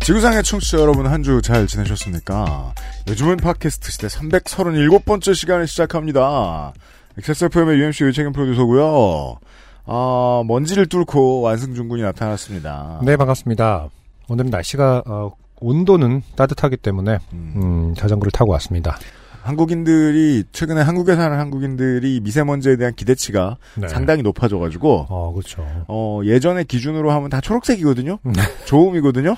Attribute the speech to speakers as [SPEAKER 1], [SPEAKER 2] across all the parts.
[SPEAKER 1] 지구상의 청취자 여러분 한 주 잘 지내셨습니까? 요즘은 팟캐스트 시대 337번째 시간을 시작합니다. XSFM의 UMC 의책임 프로듀서고요. 아, 먼지를 뚫고 완승준 군이 나타났습니다.
[SPEAKER 2] 네, 반갑습니다. 오늘은 날씨가 어, 온도는 따뜻하기 때문에 음, 자전거를 타고 왔습니다.
[SPEAKER 1] 한국인들이 최근에 한국에 사는 한국인들이 미세먼지에 대한 기대치가
[SPEAKER 2] 네.
[SPEAKER 1] 상당히 높아져가지고
[SPEAKER 2] 어, 그렇죠.
[SPEAKER 1] 어, 예전의 기준으로 하면 다 초록색이거든요.
[SPEAKER 2] 음. 네.
[SPEAKER 1] 좋음이거든요.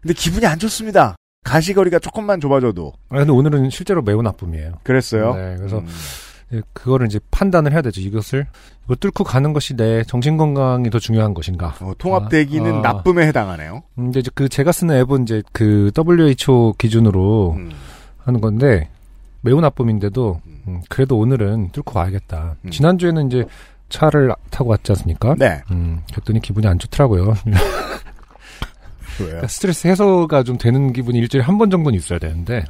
[SPEAKER 1] 근데 기분이 안 좋습니다. 가시거리가 조금만 좁아져도
[SPEAKER 2] 아, 근데 오늘은 실제로 매우 나쁨이에요.
[SPEAKER 1] 그랬어요.
[SPEAKER 2] 네, 그래서
[SPEAKER 1] 음.
[SPEAKER 2] 이제 그거를 이제 판단을 해야 되죠. 이것을 이걸 뚫고 가는 것이 내 정신 건강이 더 중요한 것인가.
[SPEAKER 1] 어, 통합되기는
[SPEAKER 2] 아, 아.
[SPEAKER 1] 나쁨에 해당하네요.
[SPEAKER 2] 근데 이제 그 제가 쓰는 앱은 이제 그 WHO 기준으로
[SPEAKER 1] 음.
[SPEAKER 2] 하는 건데 매우 나쁨인데도
[SPEAKER 1] 음.
[SPEAKER 2] 음, 그래도 오늘은 뚫고 가야겠다.
[SPEAKER 1] 음.
[SPEAKER 2] 지난주에는 이제 차를 타고 왔지 않습니까?
[SPEAKER 1] 네.
[SPEAKER 2] 음, 그랬더니 기분이 안 좋더라고요.
[SPEAKER 1] 왜요?
[SPEAKER 2] 그러니까 스트레스 해소가 좀 되는 기분이 일주일에 한 번 정도는 있어야 되는데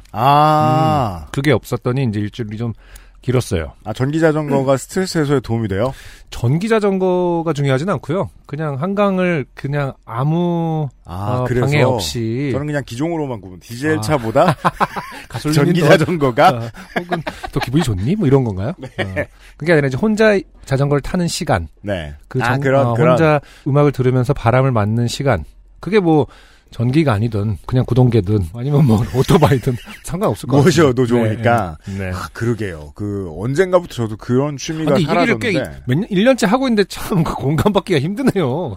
[SPEAKER 1] 아,
[SPEAKER 2] 그게 없었더니 이제 일주일이 좀 길었어요.
[SPEAKER 1] 아 전기 자전거가 스트레스 해소에 도움이 돼요?
[SPEAKER 2] 전기 자전거가 중요하진 않고요. 그냥 한강을 그냥 아무
[SPEAKER 1] 아,
[SPEAKER 2] 어,
[SPEAKER 1] 그래서
[SPEAKER 2] 방해 없이 아,
[SPEAKER 1] 저는 그냥 기종으로만 구분. 디젤 차보다
[SPEAKER 2] 가솔린
[SPEAKER 1] 전기
[SPEAKER 2] 더-
[SPEAKER 1] 자전거가
[SPEAKER 2] 어, 혹은 더 기분이 좋니? 뭐 이런 건가요? 어, 그게 아니라 이제 혼자 자전거를 타는 시간,
[SPEAKER 1] 네.
[SPEAKER 2] 그
[SPEAKER 1] 아,
[SPEAKER 2] 정-
[SPEAKER 1] 그런
[SPEAKER 2] 어,
[SPEAKER 1] 그런
[SPEAKER 2] 혼자 음악을 들으면서 바람을 맞는 시간. 그게 뭐 전기가 아니든 그냥 구동계든 아니면 뭐 오토바이든 상관없을 것 같아요.
[SPEAKER 1] 무엇이어도 좋으니까.
[SPEAKER 2] 네, 네. 네.
[SPEAKER 1] 아, 그러게요. 그 언젠가부터 저도 그런
[SPEAKER 2] 아,
[SPEAKER 1] 취미가
[SPEAKER 2] 근데 이 얘기를
[SPEAKER 1] 사라졌는데
[SPEAKER 2] 꽤몇 일년째 하고 있는데 참 그 공감받기가 힘드네요.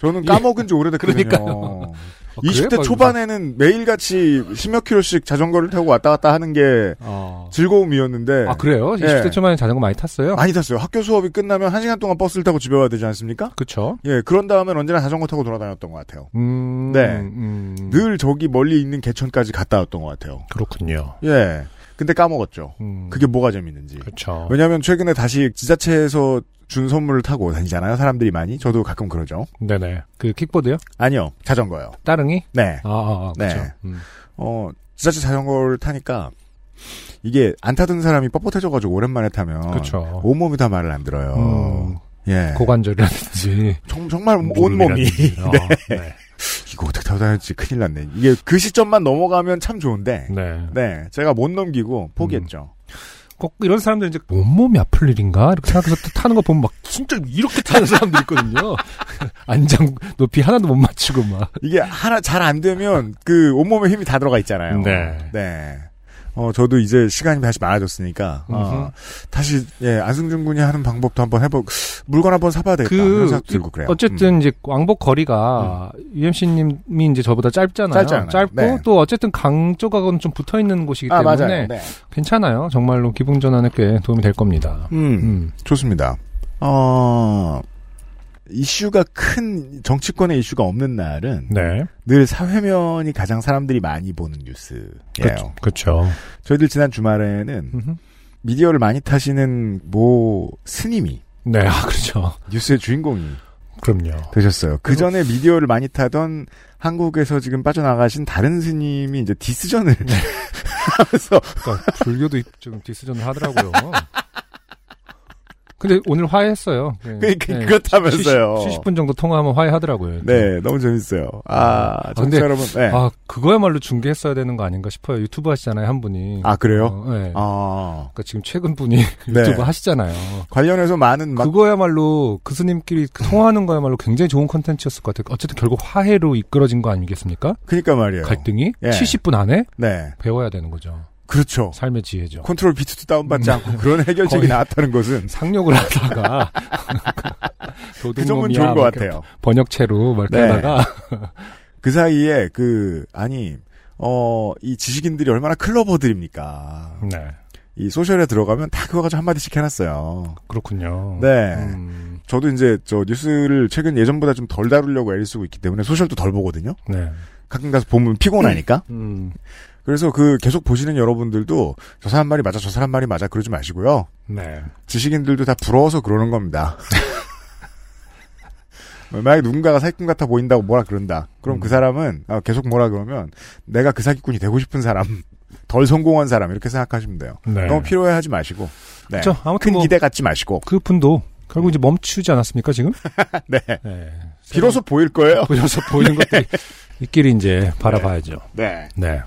[SPEAKER 1] 저는 까먹은 지 오래됐거든요.
[SPEAKER 2] 그러니까요. 아, 그래요?
[SPEAKER 1] 20대
[SPEAKER 2] 막
[SPEAKER 1] 초반에는 매일같이 십몇 킬로씩 자전거를 타고 왔다 갔다 하는 게
[SPEAKER 2] 어.
[SPEAKER 1] 즐거움이었는데
[SPEAKER 2] 아 그래요?
[SPEAKER 1] 네.
[SPEAKER 2] 20대 초반에 자전거 많이 탔어요?
[SPEAKER 1] 많이 탔어요. 학교 수업이 끝나면 한시간 동안 버스를 타고 집에 와야 되지 않습니까?
[SPEAKER 2] 그쵸?
[SPEAKER 1] 예, 그런 다음엔 언제나 자전거 타고 돌아다녔던 것 같아요.
[SPEAKER 2] 음,
[SPEAKER 1] 네.
[SPEAKER 2] 음,
[SPEAKER 1] 늘 저기 멀리 있는 개천까지 갔다 왔던 것 같아요.
[SPEAKER 2] 그렇군요.
[SPEAKER 1] 예. 근데 까먹었죠.
[SPEAKER 2] 음,
[SPEAKER 1] 그게 뭐가 재밌는지.
[SPEAKER 2] 그렇죠.
[SPEAKER 1] 왜냐하면 최근에 다시 지자체에서 준 선물을 타고 다니잖아요. 사람들이 많이. 저도 가끔 그러죠.
[SPEAKER 2] 네네. 그 킥보드요?
[SPEAKER 1] 아니요, 자전거요.
[SPEAKER 2] 따릉이?
[SPEAKER 1] 네.
[SPEAKER 2] 아, 아, 아 그렇죠.
[SPEAKER 1] 네.
[SPEAKER 2] 음.
[SPEAKER 1] 어 지자체 자전거를 타니까 이게 안 타던 사람이 뻣뻣해져가지고 오랜만에 타면
[SPEAKER 2] 그렇죠.
[SPEAKER 1] 온몸이 다 말을 안 들어요.
[SPEAKER 2] 음,
[SPEAKER 1] 예.
[SPEAKER 2] 고관절이라든지
[SPEAKER 1] 정, 정말 온몸이
[SPEAKER 2] 무릎이라든지. 어, 네.
[SPEAKER 1] 이거 어떻게 타고 다녔지 큰일 났네. 이게 그 시점만 넘어가면 참 좋은데.
[SPEAKER 2] 네.
[SPEAKER 1] 네, 제가 못 넘기고
[SPEAKER 2] 음.
[SPEAKER 1] 포기했죠.
[SPEAKER 2] 꼭 이런 사람들 이제 온몸이 아플 일인가 이렇게 생각해서 또 타는 거 보면 막 진짜 이렇게 타는 사람들 있거든요. 안장 높이 하나도 못 맞추고 막.
[SPEAKER 1] 이게 하나 잘 안 되면 그 온몸에 힘이 다 들어가 있잖아요.
[SPEAKER 2] 네.
[SPEAKER 1] 네. 어, 저도 이제 시간이 다시 많아졌으니까, 어, 다시, 예, 안승준 군이 하는 방법도 한번 해보, 물건 한번 사봐야 되겠다. 이런 생각도 들고 그래요.
[SPEAKER 2] 그
[SPEAKER 1] 음.
[SPEAKER 2] 어쨌든 이제 왕복 거리가 UMC님이 이제 저보다 짧잖아요.
[SPEAKER 1] 짧잖아요.
[SPEAKER 2] 짧고
[SPEAKER 1] 네.
[SPEAKER 2] 또 어쨌든 강 쪽하고는 좀 붙어 있는 곳이기
[SPEAKER 1] 음. 아,
[SPEAKER 2] 때문에
[SPEAKER 1] 맞아요. 네.
[SPEAKER 2] 괜찮아요. 정말로 기분 전환에 꽤 도움이 될 겁니다.
[SPEAKER 1] 음,
[SPEAKER 2] 음.
[SPEAKER 1] 좋습니다. 어, 이슈가 큰, 정치권의 이슈가 없는 날은
[SPEAKER 2] 네.
[SPEAKER 1] 늘 사회면이 가장 사람들이 많이 보는 뉴스예요.
[SPEAKER 2] 그렇죠. 음.
[SPEAKER 1] 저희들 지난 주말에는 미디어를 많이 타시는 모 스님이
[SPEAKER 2] 네, 아, 그렇죠.
[SPEAKER 1] 뉴스의 주인공이
[SPEAKER 2] 그럼요.
[SPEAKER 1] 되셨어요. 그 전에 미디어를 많이 타던 한국에서 지금 빠져나가신 다른 스님이 이제 디스전을
[SPEAKER 2] 네.
[SPEAKER 1] 하면서
[SPEAKER 2] 그러니까 불교도 입- 좀 디스전을 하더라고요. 근데 오늘 화해했어요. 예.
[SPEAKER 1] 그러니까
[SPEAKER 2] 예.
[SPEAKER 1] 그렇다면서요.
[SPEAKER 2] 70, 70분 정도 통화하면 화해하더라고요.
[SPEAKER 1] 네, 너무 재밌어요. 아,
[SPEAKER 2] 아,
[SPEAKER 1] 청취자
[SPEAKER 2] 근데-
[SPEAKER 1] 여러분. 네. 아,
[SPEAKER 2] 아, 그거야말로 중계했어야 되는 거 아닌가 싶어요. 유튜브 하시잖아요, 한 분이.
[SPEAKER 1] 그래요?
[SPEAKER 2] 어, 네.
[SPEAKER 1] 아, 네.
[SPEAKER 2] 그러니까 지금 최근 분이 유튜브 하시잖아요.
[SPEAKER 1] 관련해서 많은 막
[SPEAKER 2] 그거야말로 그 스님끼리 그 통화하는 거야말로 굉장히 좋은 컨텐츠였을 것 같아요. 어쨌든 결국 화해로 이끌어진 거 아니겠습니까?
[SPEAKER 1] 그, 러니까 말이에요.
[SPEAKER 2] 갈등이
[SPEAKER 1] 예.
[SPEAKER 2] 70분 안에
[SPEAKER 1] 네,
[SPEAKER 2] 배워야 되는 거죠.
[SPEAKER 1] 그렇죠.
[SPEAKER 2] 삶의 지혜죠.
[SPEAKER 1] 컨트롤 비트도 다운받지 않고 그런 해결책이
[SPEAKER 2] 음. 거의-
[SPEAKER 1] 나왔다는 것은
[SPEAKER 2] 상욕을 하다가
[SPEAKER 1] 그 점은
[SPEAKER 2] 도둑놈이야
[SPEAKER 1] 좋은 것
[SPEAKER 2] 막 이렇게
[SPEAKER 1] 같아요.
[SPEAKER 2] 번역체로 막 이렇게
[SPEAKER 1] 네.
[SPEAKER 2] 하다가
[SPEAKER 1] 그 사이에 그 아니 어 이 지식인들이 얼마나 클러버들입니까?
[SPEAKER 2] 네
[SPEAKER 1] 이 소셜에 들어가면 다 그거 가지고 한 마디씩 해놨어요.
[SPEAKER 2] 그렇군요.
[SPEAKER 1] 네.
[SPEAKER 2] 음,
[SPEAKER 1] 저도 이제 저 뉴스를 최근 예전보다 좀 덜 다루려고 애를 쓰고 있기 때문에 소셜도 덜 보거든요.
[SPEAKER 2] 네.
[SPEAKER 1] 가끔 가서 보면 피곤하니까.
[SPEAKER 2] 음,
[SPEAKER 1] 그래서 그 계속 보시는 여러분들도 저 사람 말이 맞아, 저 사람 말이 맞아 그러지 마시고요.
[SPEAKER 2] 네.
[SPEAKER 1] 지식인들도 다 부러워서 그러는 겁니다. 뭐 만약에 누군가가 사기꾼 같아 보인다고 뭐라 그런다. 그럼
[SPEAKER 2] 음.
[SPEAKER 1] 그 사람은 아, 계속 뭐라 그러면 내가 그 사기꾼이 되고 싶은 사람, 덜 성공한 사람 이렇게 생각하시면 돼요.
[SPEAKER 2] 네.
[SPEAKER 1] 너무 필요해하지 마시고. 네.
[SPEAKER 2] 그렇죠. 아무튼
[SPEAKER 1] 큰
[SPEAKER 2] 뭐
[SPEAKER 1] 기대 갖지 마시고.
[SPEAKER 2] 그분도 결국 이제 멈추지 않았습니까 지금?
[SPEAKER 1] 네.
[SPEAKER 2] 네.
[SPEAKER 1] 비로소 보일 거예요.
[SPEAKER 2] 보여서 보이는 것들이 이끼리 이제 바라봐야죠.
[SPEAKER 1] 네.
[SPEAKER 2] 네.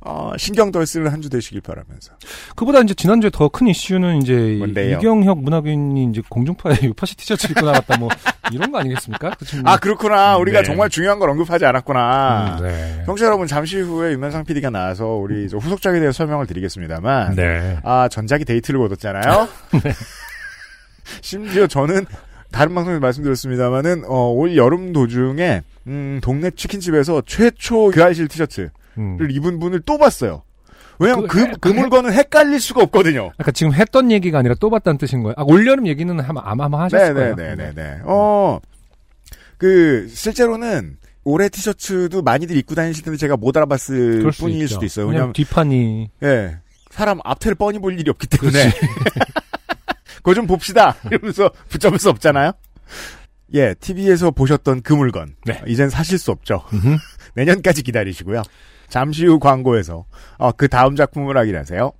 [SPEAKER 1] 어, 신경 덜 쓰는 한 주 되시길 바라면서.
[SPEAKER 2] 그보다 이제 지난주에 더 큰 이슈는 이제 이-
[SPEAKER 1] 뭔데요?
[SPEAKER 2] 이경혁 문학인이 이제 공중파에 요파시 티셔츠 입고 나갔다 뭐 이런 거 아니겠습니까? 그 친구.
[SPEAKER 1] 아, 그렇구나. 아. 우리가
[SPEAKER 2] 네.
[SPEAKER 1] 정말 중요한 걸 언급하지 않았구나.
[SPEAKER 2] 음, 네.
[SPEAKER 1] 형제 여러분, 잠시 후에 유면상 PD가 나와서 우리 저 후속작에 대해 설명을 드리겠습니다만.
[SPEAKER 2] 네.
[SPEAKER 1] 아, 전작이 데이트를 거뒀잖아요? 심지어 저는 다른 방송에서 말씀드렸습니다만은, 어, 올 여름 도중에, 음, 동네 치킨집에서 최초 교환실 티셔츠를
[SPEAKER 2] 음.
[SPEAKER 1] 입은 분을 또 봤어요. 왜냐면
[SPEAKER 2] 그-
[SPEAKER 1] 그, 그 물건은 헷갈릴 수가 없거든요.
[SPEAKER 2] 아까 지금 했던 얘기가 아니라 또 봤다는 뜻인 거예요. 아, 올여름 얘기는 아마 아마, 아마 하셨을 거예요.
[SPEAKER 1] 네네네네. 어, 그, 실제로는 올해 티셔츠도 많이들 입고 다니실 텐데 제가 못 알아봤을
[SPEAKER 2] 그럴 수
[SPEAKER 1] 뿐일
[SPEAKER 2] 있죠. 네.
[SPEAKER 1] 수도 있어요.
[SPEAKER 2] 왜냐면
[SPEAKER 1] 왜냐면,
[SPEAKER 2] 뒷판이 네.
[SPEAKER 1] 예. 사람 앞을 뻔히 볼 일이 없기 때문에. 그거 좀 봅시다. 이러면서 붙잡을 수 없잖아요? 예, TV에서 보셨던 그 물건.
[SPEAKER 2] 네.
[SPEAKER 1] 이젠 사실 수 없죠. 내년까지 기다리시고요. 잠시 후 광고에서, 어, 그 다음 작품을 확인하세요.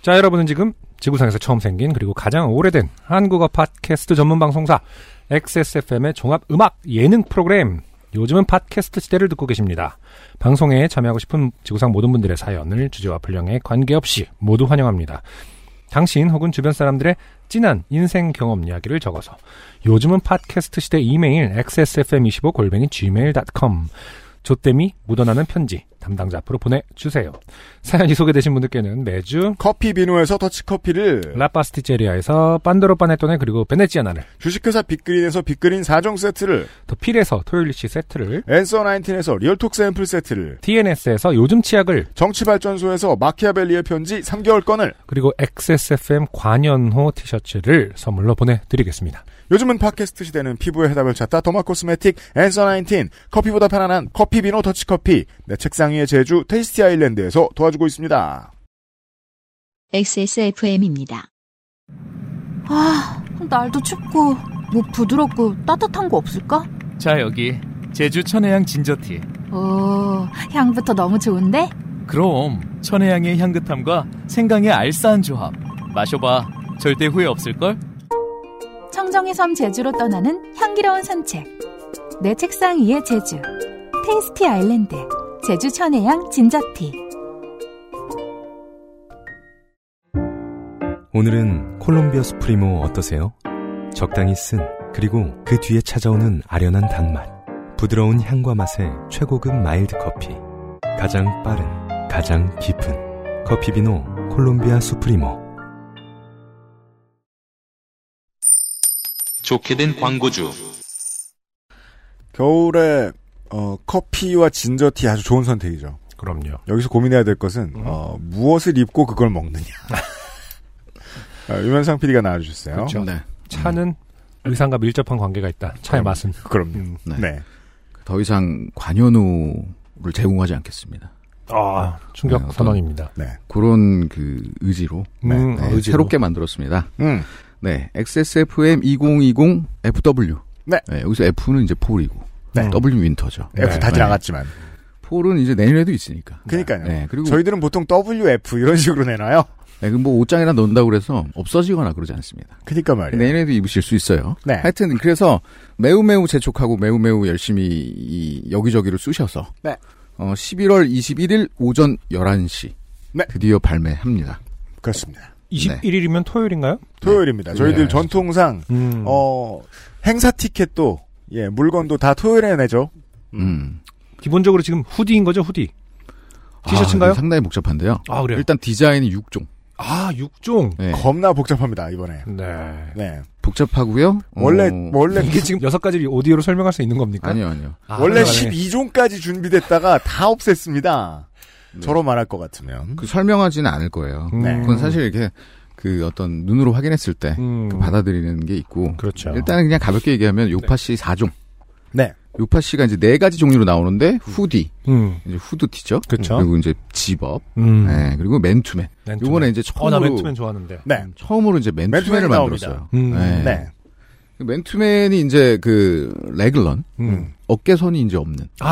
[SPEAKER 2] 자, 여러분은 지금 지구상에서 처음 생긴 그리고 가장 오래된 한국어 팟캐스트 전문 방송사 XSFM의 종합 음악 예능 프로그램 요즘은 팟캐스트 시대를 듣고 계십니다. 방송에 참여하고 싶은 지구상 모든 분들의 사연을 주제와 분량에 관계없이 모두 환영합니다. 당신 혹은 주변 사람들의 진한 인생 경험 이야기를 적어서 요즘은 팟캐스트 시대 이메일 xsfm25골뱅이 gmail.com 조땜이 묻어나는 편지 담당자 앞으로 보내주세요. 사연이 소개되신 분들께는 매주
[SPEAKER 1] 커피 비누에서 더치커피를,
[SPEAKER 2] 라파스티체리아에서 빤도로 빠네토네 그리고 베네치아나를
[SPEAKER 1] 주식회사 빅그린에서 빅그린 4종 세트를,
[SPEAKER 2] 더 필에서 토요일리시 세트를
[SPEAKER 1] 앤서 19에서 리얼톡 샘플 세트를,
[SPEAKER 2] TNS에서 요즘 치약을
[SPEAKER 1] 정치발전소에서 마키아벨리의 편지 3개월권을,
[SPEAKER 2] 그리고 XSFM 관현호 티셔츠를 선물로 보내드리겠습니다.
[SPEAKER 1] 요즘은 팟캐스트 시대는 피부의 해답을 찾다 더마코스메틱 앤서 19 커피보다 편안한 커피 비노 더치커피 내 책상 위의 제주 테이스티 아일랜드에서 도와주고 있습니다
[SPEAKER 3] XSFM입니다.
[SPEAKER 4] 아, 날도 춥고 뭐 부드럽고 따뜻한 거 없을까?
[SPEAKER 5] 자 여기 제주 천혜향 진저티
[SPEAKER 4] 오, 향부터 너무 좋은데?
[SPEAKER 5] 그럼 천혜향의 향긋함과 생강의 알싸한 조합 마셔봐 절대 후회 없을걸?
[SPEAKER 4] 청정의 섬 제주로 떠나는 향기로운 산책. 내 책상 위의 제주. 테이스티 아일랜드. 제주 천혜향 진저티.
[SPEAKER 6] 오늘은 콜롬비아 수프리모 어떠세요? 적당히 쓴 그리고 그 뒤에 찾아오는 아련한 단맛 부드러운 향과 맛의 최고급 마일드 커피 가장 빠른 가장 깊은 커피 비노 콜롬비아 수프리모
[SPEAKER 7] 좋게 된 광고주.
[SPEAKER 1] 겨울에 어, 커피와 진저티 아주 좋은 선택이죠
[SPEAKER 2] 그럼요.
[SPEAKER 1] 여기서 고민해야 될 것은
[SPEAKER 8] 음.
[SPEAKER 1] 어, 무엇을 입고 그걸 먹느냐 어, 유면상 PD가 나와주셨어요
[SPEAKER 2] 그렇죠. 차는 의상과 밀접한 관계가 있다. 차의
[SPEAKER 1] 그럼-
[SPEAKER 2] 맛은.
[SPEAKER 1] 그럼요
[SPEAKER 2] 음.
[SPEAKER 8] 네.
[SPEAKER 1] 네.
[SPEAKER 8] 더 이상 관현우를 제공하지 않겠습니다.
[SPEAKER 2] 아,
[SPEAKER 8] 네,
[SPEAKER 2] 충격
[SPEAKER 8] 어떤-
[SPEAKER 2] 선언입니다.
[SPEAKER 8] 그런 그 의지로,
[SPEAKER 1] 네,
[SPEAKER 2] 음,
[SPEAKER 8] 네,
[SPEAKER 2] 의지로.
[SPEAKER 8] 새롭게 만들었습니다.
[SPEAKER 1] 음.
[SPEAKER 8] 네, XSFM 2020 FW.
[SPEAKER 1] 네.
[SPEAKER 8] 여기서 F는 이제 폴이고
[SPEAKER 2] 네.
[SPEAKER 8] W 윈터죠.
[SPEAKER 1] F 다
[SPEAKER 8] 네.
[SPEAKER 1] 지나갔지만
[SPEAKER 8] 폴은 이제 내년에도 있으니까.
[SPEAKER 1] 그러니까요
[SPEAKER 8] 네, 그리고
[SPEAKER 1] 저희들은 보통 WF 이런 식으로 내놔요
[SPEAKER 8] 네, 그뭐 옷장에다 넣는다 그래서 없어지거나 그러지 않습니다.
[SPEAKER 1] 그니까
[SPEAKER 2] 네.
[SPEAKER 1] 말이에요
[SPEAKER 8] 내년에도 입으실 수 있어요.
[SPEAKER 1] 네.
[SPEAKER 8] 하여튼 그래서 매우 매우 재촉하고 매우 매우 열심히 이 여기저기로 쑤셔서
[SPEAKER 1] 네.
[SPEAKER 8] 어, 11월 21일 오전 11시
[SPEAKER 1] 네.
[SPEAKER 8] 드디어 발매합니다.
[SPEAKER 1] 그렇습니다
[SPEAKER 2] 21일이면 토요일인가요?
[SPEAKER 1] 토요일입니다 저희들
[SPEAKER 8] 네.
[SPEAKER 1] 전통상
[SPEAKER 2] 음.
[SPEAKER 1] 어, 행사 티켓도, 예, 물건도 다 토요일에 내죠.
[SPEAKER 8] 음.
[SPEAKER 2] 기본적으로 지금 후디인 거죠, 후디. 티셔츠인가요?
[SPEAKER 8] 아, 상당히 복잡한데요.
[SPEAKER 2] 아, 그래요?
[SPEAKER 8] 일단 디자인이 6종.
[SPEAKER 2] 아, 6종.
[SPEAKER 8] 네.
[SPEAKER 1] 겁나 복잡합니다, 이번에.
[SPEAKER 2] 네.
[SPEAKER 1] 네.
[SPEAKER 8] 복잡하고요. 어,
[SPEAKER 1] 원래, 뭐- 원래,
[SPEAKER 2] 이게 지금 여섯 가지를 오디오로 설명할 수 있는 겁니까?
[SPEAKER 8] 아니요, 아니요.
[SPEAKER 2] 아,
[SPEAKER 1] 원래
[SPEAKER 2] 그러네.
[SPEAKER 1] 12종까지 준비됐다가 다 없앴습니다. 저로 말할 것 같으면.
[SPEAKER 8] 네. 그 설명하지는 않을 거예요.
[SPEAKER 2] 음.
[SPEAKER 1] 네.
[SPEAKER 8] 그건 사실 이렇게 그 어떤 눈으로 확인했을 때
[SPEAKER 2] 음.
[SPEAKER 8] 그 받아들이는 게 있고
[SPEAKER 2] 그렇죠.
[SPEAKER 8] 일단은 그냥 가볍게 얘기하면 요파시 4종.
[SPEAKER 1] 네.
[SPEAKER 8] 요파씨가 이제 네 가지 종류로 나오는데 후디,
[SPEAKER 2] 음.
[SPEAKER 8] 이제 후드티죠.
[SPEAKER 2] 그쵸.
[SPEAKER 8] 그리고 이제 집업,
[SPEAKER 2] 음.
[SPEAKER 8] 네, 그리고 맨투맨.
[SPEAKER 2] 맨투맨.
[SPEAKER 8] 요번에 이제 처음으로
[SPEAKER 2] 어나 맨투맨 좋아하는데.
[SPEAKER 1] 네.
[SPEAKER 8] 처음으로 이제 맨투맨을
[SPEAKER 1] 맨투맨이 나옵니다.
[SPEAKER 8] 만들었어요.
[SPEAKER 2] 음.
[SPEAKER 8] 네.
[SPEAKER 1] 네.
[SPEAKER 8] 맨투맨이 이제 그 레글런
[SPEAKER 2] 음.
[SPEAKER 8] 어깨선이 이제 없는.
[SPEAKER 2] 아,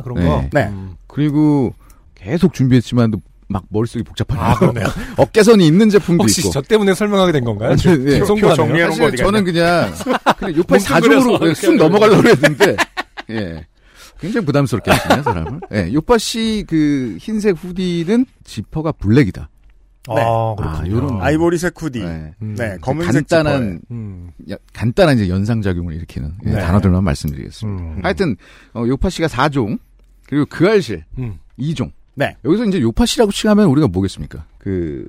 [SPEAKER 2] 아 그런
[SPEAKER 8] 네.
[SPEAKER 2] 거.
[SPEAKER 1] 네.
[SPEAKER 2] 음.
[SPEAKER 8] 그리고 계속 준비했지만 막 머릿속이 복잡하네요.
[SPEAKER 2] 아 그러네요.
[SPEAKER 8] 어깨선이 있는 제품도
[SPEAKER 2] 혹시
[SPEAKER 8] 네. 있고.
[SPEAKER 2] 저 때문에 설명하게 된 건가요? 지금
[SPEAKER 8] 네.
[SPEAKER 2] 송구하네요.
[SPEAKER 1] 정리해 놓은 거
[SPEAKER 8] 사실
[SPEAKER 1] 어디가
[SPEAKER 8] 저는 그냥 그냥 요파
[SPEAKER 5] 뭉뚱그려서
[SPEAKER 8] 사정으로 그냥 쑥
[SPEAKER 5] 그냥
[SPEAKER 8] 넘어가려고 했는데 예. 굉장히 부담스럽게 하시네요, 사람을. 예, 요파 씨 그 흰색 후디는 지퍼가 블랙이다.
[SPEAKER 1] 네.
[SPEAKER 2] 아, 그렇군요.
[SPEAKER 8] 아, 요런-
[SPEAKER 1] 아이보리색 후디. 네.
[SPEAKER 8] 예.
[SPEAKER 2] 음.
[SPEAKER 1] 검은색
[SPEAKER 8] 간단한
[SPEAKER 2] 음.
[SPEAKER 8] 야- 간단한 이제 연상작용을 일으키는 예,
[SPEAKER 2] 네.
[SPEAKER 8] 단어들만 말씀드리겠습니다.
[SPEAKER 2] 음.
[SPEAKER 8] 하여튼 어, 요파 씨가 4종 그리고 그 알실
[SPEAKER 2] 음.
[SPEAKER 8] 2종.
[SPEAKER 1] 네.
[SPEAKER 8] 여기서 이제 요파 씨라고 칭하면 우리가 뭐겠습니까? 그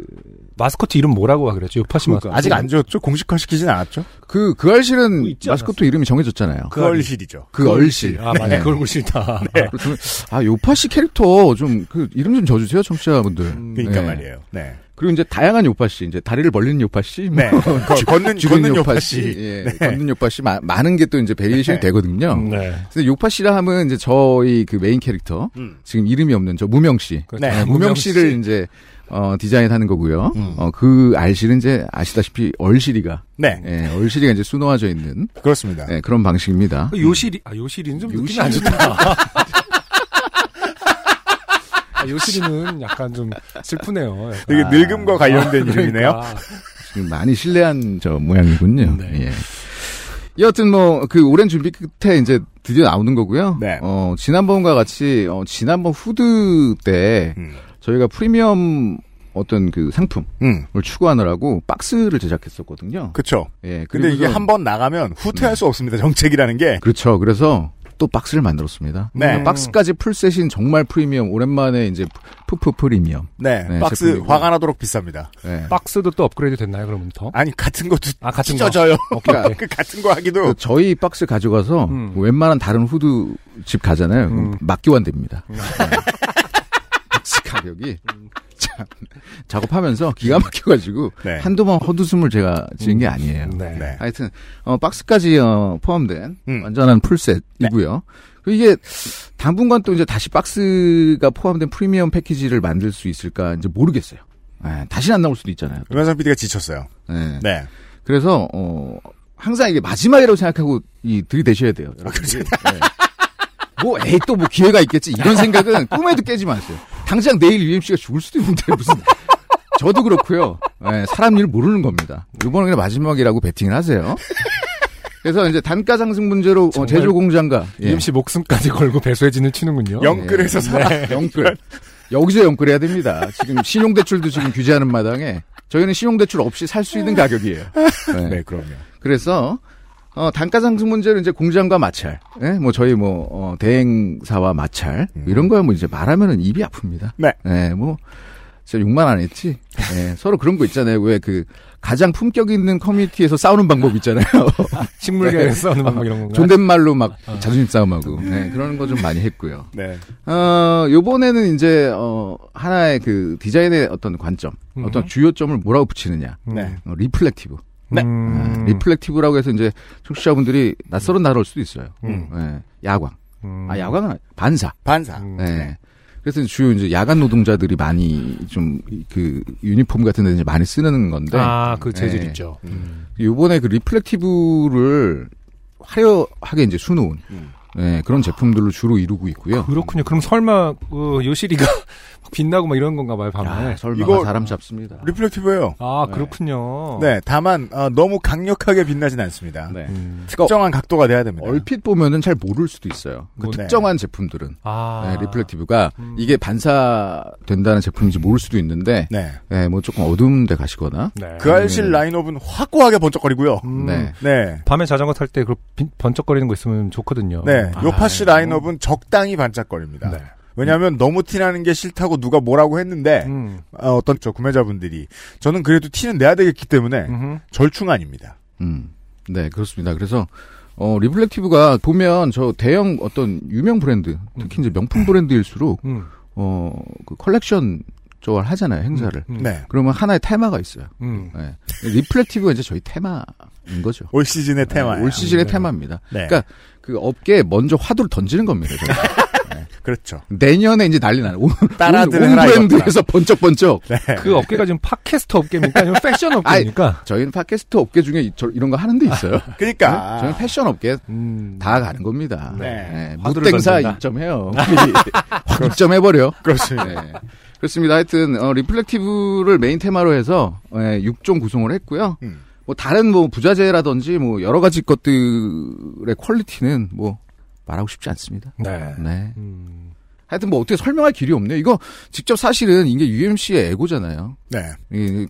[SPEAKER 2] 마스코트 이름 뭐라고 그랬죠? 요파시
[SPEAKER 1] 지퍼예요.
[SPEAKER 8] 그러니까
[SPEAKER 2] 마스코트.
[SPEAKER 1] 아직 안 지었죠? 공식화 시키진 않았죠?
[SPEAKER 8] 그, 그 알실은
[SPEAKER 2] 뭐 있지
[SPEAKER 8] 마스코트 이름이 정해졌잖아요.
[SPEAKER 1] 그 얼실이죠.
[SPEAKER 8] 그, 얼실.
[SPEAKER 2] 아,
[SPEAKER 1] 네.
[SPEAKER 2] 맞아. 그걸 싫다.
[SPEAKER 8] 그래서 아, 요파 씨 캐릭터 좀, 그, 이름 좀 져주세요, 청취자분들.
[SPEAKER 1] 그러니까
[SPEAKER 8] 네.
[SPEAKER 1] 말이에요. 네.
[SPEAKER 8] 그리고 이제 다양한 요파 씨, 이제 다리를 벌리는 요파 씨, 뭐
[SPEAKER 1] 네. 거- 걷는, 걷는 요파 씨.
[SPEAKER 8] 예, 걷는 요파 씨, 마- 많은 게 또 이제 베리에이션이
[SPEAKER 1] 네.
[SPEAKER 8] 되거든요.
[SPEAKER 2] 네.
[SPEAKER 8] 근데 요파 씨라 하면 이제 저희 그 메인 캐릭터,
[SPEAKER 1] 음.
[SPEAKER 8] 지금 이름이 없는 저 무명 씨.
[SPEAKER 2] 그렇죠.
[SPEAKER 1] 네.
[SPEAKER 8] 아, 무명 씨를 이제, 어, 디자인하는 거고요.
[SPEAKER 1] 음.
[SPEAKER 8] 어, 그 알실은 이제 아시다시피 얼실이가,
[SPEAKER 1] 네.
[SPEAKER 8] 예, 얼실이가 이제 수놓아져 있는
[SPEAKER 1] 그렇습니다.
[SPEAKER 8] 네, 그런 방식입니다.
[SPEAKER 2] 그 요실이 아 요실이는 좀 느낌이 안
[SPEAKER 8] 요실이는-
[SPEAKER 2] 좋다. 아, 요실이는 약간 좀 슬프네요. 약간.
[SPEAKER 1] 되게 늙음과 관련된 이름이네요.
[SPEAKER 2] 그러니까.
[SPEAKER 8] 지금 많이 신뢰한 저 모양이군요.
[SPEAKER 2] 네.
[SPEAKER 8] 예. 여하튼 뭐 그 오랜 준비 끝에 이제 드디어 나오는 거고요.
[SPEAKER 1] 네.
[SPEAKER 8] 어 지난번과 같이 어 지난번 후드 때
[SPEAKER 1] 음.
[SPEAKER 8] 저희가 프리미엄 어떤 그 상품을
[SPEAKER 1] 음.
[SPEAKER 8] 추구하느라고 박스를 제작했었거든요.
[SPEAKER 1] 그쵸.
[SPEAKER 8] 예.
[SPEAKER 1] 근데 이게
[SPEAKER 8] 그리고서-
[SPEAKER 1] 한 번 나가면 후퇴할 수 없습니다. 정책이라는 게.
[SPEAKER 8] 그렇죠. 그래서 또 박스를 만들었습니다.
[SPEAKER 1] 네.
[SPEAKER 8] 박스까지 풀셋인 정말 프리미엄 오랜만에 이제 푸푸 프리미엄.
[SPEAKER 1] 네.
[SPEAKER 8] 네,
[SPEAKER 1] 박스
[SPEAKER 8] 제품이고.
[SPEAKER 1] 화가 나도록 비쌉니다.
[SPEAKER 8] 예.
[SPEAKER 2] 박스도 또 업그레이드 됐나요? 그러면 더?
[SPEAKER 1] 아니, 같은 것도
[SPEAKER 2] 아 같은 거. 그러니까
[SPEAKER 1] 찢어져요.
[SPEAKER 2] 오케이,
[SPEAKER 8] 그러니까
[SPEAKER 2] 오케이.
[SPEAKER 1] 그 같은 거 하기도.
[SPEAKER 8] 그 저희 박스 가져가서
[SPEAKER 2] 음.
[SPEAKER 8] 웬만한 다른 후드 집 가잖아요.
[SPEAKER 2] 음.
[SPEAKER 8] 막교환 됩니다. 네. 박스 가격이 참 작업하면서 기가 막혀가지고
[SPEAKER 1] 네.
[SPEAKER 8] 한두 번 헛웃음을 제가 지은 게 아니에요.
[SPEAKER 2] 네.
[SPEAKER 1] 네.
[SPEAKER 8] 하여튼 어, 박스까지 어, 포함된
[SPEAKER 1] 음. 네.
[SPEAKER 8] 완전한 풀셋이고요. 그리고 이게 당분간 또 이제 다시 박스가 포함된 프리미엄 패키지를 만들 수 있을까 이제 모르겠어요. 네, 다시는 안 나올 수도 있잖아요.
[SPEAKER 1] 유면상 PD가 지쳤어요.
[SPEAKER 8] 네.
[SPEAKER 1] 네.
[SPEAKER 8] 그래서 어 항상 이게 마지막이라고 생각하고 이 들이대셔야 돼요.
[SPEAKER 1] 아,
[SPEAKER 8] 여러분들이. 예. 뭐 에이 또 뭐 기회가 있겠지 이런 생각은 꿈에도 깨지 마세요. 당장 내일 UMC가 죽을 수도 있는데 무슨 저도 그렇고요. 예, 사람 일 모르는 겁니다. 이번은 그냥 마지막이라고 베팅을 하세요. 그래서 이제 단가 상승 문제로 어,
[SPEAKER 2] 정말
[SPEAKER 8] 제조 공장가 예.
[SPEAKER 2] 이엠씨 목숨까지 걸고 배수의 진을 치는군요.
[SPEAKER 1] 영끌에서 살아.
[SPEAKER 8] 네. 영끌 여기서 영끌해야 됩니다. 지금 신용대출도 지금 규제하는 마당에 저희는 신용대출 없이 살 수 있는 가격이에요. 예.
[SPEAKER 1] 네, 그럼요.
[SPEAKER 8] 그래서 어, 단가 상승 문제를 이제 공장과 마찰, 예? 뭐 저희 뭐 어, 대행사와 마찰
[SPEAKER 1] 음.
[SPEAKER 8] 이런 거야 뭐 이제 말하면은 입이 아픕니다.
[SPEAKER 1] 네.
[SPEAKER 8] 예, 뭐 진짜 욕만 안 했지. 예, 서로 그런 거 있잖아요. 왜 그 가장 품격 있는 커뮤니티에서 싸우는 방법 있잖아요.
[SPEAKER 1] 네.
[SPEAKER 2] 식물계에 싸우는 막 이런 건가?
[SPEAKER 8] 네. 존댓말로 막
[SPEAKER 1] 어.
[SPEAKER 8] 자존심 싸움하고 예, 그런 거 좀 많이 했고요.
[SPEAKER 1] 네.
[SPEAKER 8] 어, 요번에는 이제 어, 하나의 그 디자인의 어떤 관점,
[SPEAKER 1] 음.
[SPEAKER 8] 어떤 주요점을 뭐라고 붙이느냐,
[SPEAKER 1] 네.
[SPEAKER 8] 어, 리플렉티브.
[SPEAKER 1] 네.
[SPEAKER 8] 아,
[SPEAKER 2] 음.
[SPEAKER 8] 리플렉티브라고 해서 이제 청취자분들이 낯설은 단어일 수도 있어요.
[SPEAKER 2] 음.
[SPEAKER 8] 예, 야광.
[SPEAKER 2] 음.
[SPEAKER 8] 아, 야광은 아니- 반사.
[SPEAKER 1] 반사.
[SPEAKER 2] 음.
[SPEAKER 8] 예. 그래서 주요 이제 야간 노동자들이 많이 좀 그 유니폼 같은 데 이제 많이 쓰는 건데
[SPEAKER 2] 아그 재질
[SPEAKER 8] 네.
[SPEAKER 2] 있죠.
[SPEAKER 8] 요번에 그 리플렉티브를 화려하게 이제 수놓은
[SPEAKER 1] 음.
[SPEAKER 8] 예, 그런 제품들로 주로 이루고 있고요.
[SPEAKER 2] 그렇군요. 그럼 설마 그 요실이가 막 빛나고 막 이런 건가 봐요 밤에.
[SPEAKER 8] 아, 설마
[SPEAKER 1] 이거-
[SPEAKER 8] 사람 잡습니다.
[SPEAKER 1] 리플렉티브예요.
[SPEAKER 2] 아 그렇군요.
[SPEAKER 1] 네, 다만 어, 너무 강력하게 빛나진 않습니다.
[SPEAKER 8] 네.
[SPEAKER 2] 음.
[SPEAKER 1] 특정한 각도가 돼야 됩니다.
[SPEAKER 8] 얼핏 보면은 잘 모를 수도 있어요. 그
[SPEAKER 1] 뭐, 네.
[SPEAKER 8] 특정한 제품들은
[SPEAKER 2] 아
[SPEAKER 8] 예, 리플렉티브가 이게 반사된다는 제품인지 모를 수도 있는데
[SPEAKER 1] 네.
[SPEAKER 8] 예, 뭐 조금 어두운 데 가시거나.
[SPEAKER 2] 네.
[SPEAKER 1] 그 알실 라인업은 확고하게 번쩍거리고요.
[SPEAKER 2] 음.
[SPEAKER 8] 네.
[SPEAKER 1] 네.
[SPEAKER 2] 밤에 자전거 탈 때 그 번쩍거리는 거 있으면
[SPEAKER 8] 어,
[SPEAKER 2] 좋거든요.
[SPEAKER 1] 네.
[SPEAKER 2] 아,
[SPEAKER 1] 요파 씨 라인업은 적당히 반짝거립니다.
[SPEAKER 8] 네.
[SPEAKER 1] 왜냐하면
[SPEAKER 8] 음.
[SPEAKER 1] 너무 티나는 게 싫다고 누가 뭐라고 했는데
[SPEAKER 2] 음.
[SPEAKER 1] 어, 어떤 저 구매자분들이 저는 그래도 티는 내야 되겠기 때문에
[SPEAKER 2] 음흠.
[SPEAKER 1] 절충안입니다.
[SPEAKER 8] 음. 네, 그렇습니다. 그래서 어, 리플렉티브가 보면 저 대형 어떤 유명 브랜드, 특히 이제 명품 브랜드일수록
[SPEAKER 2] 음.
[SPEAKER 8] 어, 그 컬렉션 쪽을 하잖아요, 행사를.
[SPEAKER 2] 음.
[SPEAKER 1] 네.
[SPEAKER 8] 그러면 하나의 테마가 있어요.
[SPEAKER 2] 음.
[SPEAKER 8] 예. 리플렉티브가 이제 저희 테마 거죠.
[SPEAKER 1] 올 시즌의 테마예요.
[SPEAKER 8] 네, 올 시즌의 테마입니다.
[SPEAKER 1] 네.
[SPEAKER 8] 그러니까 그 업계에 먼저 화두를 던지는 겁니다. 저는.
[SPEAKER 1] 그렇죠.
[SPEAKER 8] 내년에 이제 난리 나는 온,
[SPEAKER 1] 따라들
[SPEAKER 8] 온
[SPEAKER 1] 해라, 네.
[SPEAKER 8] 브랜드에서 번쩍번쩍.
[SPEAKER 2] 그 업계가 지금 팟캐스트 업계입니까? 아니면 패션 업계입니까?
[SPEAKER 8] 저희는 팟캐스트 업계 중에 이- 저- 이런 거 하는 데 있어요.
[SPEAKER 1] 그러니까
[SPEAKER 8] 네, 저희는 패션 업계
[SPEAKER 2] 음,
[SPEAKER 8] 다 가는 겁니다.
[SPEAKER 1] 네.
[SPEAKER 2] 화두를
[SPEAKER 8] 무땡사
[SPEAKER 2] 던진다.
[SPEAKER 8] 입점해요. 확 입점해버려.
[SPEAKER 1] 그렇습니다.
[SPEAKER 8] 네. 그렇습니다. 하여튼 어, 리플렉티브를 메인 테마로 해서 예, 6종 구성을 했고요.
[SPEAKER 1] 음.
[SPEAKER 8] 뭐 다른 뭐 부자재라든지 뭐 여러 가지 것들의 퀄리티는 뭐 말하고 싶지 않습니다.
[SPEAKER 2] 네.
[SPEAKER 8] 네.
[SPEAKER 2] 음,
[SPEAKER 8] 하여튼 뭐 어떻게 설명할 길이 없네요. 이거 직접 사실은 이게 UMC의 에고잖아요.
[SPEAKER 1] 네.
[SPEAKER 8] 이-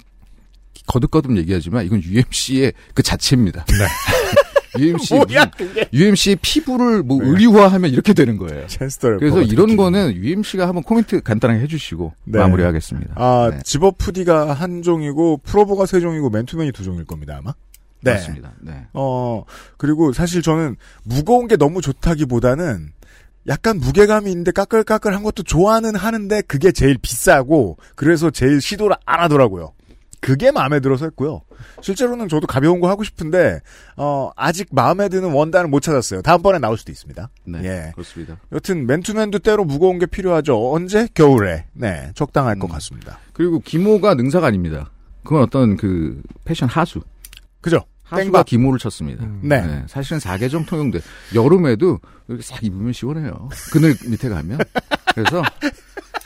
[SPEAKER 8] 거듭거듭 얘기하지만 이건 UMC의 그 자체입니다. UMC
[SPEAKER 1] 네. 뭐야,
[SPEAKER 8] UMC의 피부를 뭐
[SPEAKER 1] 네.
[SPEAKER 8] 의류화하면 이렇게 되는 거예요.
[SPEAKER 1] 챈스터를
[SPEAKER 8] 그래서
[SPEAKER 1] 보고
[SPEAKER 8] 이런
[SPEAKER 1] 듣기는.
[SPEAKER 8] 거는 UMC가 한번 코멘트 간단하게 해주시고
[SPEAKER 1] 네.
[SPEAKER 8] 마무리하겠습니다.
[SPEAKER 1] 아
[SPEAKER 8] 네.
[SPEAKER 1] 집어푸디가 한 종이고 프로보가 세 종이고 맨투맨이 두 종일 겁니다 아마. 네.
[SPEAKER 8] 맞습니다. 네.
[SPEAKER 1] 어 그리고 사실 저는 무거운 게 너무 좋다기보다는 약간 무게감이 있는데 까끌까끌한 것도 좋아는 하는데 그게 제일 비싸고 그래서 제일 시도를 안 하더라고요. 그게 마음에 들어서 했고요. 실제로는 저도 가벼운 거 하고 싶은데 어 아직 마음에 드는 원단을 못 찾았어요. 다음번에 나올 수도 있습니다.
[SPEAKER 8] 네.
[SPEAKER 1] 예.
[SPEAKER 8] 그렇습니다.
[SPEAKER 1] 여튼 맨투맨도 때로 무거운 게 필요하죠. 언제? 겨울에. 네, 적당할 것 같습니다.
[SPEAKER 8] 그리고 기모가 능사가 아닙니다. 그건 어떤 그 패션 하수.
[SPEAKER 1] 그죠?
[SPEAKER 8] 하수가
[SPEAKER 1] 땡박.
[SPEAKER 8] 기모를 쳤습니다.
[SPEAKER 1] 네.
[SPEAKER 8] 네, 사실은 4계정 통용돼. 여름에도 이렇게 싹 입으면 시원해요. 그늘 밑에 가면. 그래서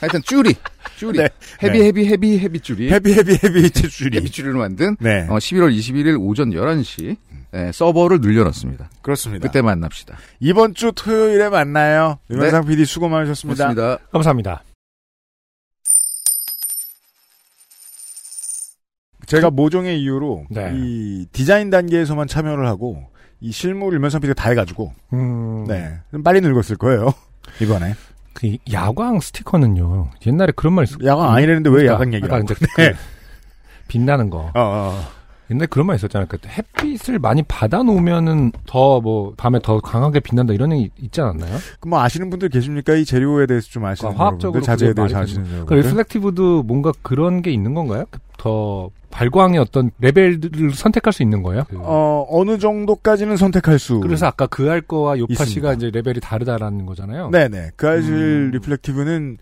[SPEAKER 8] 하여튼 쭈리, 쭈리,
[SPEAKER 1] 네.
[SPEAKER 8] 헤비
[SPEAKER 1] 네.
[SPEAKER 8] 헤비 헤비 헤비 쭈리,
[SPEAKER 1] 헤비 헤비 헤비
[SPEAKER 8] 헤비
[SPEAKER 1] 제출이.
[SPEAKER 8] 쭈리를 만든
[SPEAKER 1] 네,
[SPEAKER 8] 어, 11월 21일 오전 11시 네, 서버를 늘려놨습니다.
[SPEAKER 1] 그렇습니다.
[SPEAKER 8] 그때 만납시다.
[SPEAKER 1] 이번 주 토요일에 만나요. 유명상 PD 수고 많으셨습니다.
[SPEAKER 8] 고맙습니다.
[SPEAKER 2] 감사합니다.
[SPEAKER 1] 제가 모종의 이유로
[SPEAKER 2] 네.
[SPEAKER 1] 이 디자인 단계에서만 참여를 하고 이 실물 유명상 PD가 다 해가지고
[SPEAKER 2] 음,
[SPEAKER 1] 네, 좀 빨리 늙었을 거예요. 이번에
[SPEAKER 2] 그 야광 스티커는요. 옛날에 그런 말 있었.
[SPEAKER 1] 야광 아니라는데 왜
[SPEAKER 2] 그러니까
[SPEAKER 1] 야광 얘기를
[SPEAKER 2] 아까
[SPEAKER 1] 하고
[SPEAKER 2] 이제 그
[SPEAKER 1] 네.
[SPEAKER 2] 빛나는 거.
[SPEAKER 1] 어, 어, 어.
[SPEAKER 2] 옛날에 그런 말 있었잖아요. 그 햇빛을 많이 받아놓으면은 더 뭐 밤에 더 강하게 빛난다 이런 얘기 있지 않았나요?
[SPEAKER 1] 그럼 뭐 아시는 분들 계십니까? 이 재료에 대해서 좀 아시는
[SPEAKER 2] 그러니까 화학적으로
[SPEAKER 1] 여러분들, 자재에
[SPEAKER 2] 그게
[SPEAKER 1] 대해서
[SPEAKER 2] 많이
[SPEAKER 1] 아시는
[SPEAKER 2] 그
[SPEAKER 1] 여러분들
[SPEAKER 2] 리플렉티브도 뭔가 그런 게 있는 건가요? 그더 발광의 어떤 레벨을 선택할 수 있는 거예요? 그
[SPEAKER 1] 어, 어느 정도까지는 선택할 수
[SPEAKER 2] 그래서 아까 그 알거와 요파
[SPEAKER 1] 있습니다.
[SPEAKER 2] 씨가 이제 레벨이 다르다라는 거잖아요.
[SPEAKER 1] 네네. 그 아실 리플렉티브는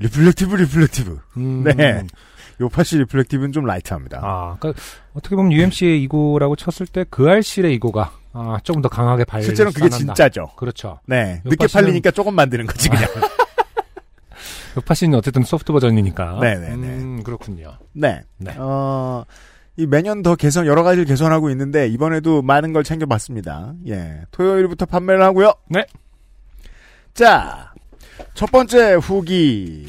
[SPEAKER 1] 리플렉티브 리플렉티브.
[SPEAKER 2] 음.
[SPEAKER 1] 네. 요파시 리플렉티브는 좀 라이트합니다.
[SPEAKER 2] 아, 그러니까 어떻게 보면 UMC의 이고라고 쳤을 때 그 알실의 이고가 아, 조금 더 강하게 발.
[SPEAKER 1] 실제로는 그게 진짜죠.
[SPEAKER 2] 그렇죠.
[SPEAKER 1] 네. 늦게
[SPEAKER 2] 요파시는- 아.
[SPEAKER 1] 팔리니까 조금 만드는 거지 그냥.
[SPEAKER 2] 요파 씨는 어쨌든 소프트 버전이니까.
[SPEAKER 1] 네네네.
[SPEAKER 2] 음, 그렇군요.
[SPEAKER 1] 네.
[SPEAKER 2] 네.
[SPEAKER 1] 어, 이 매년 더 개선 여러 가지를 개선하고 있는데 이번에도 많은 걸 챙겨봤습니다. 예. 토요일부터 판매를 하고요.
[SPEAKER 2] 네.
[SPEAKER 1] 자, 첫 번째 후기.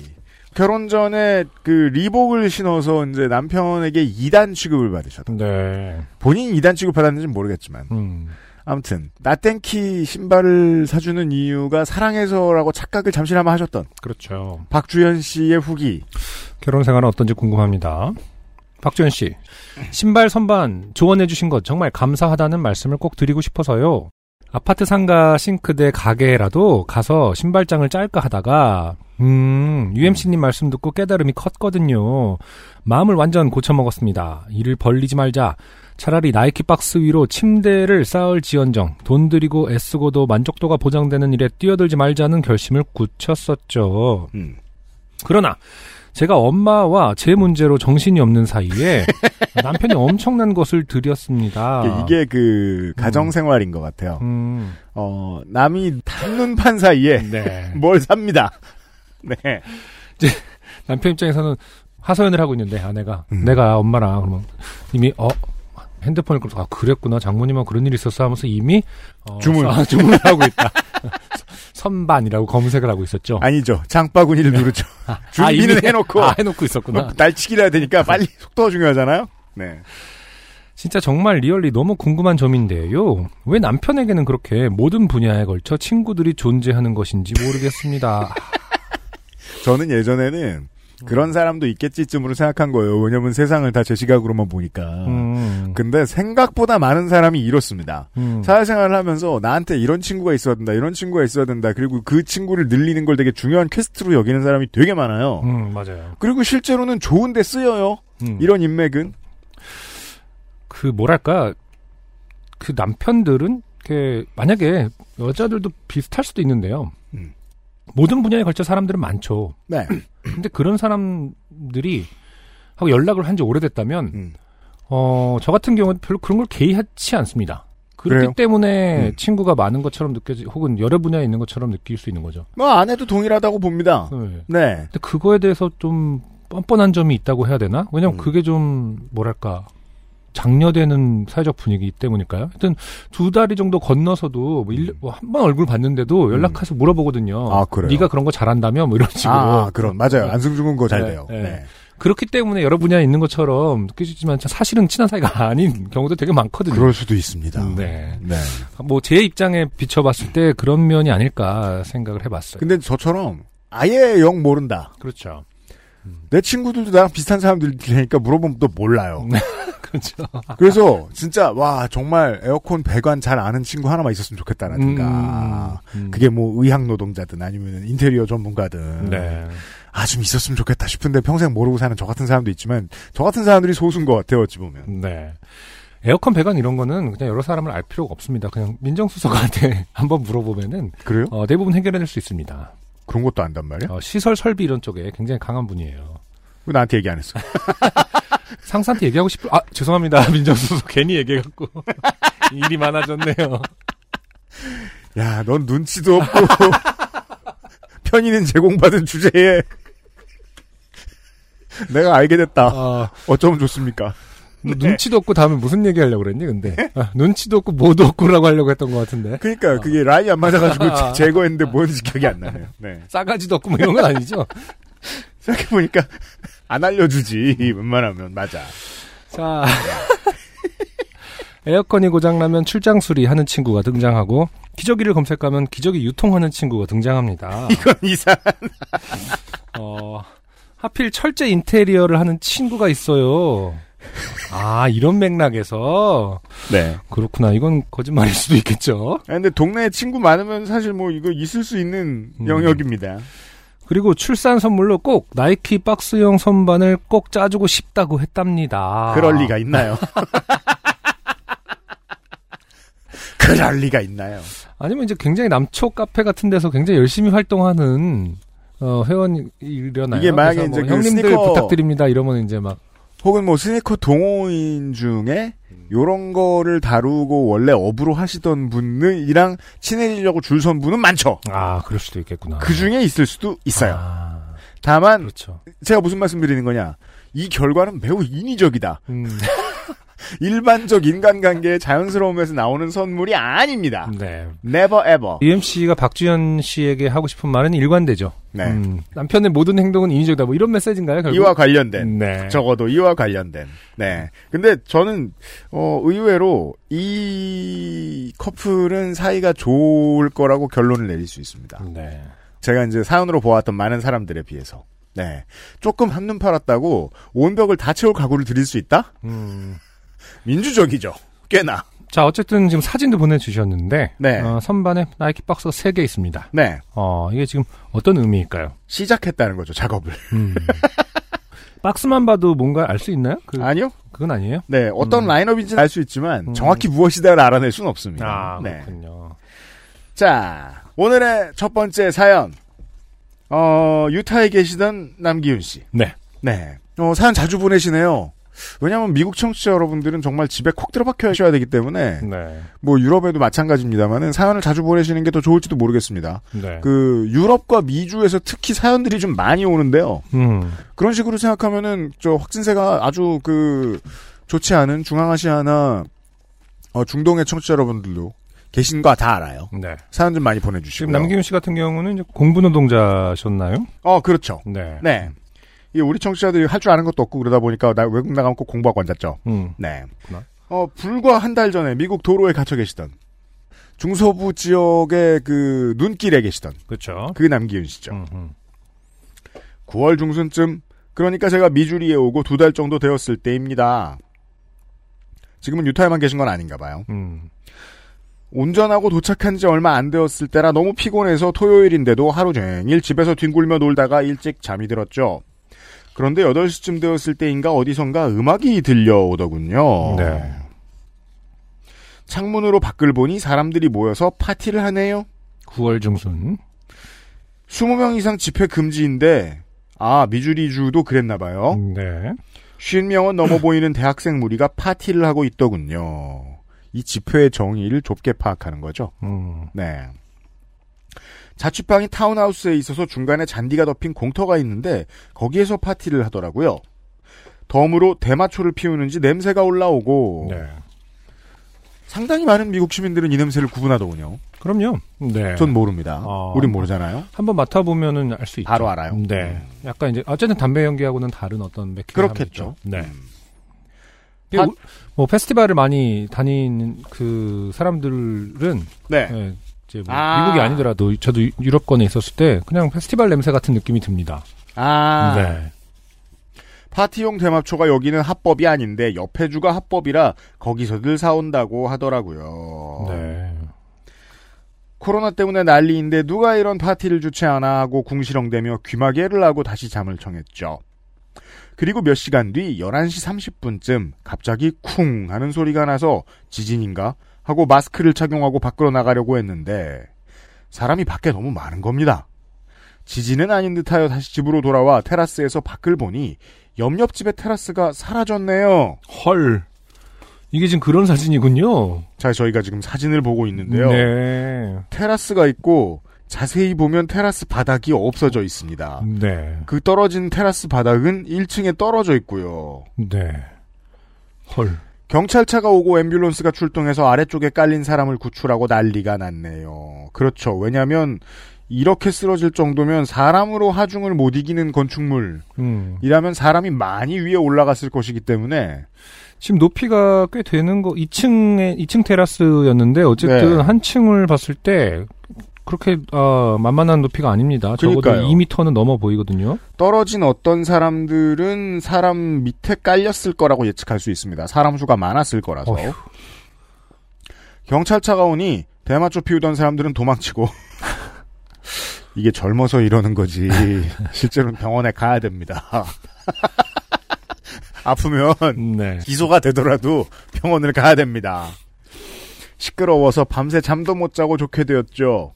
[SPEAKER 1] 결혼 전에 그 리복을 신어서 이제 남편에게 2단 취급을 받으셨다.
[SPEAKER 2] 네.
[SPEAKER 1] 본인 2단 취급 받았는지는 모르겠지만
[SPEAKER 2] 음.
[SPEAKER 1] 아무튼 나땡키 신발을 사주는 이유가 사랑해서라고 착각을 잠시나마 하셨던
[SPEAKER 2] 그렇죠.
[SPEAKER 1] 박주현 씨의 후기.
[SPEAKER 2] 결혼 생활은 어떤지 궁금합니다. 박지현 씨, 신발 선반 조언해주신 것 정말 감사하다는 말씀을 꼭 드리고 싶어서요. 아파트 상가 싱크대 가게라도 가서 신발장을 짤까 하다가, 음, UMC님 말씀 듣고 깨달음이 컸거든요. 마음을 완전 고쳐먹었습니다. 이를 벌리지 말자. 차라리 나이키 박스 위로 침대를 쌓을 지언정, 돈 들이고 애쓰고도 만족도가 보장되는 일에 뛰어들지 말자는 결심을 굳혔었죠.
[SPEAKER 1] 음.
[SPEAKER 2] 그러나 제가 엄마와 제 문제로 정신이 없는 사이에 남편이 엄청난 것을 드렸습니다.
[SPEAKER 1] 이게 그 가정 생활인 것 같아요.
[SPEAKER 2] 아. 음,
[SPEAKER 1] 어, 남이 한눈판 사이에
[SPEAKER 2] 네.
[SPEAKER 1] 뭘 삽니다. 네.
[SPEAKER 2] 남편 입장에서는 하소연을 하고 있는데 아내가
[SPEAKER 1] 음.
[SPEAKER 2] 내가 엄마랑 그러면 이미 어 핸드폰을 끌고 아 그랬구나 장모님하고 그런 일이 있었어 하면서 이미 어,
[SPEAKER 1] 주문.
[SPEAKER 2] 아, 주문을 하고 있다. 선반이라고 검색을 하고 있었죠.
[SPEAKER 1] 아니죠. 장바구니를 누르죠. 준비는
[SPEAKER 2] 네. 아, 이미-
[SPEAKER 1] 해놓고. 뭐
[SPEAKER 2] 아, 해놓고 있었구나. 네.
[SPEAKER 1] 날치기를 해야 되니까 빨리 속도가 중요하잖아요. 네.
[SPEAKER 2] 진짜 정말 리얼리 너무 궁금한 점인데요. 왜 남편에게는 그렇게 모든 분야에 걸쳐 친구들이 존재하는 것인지 모르겠습니다.
[SPEAKER 1] 저는 예전에는
[SPEAKER 2] 음.
[SPEAKER 1] 그런 사람도 있겠지쯤으로 생각한 거예요. 왜냐면 세상을 다 제 시각으로만 보니까.
[SPEAKER 2] 음,
[SPEAKER 1] 근데 생각보다 많은 사람이 이렇습니다.
[SPEAKER 2] 음.
[SPEAKER 1] 그 사회생활을 하면서 나한테 이런 친구가 있어야 된다, 이런 친구가 있어야 된다, 그리고 그 친구를 늘리는 걸 되게 중요한 퀘스트로 여기는 사람이 되게 많아요.
[SPEAKER 2] 음, 맞아요.
[SPEAKER 1] 그리고 실제로는 좋은데 쓰여요.
[SPEAKER 2] 음.
[SPEAKER 1] 이런 인맥은.
[SPEAKER 2] 그 뭐랄까 그 남편들은 이렇게 만약에 여자들도 비슷할 수도 있는데요.
[SPEAKER 1] 음.
[SPEAKER 2] 모든 분야에 걸쳐 사람들은 많죠.
[SPEAKER 1] 네.
[SPEAKER 2] 근데 그런 사람들이 하고 연락을 한 지 오래됐다면
[SPEAKER 1] 음.
[SPEAKER 2] 어, 저 같은 경우는 별로 그런 걸 개의하지 않습니다. 그렇기
[SPEAKER 1] 그래요?
[SPEAKER 2] 때문에
[SPEAKER 1] 음.
[SPEAKER 2] 친구가 많은 것처럼 느껴지 혹은 여러 분야에 있는 것처럼 느낄 수 있는 거죠.
[SPEAKER 1] 뭐 아내도 동일하다고 봅니다.
[SPEAKER 2] 네.
[SPEAKER 1] 네.
[SPEAKER 2] 근데 그거에 대해서 좀 뻔뻔한 점이 있다고 해야 되나? 왜냐면
[SPEAKER 1] 음.
[SPEAKER 2] 그게 좀 뭐랄까 장려되는 사회적 분위기 때문일까요? 하여튼 두 다리 정도 건너서도 뭐 한 번 얼굴 봤는데도 연락해서 물어보거든요.
[SPEAKER 1] 음. 아, 그래요?
[SPEAKER 2] 네가 그런 거 잘한다며 뭐 이런 식으로.
[SPEAKER 1] 아, 아, 그런 맞아요.
[SPEAKER 2] 네.
[SPEAKER 1] 안승준은 그거 잘
[SPEAKER 2] 네,
[SPEAKER 1] 돼요.
[SPEAKER 2] 네.
[SPEAKER 1] 네.
[SPEAKER 2] 그렇기 때문에 여러 분야에 있는 것처럼 느끼지만 사실은 친한 사이가 아닌 경우도 되게 많거든요.
[SPEAKER 1] 그럴 수도 있습니다.
[SPEAKER 2] 음. 네.
[SPEAKER 1] 네.
[SPEAKER 2] 뭐 제 입장에 비춰봤을 때 그런 면이 아닐까 생각을 해봤어요.
[SPEAKER 1] 근데 저처럼 아예 영 모른다.
[SPEAKER 2] 그렇죠.
[SPEAKER 1] 내 친구들도 나랑 비슷한 사람들이니까 물어보면 또 몰라요.
[SPEAKER 2] 그렇죠.
[SPEAKER 1] 그래서 진짜 와 정말 에어컨 배관 잘 아는 친구 하나만 있었으면 좋겠다라든가
[SPEAKER 2] 음, 음.
[SPEAKER 1] 그게 뭐 의학 노동자든 아니면 인테리어 전문가든
[SPEAKER 2] 네.
[SPEAKER 1] 아 좀 있었으면 좋겠다 싶은데 평생 모르고 사는 저 같은 사람도 있지만 저 같은 사람들이 소수인 것 같아요 어찌 보면
[SPEAKER 2] 네. 에어컨 배관 이런 거는 그냥 여러 사람을 알 필요가 없습니다. 그냥 민정수석한테 한번 물어보면은
[SPEAKER 1] 그래요?
[SPEAKER 2] 어, 대부분 해결해낼 수 있습니다.
[SPEAKER 1] 그런 것도 안단 말이야?
[SPEAKER 2] 어, 시설 설비 이런 쪽에 굉장히 강한 분이에요.
[SPEAKER 1] 왜 나한테 얘기 안 했어?
[SPEAKER 2] 상사한테 얘기하고 싶을 아 죄송합니다 민정수석 괜히 얘기해갖고 일이 많아졌네요.
[SPEAKER 1] 야 넌 눈치도 없고 편의는 제공받은 주제에 내가 알게 됐다
[SPEAKER 2] 어,
[SPEAKER 1] 어쩌면 좋습니까?
[SPEAKER 2] 너 눈치도 없고 다음에 무슨 얘기하려고 그랬니 근데 아, 눈치도 없고 뭐도 없고라고 하려고 했던 것 같은데
[SPEAKER 1] 그러니까 그게 라인이 안 맞아가지고
[SPEAKER 2] 아.
[SPEAKER 1] 제- 제거했는데 뭔지 기억이 안 나네요 네.
[SPEAKER 2] 싸가지도 없고 뭐 이런 건 아니죠.
[SPEAKER 1] 생각해보니까 안 알려주지 웬만하면 맞아
[SPEAKER 2] 자. 에어컨이 고장나면 출장 수리하는 친구가 등장하고 기저귀를 검색하면 기저귀 유통하는 친구가 등장합니다.
[SPEAKER 1] 이건 이상
[SPEAKER 2] 어, 하필 철제 인테리어를 하는 친구가 있어요. 아 이런 맥락에서
[SPEAKER 1] 네
[SPEAKER 2] 그렇구나 이건 거짓말일 수도 있겠죠.
[SPEAKER 1] 아, 근데 동네에 친구 많으면 사실 뭐 이거 있을 수 있는
[SPEAKER 2] 음.
[SPEAKER 1] 영역입니다
[SPEAKER 2] 그리고 출산 선물로 꼭 나이키 박스형 선반을 꼭 짜주고 싶다고 했답니다.
[SPEAKER 1] 그럴 리가 있나요 그럴 리가 있나요
[SPEAKER 2] 아니면 이제 굉장히 남초 카페 같은 데서 굉장히 열심히 활동하는 어, 회원이려나요?
[SPEAKER 1] 이게 만약에
[SPEAKER 2] 그래서 뭐
[SPEAKER 1] 이제 그
[SPEAKER 2] 형님들
[SPEAKER 1] 스니커-
[SPEAKER 2] 부탁드립니다 이러면 이제 막
[SPEAKER 1] 혹은 뭐 스니커 동호인 중에
[SPEAKER 2] 음.
[SPEAKER 1] 요런 거를 다루고 원래 업으로 하시던 분들이랑 친해지려고 줄 선 분은 많죠
[SPEAKER 2] 아, 그럴 수도 있겠구나.
[SPEAKER 1] 그 중에 있을 수도 있어요
[SPEAKER 2] 아,
[SPEAKER 1] 다만
[SPEAKER 2] 그렇죠.
[SPEAKER 1] 제가 무슨 말씀드리는 거냐 이 결과는 매우 인위적이다
[SPEAKER 2] 음,
[SPEAKER 1] 일반적 인간관계의 자연스러움에서 나오는 선물이 아닙니다.
[SPEAKER 2] 네.
[SPEAKER 1] Never ever.
[SPEAKER 2] UMC가 박주현 씨에게 하고 싶은 말은 일관되죠.
[SPEAKER 1] 네.
[SPEAKER 2] 음, 남편의 모든 행동은 인위적이다. 뭐 이런 메시지인가요? 결국?
[SPEAKER 1] 이와 관련된.
[SPEAKER 2] 네.
[SPEAKER 1] 적어도 이와 관련된. 네. 근데 저는, 어, 의외로 이 커플은 사이가 좋을 거라고 결론을 내릴 수 있습니다.
[SPEAKER 2] 네.
[SPEAKER 1] 제가 이제 사연으로 보았던 많은 사람들에 비해서. 네. 조금 한눈 팔았다고 온 벽을 다 채울 각오를 드릴 수 있다?
[SPEAKER 2] 음.
[SPEAKER 1] 민주적이죠. 꽤나.
[SPEAKER 2] 자, 어쨌든 지금 사진도 보내주셨는데
[SPEAKER 1] 네.
[SPEAKER 2] 어, 선반에 나이키 박스가 3개 있습니다.
[SPEAKER 1] 네.
[SPEAKER 2] 어, 이게 지금 어떤 의미일까요?
[SPEAKER 1] 시작했다는 거죠, 작업을.
[SPEAKER 2] 음. 박스만 봐도 뭔가 알 수 있나요? 그,
[SPEAKER 1] 아니요?
[SPEAKER 2] 그건 아니에요?
[SPEAKER 1] 네, 어떤 라인업인지는 알 수 있지만
[SPEAKER 2] 음.
[SPEAKER 1] 정확히 무엇이다를 알아낼 수는 없습니다.
[SPEAKER 2] 아,
[SPEAKER 1] 네.
[SPEAKER 2] 그렇군요.
[SPEAKER 1] 자, 오늘의 첫 번째 사연. 어, 유타에 계시던 남기훈 씨.
[SPEAKER 2] 네.
[SPEAKER 1] 네. 어, 사연 자주 보내시네요. 왜냐하면 미국 청취자 여러분들은 정말 집에 콕 들어박혀야 되기 때문에
[SPEAKER 2] 네.
[SPEAKER 1] 뭐 유럽에도 마찬가지입니다만은 사연을 자주 보내시는 게 더 좋을지도 모르겠습니다.
[SPEAKER 2] 네.
[SPEAKER 1] 그 유럽과 미주에서 특히 사연들이 좀 많이 오는데요.
[SPEAKER 2] 음.
[SPEAKER 1] 그런 식으로 생각하면은 저 확진세가 아주 그 좋지 않은 중앙아시아나 어, 중동의 청취자 여러분들도 계신 거 다 알아요.
[SPEAKER 2] 네.
[SPEAKER 1] 사연 좀 많이 보내주시고.
[SPEAKER 2] 지금 남기훈 씨 같은 경우는 이제 공부노동자셨나요?
[SPEAKER 1] 어 그렇죠.
[SPEAKER 2] 네.
[SPEAKER 1] 네. 이 우리 청취자들이 할 줄 아는 것도 없고 그러다 보니까 나 외국 나가면 꼭 공부하고 앉았죠.
[SPEAKER 2] 음.
[SPEAKER 1] 네.
[SPEAKER 2] 그렇구나.
[SPEAKER 1] 어 불과 한 달 전에 미국 도로에 갇혀 계시던 중서부 지역의 그 눈길에 계시던
[SPEAKER 2] 그렇죠.
[SPEAKER 1] 그 남기훈 씨죠.
[SPEAKER 2] 음, 음.
[SPEAKER 1] 9월 중순쯤 그러니까 제가 미주리에 오고 두 달 정도 되었을 때입니다. 지금은 유타에만 계신 건 아닌가 봐요.
[SPEAKER 2] 음.
[SPEAKER 1] 운전하고 도착한 지 얼마 안 되었을 때라 너무 피곤해서 토요일인데도 하루 종일 집에서 뒹굴며 놀다가 일찍 잠이 들었죠. 그런데 8시쯤
[SPEAKER 2] 어.
[SPEAKER 1] 네. 되었을 때인가 어디선가 음악이 들려오더군요.
[SPEAKER 2] 네.
[SPEAKER 1] 창문으로 밖을 보니 사람들이 모여서 파티를 하네요.
[SPEAKER 2] 9월 중순.
[SPEAKER 1] 20명 이상 집회 금지인데 아 미주리주도 그랬나 봐요.
[SPEAKER 2] 네.
[SPEAKER 1] 50명은 넘어 보이는 대학생 무리가 파티를 하고 있더군요. 이 집회의 정의를 좁게 파악하는 거죠.
[SPEAKER 2] 음.
[SPEAKER 1] 네. 자취방이 타운하우스에 있어서 중간에 잔디가 덮인 공터가 있는데 거기에서 파티를 하더라고요. 덤으로 대마초를 피우는지 냄새가 올라오고
[SPEAKER 2] 네.
[SPEAKER 1] 상당히 많은 미국 시민들은 이 냄새를 구분하더군요.
[SPEAKER 2] 그럼요. 네.
[SPEAKER 1] 전 모릅니다.
[SPEAKER 2] 아.
[SPEAKER 1] 우린 모르잖아요.
[SPEAKER 2] 한번 맡아보면은 알 수 있죠.
[SPEAKER 1] 바로 알아요. 음.
[SPEAKER 2] 네. 약간 이제 어쨌든 담배 연기하고는 다른 어떤 맥
[SPEAKER 1] 그렇겠죠.
[SPEAKER 2] 네.
[SPEAKER 1] 음.
[SPEAKER 2] 이게
[SPEAKER 1] 아-
[SPEAKER 2] 우- 뭐 페스티벌을 많이 다니는 그 사람들은
[SPEAKER 1] 네.
[SPEAKER 2] 예, 이제 뭐
[SPEAKER 1] 아.
[SPEAKER 2] 미국이 아니더라도 저도 유- 유럽권에 있었을 때 그냥 페스티벌 냄새 같은 느낌이 듭니다.
[SPEAKER 1] 아.
[SPEAKER 2] 네.
[SPEAKER 1] 파티용 대마초가 여기는 합법이 아닌데 옆에 주가 합법이라 거기서들 사온다고 하더라고요.
[SPEAKER 2] 네.
[SPEAKER 1] 코로나 때문에 난리인데 누가 이런 파티를 주최하나 하고 궁시렁대며 귀마개를 하고 다시 잠을 청했죠. 그리고 몇 시간 뒤 11시 30분쯤 갑자기 쿵 하는 소리가 나서 지진인가 하고 마스크를 착용하고 밖으로 나가려고 했는데 사람이 밖에 너무 많은 겁니다. 지진은 아닌 듯하여 다시 집으로 돌아와 테라스에서 밖을 보니 옆옆집의 테라스가 사라졌네요.
[SPEAKER 2] 헐. 이게 지금 그런 사진이군요.
[SPEAKER 1] 자, 저희가 지금 사진을 보고 있는데요.
[SPEAKER 2] 네.
[SPEAKER 1] 테라스가 있고 자세히 보면 테라스 바닥이 없어져 있습니다.
[SPEAKER 2] 네.
[SPEAKER 1] 그 떨어진 테라스 바닥은 1층에 떨어져 있고요.
[SPEAKER 2] 네. 헐.
[SPEAKER 1] 경찰차가 오고 앰뷸런스가 출동해서 아래쪽에 깔린 사람을 구출하고 난리가 났네요. 그렇죠. 왜냐하면 이렇게 쓰러질 정도면 사람으로 하중을 못 이기는 건축물이라면
[SPEAKER 2] 음.
[SPEAKER 1] 사람이 많이 위에 올라갔을 것이기 때문에
[SPEAKER 2] 지금 높이가 꽤 되는 거 2층에 2층 테라스였는데 어쨌든
[SPEAKER 1] 네.
[SPEAKER 2] 한 층을 봤을 때 그렇게 아, 만만한 높이가 아닙니다. 적어도
[SPEAKER 1] 그러니까요.
[SPEAKER 2] 2m는 넘어 보이거든요.
[SPEAKER 1] 떨어진 어떤 사람들은 사람 밑에 깔렸을 거라고 예측할 수 있습니다. 사람 수가 많았을 거라서.
[SPEAKER 2] 어휴.
[SPEAKER 1] 경찰차가 오니 대마초 피우던 사람들은 도망치고 이게 젊어서 이러는 거지 실제로는 병원에 가야 됩니다. 아프면
[SPEAKER 2] 네.
[SPEAKER 1] 기소가 되더라도 병원을 가야 됩니다. 시끄러워서 밤새 잠도 못 자고 좋게 되었죠.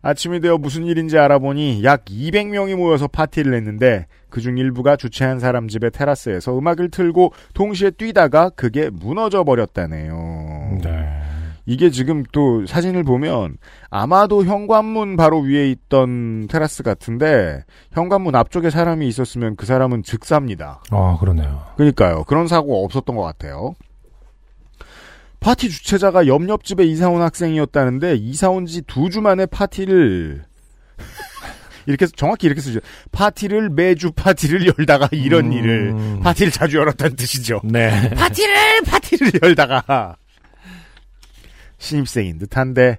[SPEAKER 1] 아침이 되어 무슨 일인지 알아보니 약 200명이 모여서 파티를 했는데 그중 일부가 주최한 사람 집의 테라스에서 음악을 틀고 동시에 뛰다가 그게 무너져 버렸다네요.
[SPEAKER 2] 네.
[SPEAKER 1] 이게 지금 또 사진을 보면 아마도 현관문 바로 위에 있던 테라스 같은데 현관문 앞쪽에 사람이 있었으면 그 사람은 즉사입니다.
[SPEAKER 2] 아, 그러네요.
[SPEAKER 1] 그러니까요. 그런 사고가 없었던 것 같아요. 파티 주최자가 옆옆 집에 이사 온 학생이었다는데 이사 온 지 두 주 만에 파티를 이렇게 정확히 이렇게 쓰죠. 파티를 매주 파티를 열다가 이런
[SPEAKER 2] 음.
[SPEAKER 1] 일을 파티를 자주 열었다는 뜻이죠.
[SPEAKER 2] 네.
[SPEAKER 1] 파티를 파티를 열다가 신입생인 듯한데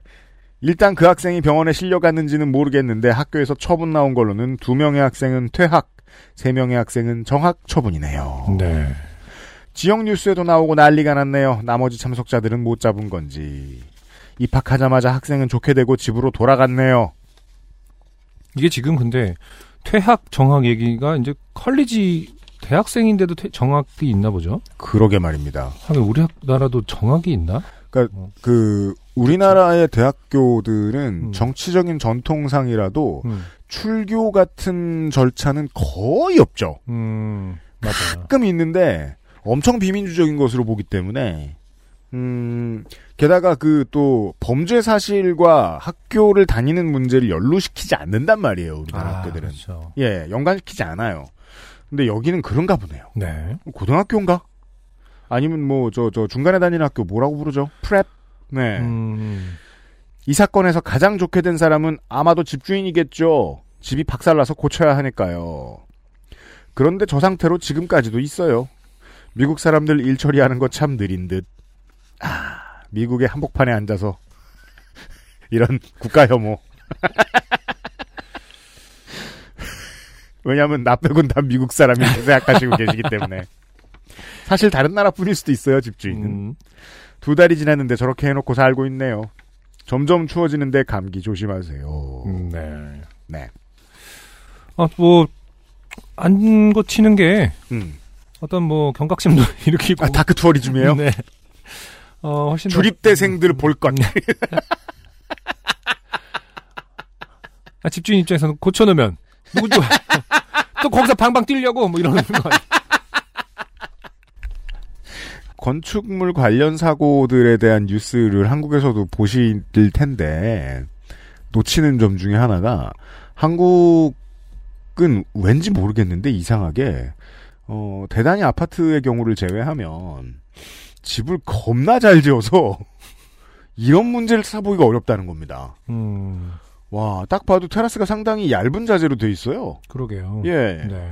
[SPEAKER 1] 일단 그 학생이 병원에 실려갔는지는 모르겠는데 학교에서 처분 나온 걸로는 두 명의 학생은 퇴학, 세 명의 학생은 정학 처분이네요.
[SPEAKER 2] 네.
[SPEAKER 1] 지역 뉴스에도 나오고 난리가 났네요. 나머지 참석자들은 못 잡은 건지. 입학하자마자 학생은 좋게 되고 집으로 돌아갔네요.
[SPEAKER 2] 이게 지금 근데 퇴학 정학 얘기가 이제 컬리지 대학생인데도 퇴- 정학이 있나 보죠?
[SPEAKER 1] 그러게 말입니다.
[SPEAKER 2] 하긴 우리 학- 나라도 정학이 있나?
[SPEAKER 1] 그 우리나라의 대학교들은
[SPEAKER 2] 음.
[SPEAKER 1] 정치적인 전통상이라도
[SPEAKER 2] 음.
[SPEAKER 1] 출교 같은 절차는 거의 없죠.
[SPEAKER 2] 음. 맞아요.
[SPEAKER 1] 가끔 있는데 엄청 비민주적인 것으로 보기 때문에 음 게다가 그 또 범죄 사실과 학교를 다니는 문제를 연루시키지 않는단 말이에요 우리나라 학교들은
[SPEAKER 2] 아, 그렇죠.
[SPEAKER 1] 예 연관시키지 않아요 근데 여기는 그런가 보네요
[SPEAKER 2] 네.
[SPEAKER 1] 고등학교인가 아니면 뭐 저 저 중간에 다니는 학교 뭐라고 부르죠 프렙 네
[SPEAKER 2] 음.
[SPEAKER 1] 이 사건에서 가장 좋게 된 사람은 아마도 집주인이겠죠. 집이 박살나서 고쳐야 하니까요. 그런데 저 상태로 지금까지도 있어요. 미국 사람들 일 처리하는 거 참 느린 듯. 아, 미국의 한복판에 앉아서 이런 국가 혐오. 왜냐하면 나 빼곤 다 미국 사람이라고 생각하시고 계시기 때문에. 사실 다른 나라뿐일 수도 있어요, 집주인은.
[SPEAKER 2] 음.
[SPEAKER 1] 두 달이 지났는데 저렇게 해놓고 살고 있네요. 점점 추워지는데 감기 조심하세요.
[SPEAKER 2] 네.
[SPEAKER 1] 네.
[SPEAKER 2] 아, 뭐, 안 고치는 게
[SPEAKER 1] 음.
[SPEAKER 2] 어떤 뭐 경각심도 일으키고. 음,
[SPEAKER 1] 아, 다크투어리즘이에요?
[SPEAKER 2] 네. 어, 훨씬 더-
[SPEAKER 1] 주립대생들 볼 것.
[SPEAKER 2] 아, 집주인 입장에서는 고쳐놓으면 누구 좋아? 또 거기서 방방 뛰려고 뭐 이러는 거.
[SPEAKER 1] 건축물 관련 사고들에 대한 뉴스를 한국에서도 보실 텐데 놓치는 점 중에 하나가 한국은 왠지 모르겠는데 이상하게 어, 대단히 아파트의 경우를 제외하면 집을 겁나 잘 지어서 이런 문제를 사보기가 어렵다는 겁니다.
[SPEAKER 2] 음,
[SPEAKER 1] 와, 딱 봐도 테라스가 상당히 얇은 자재로 돼 있어요.
[SPEAKER 2] 그러게요.
[SPEAKER 1] 예.
[SPEAKER 2] 네.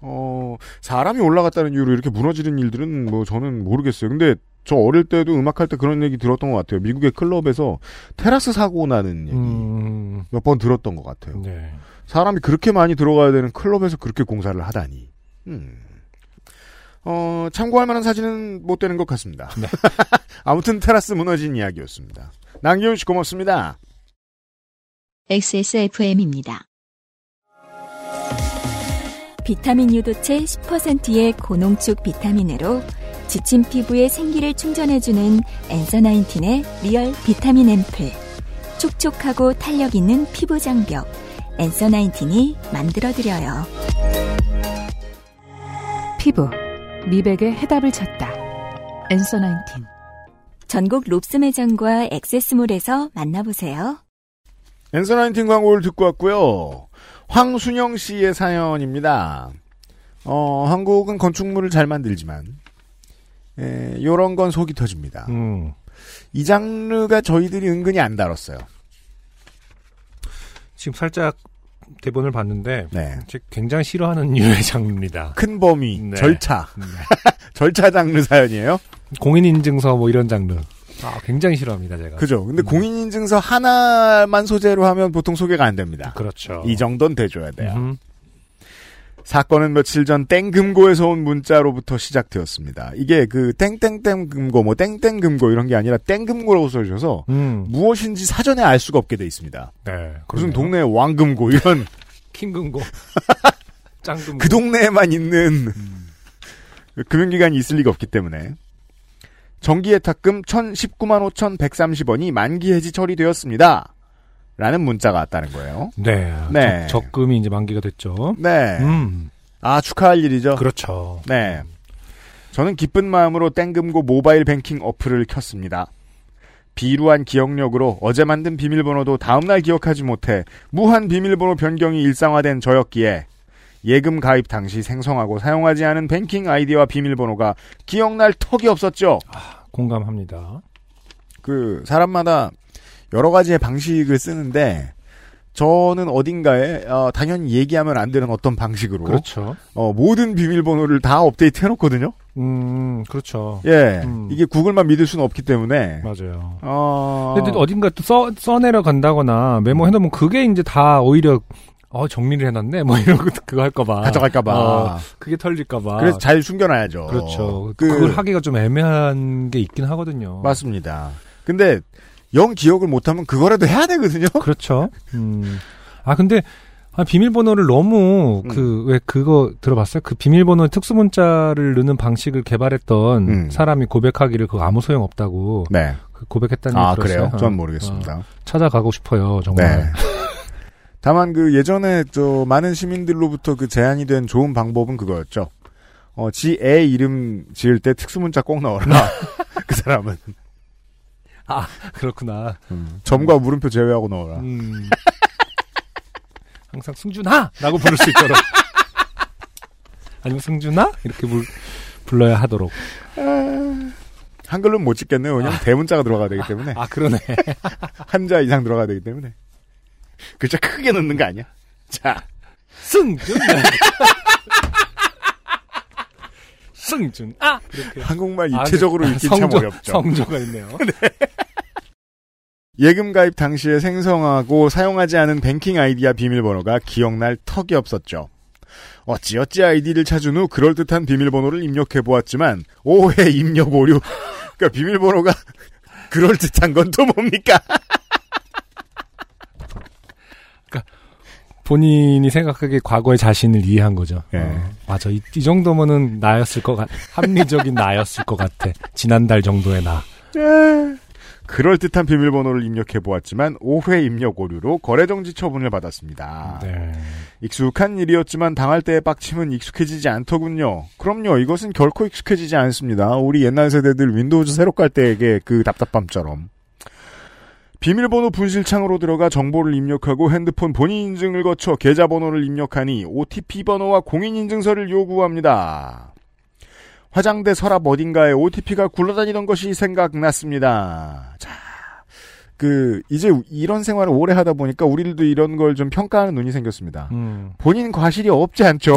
[SPEAKER 1] 어, 사람이 올라갔다는 이유로 이렇게 무너지는 일들은 뭐 저는 모르겠어요. 근데 저 어릴 때도 음악할 때 그런 얘기 들었던 것 같아요. 미국의 클럽에서 테라스 사고 나는 얘기
[SPEAKER 2] 음,
[SPEAKER 1] 몇 번 들었던 것 같아요.
[SPEAKER 2] 네.
[SPEAKER 1] 사람이 그렇게 많이 들어가야 되는 클럽에서 그렇게 공사를 하다니. 음. 어, 참고할 만한 사진은 못 되는 것 같습니다.
[SPEAKER 2] 네.
[SPEAKER 1] 아무튼 테라스 무너진 이야기였습니다. 남기훈 씨 고맙습니다.
[SPEAKER 3] XSFM입니다.
[SPEAKER 4] 비타민 유도체 10%의 고농축 비타민으로 지친 피부에 생기를 충전해주는 엔서나인틴의 리얼 비타민 앰플. 촉촉하고 탄력 있는 피부 장벽. 엔서나인틴이 만들어드려요.
[SPEAKER 7] 피부 미백의 해답을 찾다. 엔서 19.
[SPEAKER 4] 전국 롭스 매장과 액세스몰에서 만나보세요.
[SPEAKER 1] 엔서 나인틴 광고를 듣고 왔고요. 황순영 씨의 사연입니다. 어, 한국은 건축물을 잘 만들지만 에, 요런 건 속이 터집니다.
[SPEAKER 2] 음.
[SPEAKER 1] 이 장르가 저희들이 은근히 안 다뤘어요.
[SPEAKER 2] 지금 살짝 대본을 봤는데
[SPEAKER 1] 네.
[SPEAKER 2] 제가 굉장히 싫어하는 유의 장르입니다.
[SPEAKER 1] 큰 범위,
[SPEAKER 2] 네. 음.
[SPEAKER 1] 절차. 절차 장르 사연이에요.
[SPEAKER 2] 공인 인증서 뭐 이런 장르. 아, 굉장히 싫어합니다, 제가.
[SPEAKER 1] 그죠? 근데
[SPEAKER 2] 음.
[SPEAKER 1] 공인인증서 하나만 소재로 하면 보통 소개가 안 됩니다.
[SPEAKER 2] 렇죠
[SPEAKER 1] 이 정도는 돼줘야 돼요.
[SPEAKER 2] 그렇죠. 음.
[SPEAKER 1] 사건은 며칠 전 땡금고에서 온 문자로부터 시작되었습니다. 이게 그 땡땡땡금고 뭐 땡땡금고 이런 게 아니라 땡금고라고 써주셔서
[SPEAKER 2] 음.
[SPEAKER 1] 무엇인지 사전에 알 수가 없게 돼 있습니다.
[SPEAKER 2] 네.
[SPEAKER 1] 무슨
[SPEAKER 2] 그러네요. 음.
[SPEAKER 1] 동네 왕금고 이런
[SPEAKER 2] 킹금고. 짱금고.
[SPEAKER 1] 그 동네에만 있는
[SPEAKER 2] 음.
[SPEAKER 1] 그 금융기관이 있을 리가 없기 때문에 정기예탁금 1,019만 5,130원이 만기 해지 처리되었습니다. 라는 문자가 왔다는 거예요.
[SPEAKER 2] 네.
[SPEAKER 1] 네.
[SPEAKER 2] 적, 적금이 이제 만기가 됐죠.
[SPEAKER 1] 네.
[SPEAKER 2] 음.
[SPEAKER 1] 아 축하할 일이죠.
[SPEAKER 2] 그렇죠.
[SPEAKER 1] 네. 저는 기쁜 마음으로 땡금고 모바일 뱅킹 어플을 켰습니다. 비루한 기억력으로 어제 만든 비밀번호도 다음날 기억하지 못해 무한 비밀번호 변경이 일상화된 저였기에 예금 가입 당시 생성하고 사용하지 않은 뱅킹 아이디와 비밀번호가 기억날 턱이 없었죠.
[SPEAKER 2] 공감합니다.
[SPEAKER 1] 그 사람마다 여러 가지의 방식을 쓰는데 저는 어딘가에 어, 당연히 얘기하면 안 되는 어떤 방식으로
[SPEAKER 2] 그렇죠.
[SPEAKER 1] 어, 모든 비밀번호를 다 업데이트 해놓거든요.
[SPEAKER 2] 음, 그렇죠.
[SPEAKER 1] 예.
[SPEAKER 2] 음.
[SPEAKER 1] 이게 구글만 믿을 수는 없기 때문에.
[SPEAKER 2] 맞아요.
[SPEAKER 1] 어.
[SPEAKER 2] 근데 또 어딘가 또 써, 써내려 간다거나 메모해놓으면 그게 이제 다 오히려 어, 정리를 해놨네? 뭐 이러고 그거 할까봐.
[SPEAKER 1] 가져갈까봐.
[SPEAKER 2] 어, 그게 털릴까봐.
[SPEAKER 1] 그래서 잘 숨겨놔야죠.
[SPEAKER 2] 그렇죠.
[SPEAKER 1] 그-
[SPEAKER 2] 그걸 하기가 좀 애매한 게 있긴 하거든요.
[SPEAKER 1] 맞습니다. 근데 영 기억을 못하면 그거라도 해야 되거든요.
[SPEAKER 2] 그렇죠. 음. 아, 근데, 아, 비밀번호를 너무,
[SPEAKER 1] 음.
[SPEAKER 2] 그, 왜 그거 들어봤어요? 그 비밀번호 특수문자를 넣는 방식을 개발했던
[SPEAKER 1] 음.
[SPEAKER 2] 사람이 고백하기를 그거 아무 소용 없다고
[SPEAKER 1] 네.
[SPEAKER 2] 그 고백했다는
[SPEAKER 1] 아
[SPEAKER 2] 얘기 들었어요.
[SPEAKER 1] 그래요?
[SPEAKER 2] 어.
[SPEAKER 1] 전 모르겠습니다.
[SPEAKER 2] 어, 찾아가고 싶어요, 정말.
[SPEAKER 1] 네. 다만 그 예전에 저 많은 시민들로부터 그 제안이 된 좋은 방법은 그거였죠. 어, 지 애 이름 지을 때 특수문자 꼭 넣어라. 그 사람은
[SPEAKER 2] 그렇구나.
[SPEAKER 1] 점과 물음표 제외하고 넣어라.
[SPEAKER 2] 음. 항상 승준아! 라고 부를 수 있도록. 아니면 승준아? 이렇게 불, 불러야 하도록.
[SPEAKER 1] 한글로는 못 찍겠네요. 왜냐면 대문자가 들어가야 되기 때문에.
[SPEAKER 2] 아, 그러네.
[SPEAKER 1] 한자 이상 들어가야 되기 때문에. 글자 크게 넣는 거 아니야? 자,
[SPEAKER 2] 승준! 승준! 아! 이렇게.
[SPEAKER 1] 한국말 입체적으로
[SPEAKER 2] 아, 네.
[SPEAKER 1] 읽기
[SPEAKER 2] 성조-
[SPEAKER 1] 참 어렵죠.
[SPEAKER 2] 성조가 있네요.
[SPEAKER 1] 예금 가입 당시에 생성하고 사용하지 않은 뱅킹 아이디와 비밀번호가 기억날 턱이 없었죠. 어찌어찌 아이디를 찾은 후 그럴듯한 비밀번호를 입력해 보았지만 오해 입력 오류. 그러니까 비밀번호가 그럴듯한 건 또 뭡니까?
[SPEAKER 2] 본인이 생각하기에 과거의 자신을 이해한 거죠.
[SPEAKER 1] 예.
[SPEAKER 2] 어, 맞아. 이, 이 정도면은 나였을 것 같, 합리적인 나였을 것 같아. 지난달 정도의 나.
[SPEAKER 1] 그럴듯한 비밀번호를 입력해 보았지만 5회 입력 오류로 거래정지 처분을 받았습니다.
[SPEAKER 2] 네.
[SPEAKER 1] 익숙한 일이었지만 당할 때의 빡침은 익숙해지지 않더군요. 그럼요, 이것은 결코 익숙해지지 않습니다. 우리 옛날 세대들 윈도우즈 새로 깔 때에게 그 답답함처럼. 비밀번호 분실창으로 들어가 정보를 입력하고 핸드폰 본인 인증을 거쳐 계좌번호를 입력하니 OTP 번호와 공인인증서를 요구합니다. 화장대 서랍 어딘가에 OTP가 굴러다니던 것이 생각났습니다. 자, 그 이제 이런 생활을 오래 하다 보니까 우리들도 이런 걸 좀 평가하는 눈이 생겼습니다.
[SPEAKER 2] 음.
[SPEAKER 1] 본인 과실이 없지 않죠?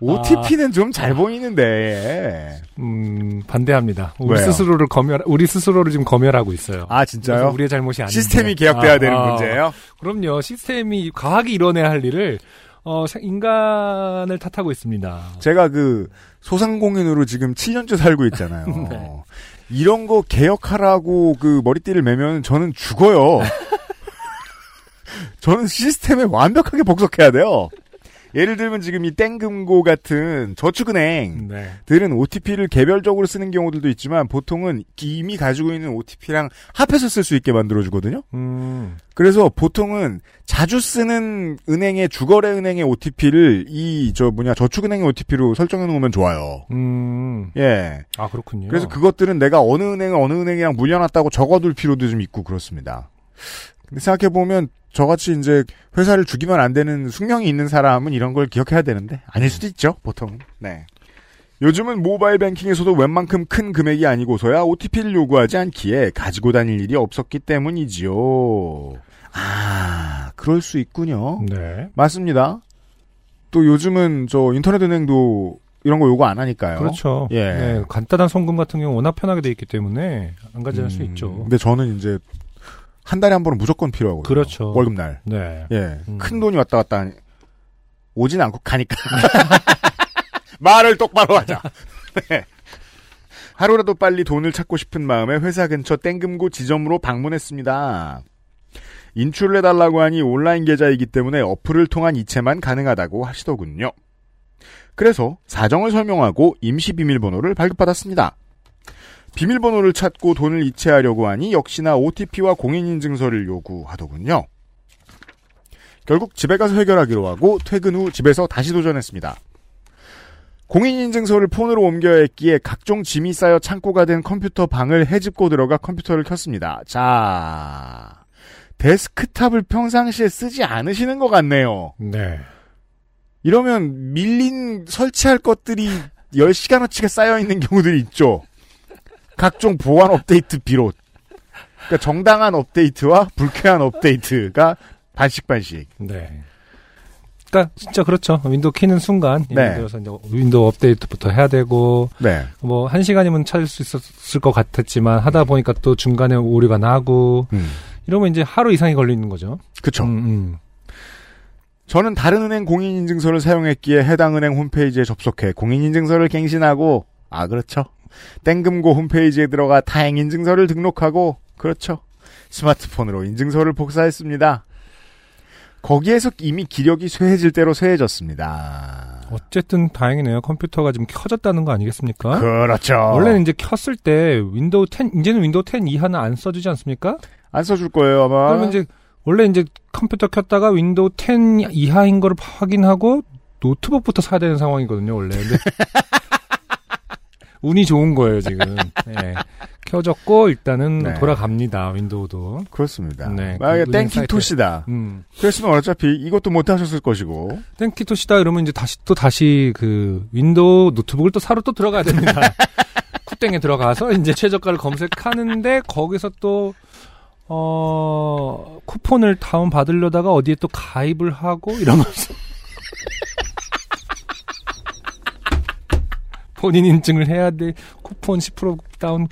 [SPEAKER 1] OTP는 좀 잘 보이는데.
[SPEAKER 2] 음, 반대합니다. 우리
[SPEAKER 1] 왜요?
[SPEAKER 2] 스스로를 검열, 우리 스스로를 지금 검열하고 있어요.
[SPEAKER 1] 아,
[SPEAKER 2] 그래서
[SPEAKER 1] 진짜요?
[SPEAKER 2] 우리의 잘못이 아닌데.
[SPEAKER 1] 시스템이 개혁돼야
[SPEAKER 2] 아,
[SPEAKER 1] 되는
[SPEAKER 2] 아,
[SPEAKER 1] 문제예요?
[SPEAKER 2] 그럼요. 시스템이 과학이 이뤄내야 할 일을 어, 생- 인간을 탓하고 있습니다.
[SPEAKER 1] 제가 그 소상공인으로 지금 7년째 살고 있잖아요.
[SPEAKER 2] 네.
[SPEAKER 1] 이런 거 개혁하라고 그 머리띠를 매면 저는 죽어요. 저는 시스템에 완벽하게 복속해야 돼요. 예를 들면 지금 이 땡금고 같은 저축은행
[SPEAKER 2] 네.
[SPEAKER 1] 들은 OTP를 개별적으로 쓰는 경우들도 있지만 보통은 이미 가지고 있는 OTP랑 합해서 쓸 수 있게 만들어주거든요.
[SPEAKER 2] 음,
[SPEAKER 1] 그래서 보통은 자주 쓰는 은행의 주거래 은행의 OTP를 이 저 뭐냐 저축은행의 OTP로 설정해 놓으면 좋아요.
[SPEAKER 2] 음.
[SPEAKER 1] 예.
[SPEAKER 2] 아, 그렇군요.
[SPEAKER 1] 그래서 그것들은 내가 어느 은행 어느 은행이랑 물려놨다고 적어둘 필요도 좀 있고 그렇습니다. 근데 생각해 보면 저같이 이제 회사를 죽이면 안 되는 숙명이 있는 사람은 이런 걸 기억해야 되는데 아닐 수도 있죠 보통. 네. 요즘은 모바일 뱅킹에서도 웬만큼 큰 금액이 아니고서야 OTP를 요구하지 않기에 가지고 다닐 일이 없었기 때문이지요. 아 그럴 수 있군요.
[SPEAKER 2] 네.
[SPEAKER 1] 맞습니다. 또 요즘은 저 인터넷 은행도 이런 거 요구 안 하니까요.
[SPEAKER 2] 그렇죠.
[SPEAKER 1] 예.
[SPEAKER 2] 네, 간단한 송금 같은 경우 워낙 편하게 돼 있기 때문에 안 가져갈 수
[SPEAKER 1] 음,
[SPEAKER 2] 있죠.
[SPEAKER 1] 근데 저는 이제 한 달에 한 번은 무조건 필요하고요.
[SPEAKER 2] 그렇죠.
[SPEAKER 1] 월급날.
[SPEAKER 2] 네.
[SPEAKER 1] 예.
[SPEAKER 2] 음.
[SPEAKER 1] 큰 돈이 왔다 갔다 하니 오진 않고 가니까. 말을 똑바로 하자. 네. 하루라도 빨리 돈을 찾고 싶은 마음에 회사 근처 땡금고 지점으로 방문했습니다. 인출을 해달라고 하니 온라인 계좌이기 때문에 어플을 통한 이체만 가능하다고 하시더군요. 그래서 사정을 설명하고 임시 비밀번호를 발급받았습니다. 비밀번호를 찾고 돈을 이체하려고 하니 역시나 OTP와 공인인증서를 요구하더군요. 결국 집에 가서 해결하기로 하고 퇴근 후 집에서 다시 도전했습니다. 공인인증서를 폰으로 옮겨야 했기에 각종 짐이 쌓여 창고가 된 컴퓨터 방을 헤집고 들어가 컴퓨터를 켰습니다. 자, 데스크탑을 평상시에 쓰지 않으시는 것 같네요.
[SPEAKER 2] 네.
[SPEAKER 1] 이러면 밀린 설치할 것들이 10시간어치가 쌓여있는 경우들이 있죠. 각종 보안 업데이트 비롯. 그러니까 정당한 업데이트와 불쾌한 업데이트가 반씩반씩.
[SPEAKER 2] 네. 그러니까 진짜 그렇죠. 윈도우 키는 순간 예를
[SPEAKER 1] 네.
[SPEAKER 2] 들어서 이제 윈도우 업데이트부터 해야 되고
[SPEAKER 1] 네.
[SPEAKER 2] 뭐 한 시간이면 찾을 수 있었을 것 같았지만 하다 보니까 또 중간에 오류가 나고
[SPEAKER 1] 음.
[SPEAKER 2] 이러면 이제 하루 이상이 걸리는 거죠.
[SPEAKER 1] 그쵸.
[SPEAKER 2] 음, 음.
[SPEAKER 1] 저는 다른 은행 공인인증서를 사용했기에 해당 은행 홈페이지에 접속해 공인인증서를 갱신하고, 아, 그렇죠. 땡금고 홈페이지에 들어가 타행인증서를 등록하고, 그렇죠. 스마트폰으로 인증서를 복사했습니다. 거기에서 이미 기력이 쇠해질 대로 쇠해졌습니다.
[SPEAKER 2] 어쨌든 다행이네요. 컴퓨터가 지금 켜졌다는 거 아니겠습니까?
[SPEAKER 1] 그렇죠.
[SPEAKER 2] 어? 원래는 이제 켰을 때 윈도우 10 이제는 윈도우 10 이하는 안 써주지 않습니까?
[SPEAKER 1] 안 써줄 거예요, 아마.
[SPEAKER 2] 그러면 이제 원래 이제 컴퓨터 켰다가 윈도우 10 이하인 걸 확인하고 노트북부터 사야 되는 상황이거든요 원래. 근데 운이 좋은 거예요 지금. 네. 켜졌고 일단은
[SPEAKER 1] 네.
[SPEAKER 2] 돌아갑니다 윈도우도.
[SPEAKER 1] 그렇습니다.
[SPEAKER 2] 네,
[SPEAKER 1] 만약에
[SPEAKER 2] 그 은행
[SPEAKER 1] 땡키토시다.
[SPEAKER 2] 음.
[SPEAKER 1] 그랬으면 어차피 이것도 못 하셨을 것이고.
[SPEAKER 2] 땡키토시다 이러면 이제 다시 또 다시 그 윈도우 노트북을 또 사러 또 들어가야 됩니다. 쿠땡에 들어가서 이제 최저가를 검색하는데 거기서 또 어, 쿠폰을 다운 받으려다가 어디에 또 가입을 하고 이러면서 본인 인증을 해야 돼. 쿠폰 10% 다운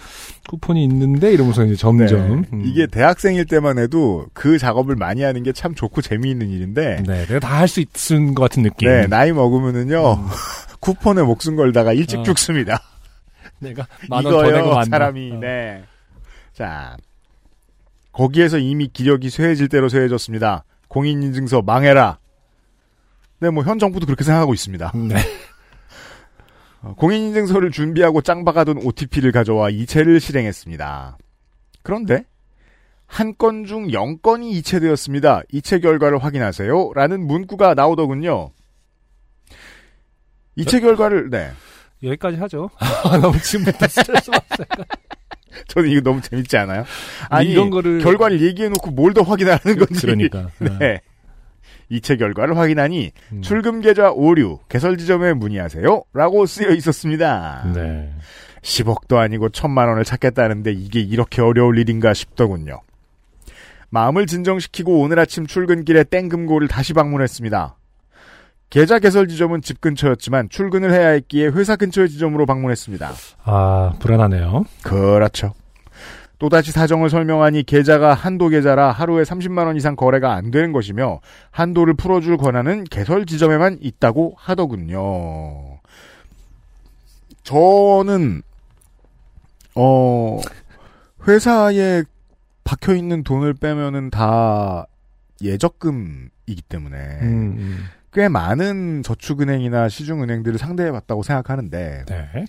[SPEAKER 2] 쿠폰이 있는데 이러면서 이제 점점
[SPEAKER 1] 네. 이게 대학생일 때만 해도 그 작업을 많이 하는 게 참 좋고 재미있는 일인데
[SPEAKER 2] 음. 네, 내가 다 할 수 있은 것 같은 느낌.
[SPEAKER 1] 네, 나이 먹으면은요, 쿠폰에 목숨 걸다가 일찍
[SPEAKER 2] 어.
[SPEAKER 1] 죽습니다.
[SPEAKER 2] 내가 만원 더 내고
[SPEAKER 1] 이거요,
[SPEAKER 2] 만나. 어.
[SPEAKER 1] 사람이, 네. 자, 거기에서 이미 기력이 쇠해질 대로 쇠해졌습니다. 공인인증서 망해라. 네, 뭐, 현 정부도 그렇게 생각하고 있습니다.
[SPEAKER 2] 네.
[SPEAKER 1] 어, 공인인증서를 준비하고 짱박아둔 OTP를 가져와 이체를 실행했습니다. 그런데 한 건 중 0건이 이체되었습니다. 이체 결과를 확인하세요. 라는 문구가 나오더군요. 이체 결과를 네.
[SPEAKER 2] 여기까지 하죠. 아, 너무 지금부터 스트레스 받았어요.
[SPEAKER 1] 저는 이거 너무 재밌지 않아요? 아니
[SPEAKER 2] 이런 거를
[SPEAKER 1] 그 결과를 얘기해놓고 뭘 더 확인하는 건지.
[SPEAKER 2] 그러니까. 네.
[SPEAKER 1] 네. 이체 결과를 확인하니
[SPEAKER 2] 음.
[SPEAKER 1] 출금 계좌 오류 개설 지점에 문의하세요. 라고 쓰여 있었습니다.
[SPEAKER 2] 네.
[SPEAKER 1] 10억도 아니고 1천만 원을 찾겠다는데 이게 이렇게 어려울 일인가 싶더군요. 마음을 진정시키고 오늘 아침 출근길에 땡금고를 다시 방문했습니다. 계좌 개설 지점은 집 근처였지만 출근을 해야 했기에 회사 근처의 지점으로 방문했습니다.
[SPEAKER 2] 아 불안하네요.
[SPEAKER 1] 그렇죠. 또다시 사정을 설명하니 계좌가 한도 계좌라 하루에 30만 원 이상 거래가 안 되는 것이며 한도를 풀어줄 권한은 개설 지점에만 있다고 하더군요. 저는 어 회사에 박혀 있는 돈을 빼면은 다 예적금이기 때문에
[SPEAKER 2] 음, 음.
[SPEAKER 1] 꽤 많은 저축은행이나 시중은행들을 상대해봤다고 생각하는데
[SPEAKER 2] 네.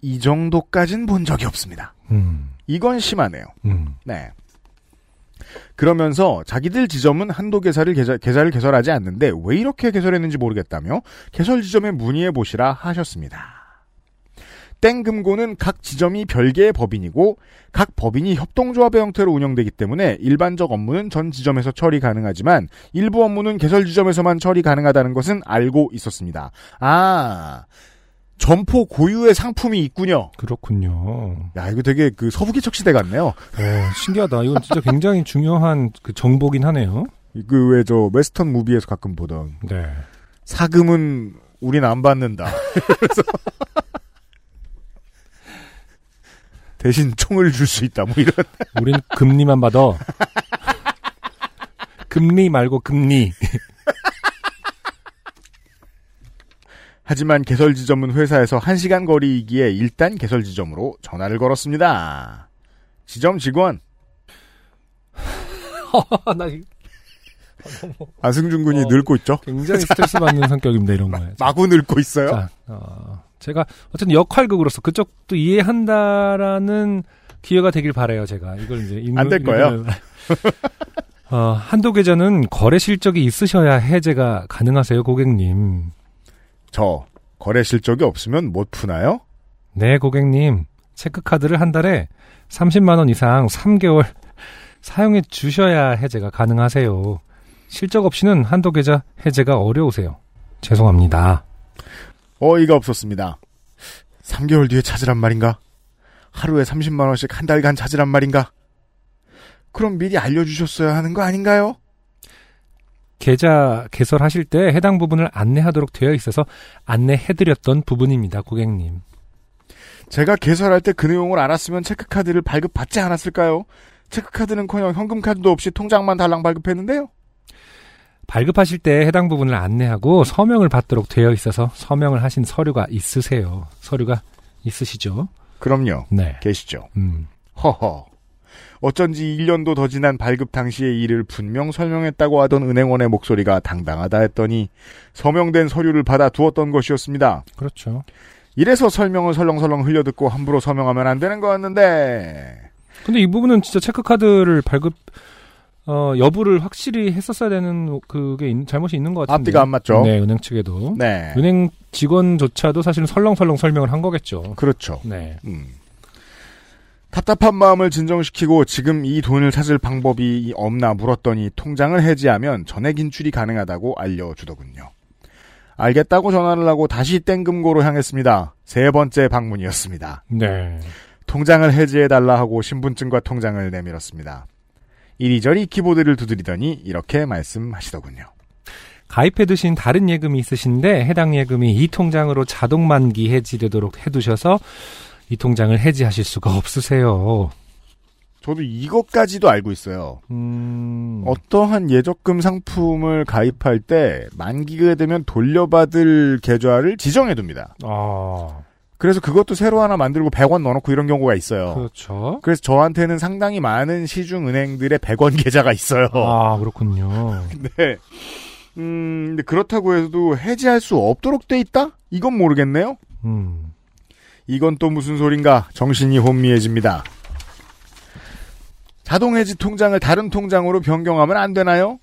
[SPEAKER 1] 이 정도까진 본 적이 없습니다.
[SPEAKER 2] 음,
[SPEAKER 1] 이건 심하네요.
[SPEAKER 2] 음.
[SPEAKER 1] 네. 그러면서 자기들 지점은 한도 계좌를 계좌, 계좌를 개설하지 않는데 왜 이렇게 개설했는지 모르겠다며 개설 지점에 문의해 보시라 하셨습니다. 땡금고는 각 지점이 별개의 법인이고 각 법인이 협동조합의 형태로 운영되기 때문에 일반적 업무는 전 지점에서 처리 가능하지만 일부 업무는 개설 지점에서만 처리 가능하다는 것은 알고 있었습니다. 아 점포 고유의 상품이 있군요.
[SPEAKER 2] 그렇군요.
[SPEAKER 1] 야 이거 되게 그 서부기척 시대 같네요.
[SPEAKER 2] 어, 신기하다. 이건 진짜 굉장히 중요한 그 정보긴 하네요.
[SPEAKER 1] 그 왜 저 웨스턴 무비에서 가끔 보던
[SPEAKER 2] 네.
[SPEAKER 1] 사금은 우린 안 받는다. 그래서 대신 총을 줄 수 있다. 뭐 이런
[SPEAKER 2] 우린 금리만 받아. 금리 말고 금리.
[SPEAKER 1] 하지만 개설 지점은 회사에서 1시간 거리이기에 일단 개설 지점으로 전화를 걸었습니다. 지점 직원.
[SPEAKER 2] 나 이거
[SPEAKER 1] 안승준 군이
[SPEAKER 2] 어.
[SPEAKER 1] 늙고 있죠?
[SPEAKER 2] 굉장히 스트레스 받는 성격입니다, 이런 거에.
[SPEAKER 1] 마구 늙고 있어요?
[SPEAKER 2] 자, 어, 제가 어쨌든 역할극으로서 그쪽도 이해한다라는 기회가 되길 바래요. 제가 이걸 이제 읽는-
[SPEAKER 1] 안될 거예요.
[SPEAKER 2] 읽으면- 어, 한도 계좌는 거래 실적이 있으셔야 해제가 가능하세요, 고객님.
[SPEAKER 1] 저 거래 실적이 없으면 못 푸나요?
[SPEAKER 2] 네, 고객님. 체크카드를 한 달에 30만 원 이상 3개월 사용해 주셔야 해제가 가능하세요. 실적 없이는 한도 계좌 해제가 어려우세요. 죄송합니다.
[SPEAKER 1] 어이가 없었습니다. 3개월 뒤에 찾으란 말인가? 하루에 30만원씩 한 달간 찾으란 말인가? 그럼 미리 알려주셨어야 하는 거 아닌가요?
[SPEAKER 2] 계좌 개설하실 때 해당 부분을 안내하도록 되어 있어서 안내해드렸던 부분입니다, 고객님.
[SPEAKER 1] 제가 개설할 때 그 내용을 알았으면 체크카드를 발급받지 않았을까요? 체크카드는커녕 현금카드도 없이 통장만 달랑 발급했는데요?
[SPEAKER 2] 발급하실 때 해당 부분을 안내하고 서명을 받도록 되어 있어서 서명을 하신 서류가 있으세요. 서류가 있으시죠?
[SPEAKER 1] 그럼요.
[SPEAKER 2] 네.
[SPEAKER 1] 계시죠.
[SPEAKER 2] 음.
[SPEAKER 1] 허허. 어쩐지 1년도 더 지난 발급 당시의 일을 분명 설명했다고 하던 은행원의 목소리가 당당하다 했더니 서명된 서류를 받아 두었던 것이었습니다.
[SPEAKER 2] 그렇죠.
[SPEAKER 1] 이래서 설명을 설렁설렁 흘려듣고 함부로 서명하면 안 되는 거였는데
[SPEAKER 2] 근데 이 부분은 진짜 체크카드를 발급, 어, 여부를 확실히 했었어야 되는 그게 있- 잘못이 있는 것 같은데.
[SPEAKER 1] 앞뒤가 안 맞죠.
[SPEAKER 2] 네, 은행 측에도.
[SPEAKER 1] 네,
[SPEAKER 2] 은행 직원조차도 사실은 설렁설렁 설명을 한 거겠죠.
[SPEAKER 1] 그렇죠.
[SPEAKER 2] 네.
[SPEAKER 1] 음. 답답한 마음을 진정시키고 지금 이 돈을 찾을 방법이 없나 물었더니 통장을 해지하면 전액 인출이 가능하다고 알려주더군요. 알겠다고 전화를 하고 다시 땡금고로 향했습니다. 세 번째 방문이었습니다.
[SPEAKER 2] 네.
[SPEAKER 1] 통장을 해지해달라 하고 신분증과 통장을 내밀었습니다. 이리저리 키보드를 두드리더니 이렇게 말씀하시더군요.
[SPEAKER 2] 가입해 두신 다른 예금이 있으신데 해당 예금이 이 통장으로 자동 만기 해지되도록 해두셔서 이 통장을 해지하실 수가 없으세요.
[SPEAKER 1] 저도 이것까지도 알고 있어요.
[SPEAKER 2] 음,
[SPEAKER 1] 어떠한 예적금 상품을 가입할 때 만기가 되면 돌려받을 계좌를 지정해 둡니다.
[SPEAKER 2] 아,
[SPEAKER 1] 그래서 그것도 새로 하나 만들고 100원 넣어놓고 이런 경우가 있어요.
[SPEAKER 2] 그렇죠.
[SPEAKER 1] 그... 래서 저한테는 상당히 많은 시중은행들의 100원 계좌가 있어요.
[SPEAKER 2] 아, 그렇군요.
[SPEAKER 1] 네. 음, 근데 그렇다고 해도 해지할 수 없도록 돼 있다? 이건 모르겠네요.
[SPEAKER 2] 음.
[SPEAKER 1] 이건 또 무슨 소린가 정신이 혼미해집니다. 자동해지 통장을 다른 통장으로 변경하면 안 되나요?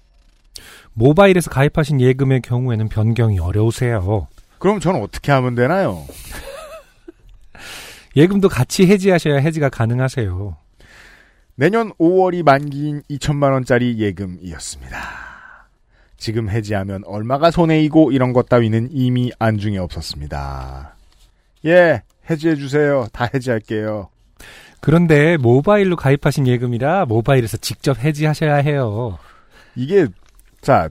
[SPEAKER 2] 모바일에서 가입하신 예금의 경우에는 변경이 어려우세요.
[SPEAKER 1] 그럼 전 어떻게 하면 되나요?
[SPEAKER 2] 예금도 같이 해지하셔야 해지가 가능하세요.
[SPEAKER 1] 내년 5월이 만기인 2천만 원짜리 예금이었습니다. 지금 해지하면 얼마가 손해이고 이런 것 따위는 이미 안중에 없었습니다. 예, 해지해 주세요. 다 해지할게요.
[SPEAKER 2] 그런데 모바일로 가입하신 예금이라 모바일에서 직접 해지하셔야 해요.
[SPEAKER 1] 이게 자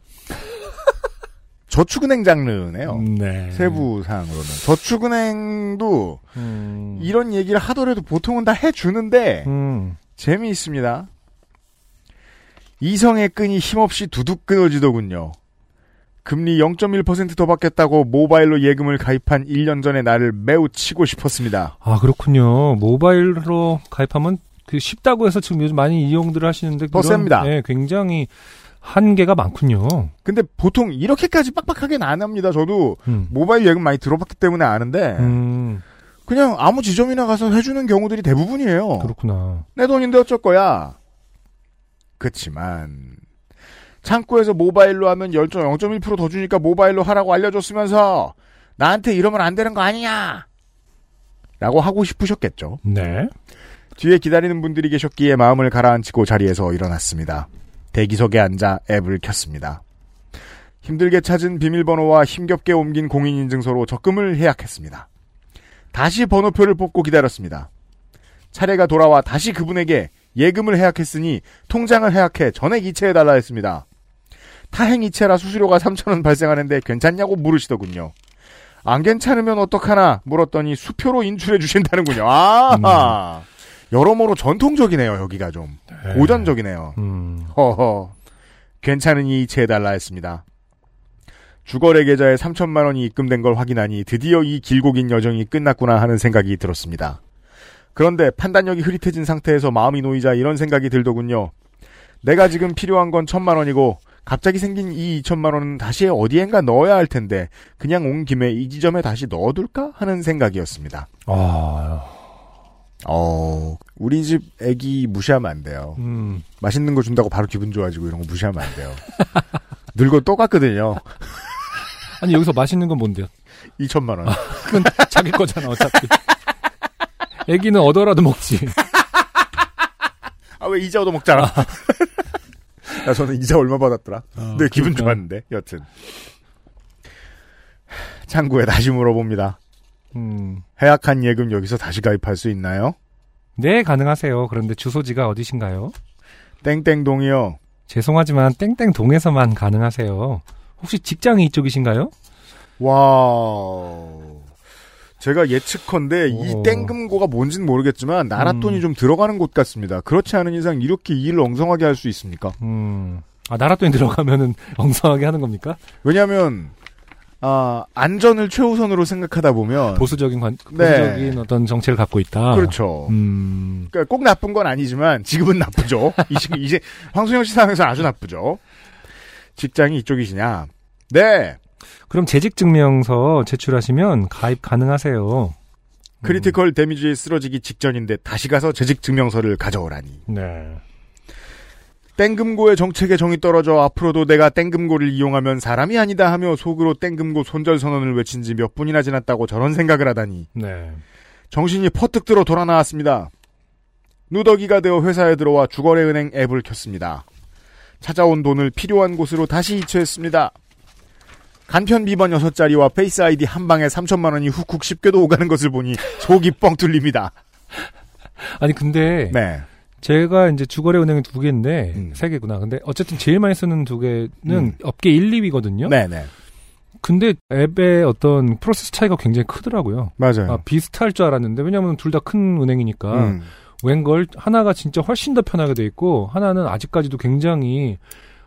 [SPEAKER 1] 저축은행 장르네요.
[SPEAKER 2] 네.
[SPEAKER 1] 어. 세부 사항으로는 저축은행도
[SPEAKER 2] 음.
[SPEAKER 1] 이런 얘기를 하더라도 보통은 다 해주는데
[SPEAKER 2] 음.
[SPEAKER 1] 재미있습니다. 이성의 끈이 힘없이 두둑 끊어지더군요. 금리 0.1%더 받겠다고 모바일로 예금을 가입한 1년 전의 나를 매우 치고 싶었습니다.
[SPEAKER 2] 아 그렇군요. 모바일로 가입하면 그 쉽다고 해서 지금 요즘 많이 이용들을 하시는데
[SPEAKER 1] 더
[SPEAKER 2] 그런-
[SPEAKER 1] 셉니다.
[SPEAKER 2] 예, 굉장히 한계가 많군요.
[SPEAKER 1] 근데 보통 이렇게까지 빡빡하게는 안 합니다. 저도
[SPEAKER 2] 음.
[SPEAKER 1] 모바일 예금 많이 들어봤기 때문에 아는데
[SPEAKER 2] 음,
[SPEAKER 1] 그냥 아무 지점이나 가서 해주는 경우들이 대부분이에요.
[SPEAKER 2] 그렇죠. 그렇구나.
[SPEAKER 1] 내 돈인데 어쩔 거야. 그치만 창고에서 모바일로 하면 열정 0.1%더 주니까 모바일로 하라고 알려줬으면서 나한테 이러면 안 되는 거 아니냐? 라고 하고 싶으셨겠죠.
[SPEAKER 2] 네.
[SPEAKER 1] 뒤에 기다리는 분들이 계셨기에 마음을 가라앉히고 자리에서 일어났습니다. 대기석에 앉아 앱을 켰습니다. 힘들게 찾은 비밀번호와 힘겹게 옮긴 공인인증서로 적금을 해약했습니다. 다시 번호표를 뽑고 기다렸습니다. 차례가 돌아와 다시 그분에게 예금을 해약했으니 통장을 해약해 전액 이체해달라 했습니다. 타행 이체라 수수료가 3천원 발생하는데 괜찮냐고 물으시더군요. 안 괜찮으면 어떡하나 물었더니 수표로 인출해 주신다는군요. 아! 여러모로 전통적이네요, 여기가 좀. 고전적이네요.
[SPEAKER 2] 음.
[SPEAKER 1] 허허. 괜찮으니 이체해달라 했습니다. 주거래 계좌에 3천만 원이 입금된 걸 확인하니 드디어 이 길고 긴 여정이 끝났구나 하는 생각이 들었습니다. 그런데 판단력이 흐릿해진 상태에서 마음이 놓이자 이런 생각이 들더군요. 내가 지금 필요한 건 천만 원이고 갑자기 생긴 이 2천만 원은 다시 어디엔가 넣어야 할 텐데 그냥 온 김에 이 지점에 다시 넣어둘까 하는 생각이었습니다.
[SPEAKER 2] 아,
[SPEAKER 1] 어, 우리 집 애기 무시하면 안 돼요.
[SPEAKER 2] 음.
[SPEAKER 1] 맛있는 거 준다고 바로 기분 좋아지고 이런 거 무시하면 안 돼요. 늙어 똑같거든요.
[SPEAKER 2] 아니 여기서 맛있는 건 뭔데요?
[SPEAKER 1] 2천만 원. 아,
[SPEAKER 2] 그건 자기 거잖아 어차피. 애기는 얻어라도 먹지.
[SPEAKER 1] 아, 왜 이자 얻어 먹잖아. 나 저는 이자 얼마 받았더라. 근데 기분
[SPEAKER 2] 그러니까.
[SPEAKER 1] 좋았는데, 여튼. 창구에 다시 물어봅니다.
[SPEAKER 2] 음.
[SPEAKER 1] 해약한 예금 여기서 다시 가입할 수 있나요?
[SPEAKER 2] 네 가능하세요. 그런데 주소지가 어디신가요?
[SPEAKER 1] 땡땡동이요.
[SPEAKER 2] 죄송하지만 땡땡 동에서만 가능하세요. 혹시 직장이 이쪽이신가요?
[SPEAKER 1] 와우. 제가 예측컨대
[SPEAKER 2] 오.
[SPEAKER 1] 이 땡금고가 뭔지는 모르겠지만 나랏돈이
[SPEAKER 2] 음.
[SPEAKER 1] 좀 들어가는 곳 같습니다. 그렇지 않은 이상 이렇게 일을 엉성하게 할 수 있습니까?
[SPEAKER 2] 음. 아 나랏돈이 들어가면은 엉성하게 하는 겁니까?
[SPEAKER 1] 왜냐하면 아, 안전을 최우선으로 생각하다 보면
[SPEAKER 2] 어, 보수적인 관,
[SPEAKER 1] 네.
[SPEAKER 2] 보수적인 어떤 정체를 갖고 있다.
[SPEAKER 1] 그렇죠.
[SPEAKER 2] 음.
[SPEAKER 1] 그러니까 꼭 나쁜 건 아니지만 지금은 나쁘죠. 이제, 이제 황순영 씨 상황에서 아주 나쁘죠. 직장이 이쪽이시냐? 네.
[SPEAKER 2] 그럼 재직 증명서 제출하시면 가입 가능하세요.
[SPEAKER 1] 크리티컬 데미지에 쓰러지기 직전인데 다시 가서 재직 증명서를 가져오라니.
[SPEAKER 2] 음, 네.
[SPEAKER 1] 땡금고의 정책에 정이 떨어져 앞으로도 내가 땡금고를 이용하면 사람이 아니다 하며 속으로 땡금고 손절 선언을 외친 지 몇 분이나 지났다고 저런 생각을 하다니
[SPEAKER 2] 네.
[SPEAKER 1] 정신이 퍼뜩 들어 돌아 나왔습니다. 누더기가 되어 회사에 들어와 주거래은행 앱을 켰습니다. 찾아온 돈을 필요한 곳으로 다시 이체했습니다. 간편 비번 6자리와 페이스 아이디 한 방에 3천만 원이 훅훅 쉽게도 오가는 것을 보니 속이 뻥 뚫립니다.
[SPEAKER 2] 아니 근데
[SPEAKER 1] 네.
[SPEAKER 2] 제가 이제 주거래 은행이 두 개인데
[SPEAKER 1] 음.
[SPEAKER 2] 세 개구나. 근데 어쨌든 제일 많이 쓰는 두 개는
[SPEAKER 1] 음.
[SPEAKER 2] 업계 1, 2위거든요.
[SPEAKER 1] 네, 네.
[SPEAKER 2] 근데 앱의 어떤 프로세스 차이가 굉장히 크더라고요.
[SPEAKER 1] 맞아요.
[SPEAKER 2] 아, 비슷할 줄 알았는데 왜냐면 둘 다 큰 은행이니까
[SPEAKER 1] 네. 음.
[SPEAKER 2] 웬걸 하나가 진짜 훨씬 더 편하게 돼 있고 하나는 아직까지도 굉장히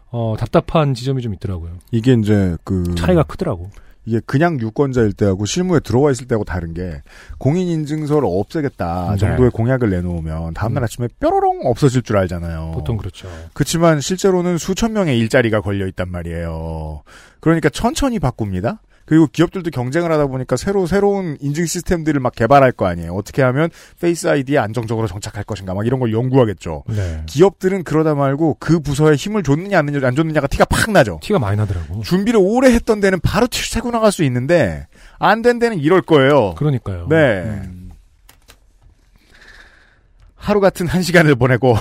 [SPEAKER 2] 어, 답답한 지점이 좀 있더라고요.
[SPEAKER 1] 이게 이제 그
[SPEAKER 2] 차이가 크더라고.
[SPEAKER 1] 이게 그냥 유권자일 때하고 실무에 들어와 있을 때하고 다른 게 공인인증서를 없애겠다
[SPEAKER 2] 네.
[SPEAKER 1] 정도의 공약을 내놓으면 다음날 아침에 뾰로롱 없어질 줄 알잖아요.
[SPEAKER 2] 보통 그렇죠.
[SPEAKER 1] 그렇지만 실제로는 수천 명의 일자리가 걸려 있단 말이에요. 그러니까 천천히 바꿉니다. 그리고 기업들도 경쟁을 하다 보니까 새로 새로운 인증 시스템들을 막 개발할 거 아니에요. 어떻게 하면 페이스 아이디에 안정적으로 정착할 것인가 막 이런 걸 연구하겠죠.
[SPEAKER 2] 네.
[SPEAKER 1] 기업들은 그러다 말고 그 부서에 힘을 줬느냐 안 줬느냐- 안 줬느냐가 티가 팍 나죠.
[SPEAKER 2] 티가 많이 나더라고.
[SPEAKER 1] 준비를 오래 했던 데는 바로 튀- 새고 나갈 수 있는데 안 된 데는 이럴 거예요.
[SPEAKER 2] 그러니까요.
[SPEAKER 1] 네.
[SPEAKER 2] 음.
[SPEAKER 1] 하루 같은 한 시간을 보내고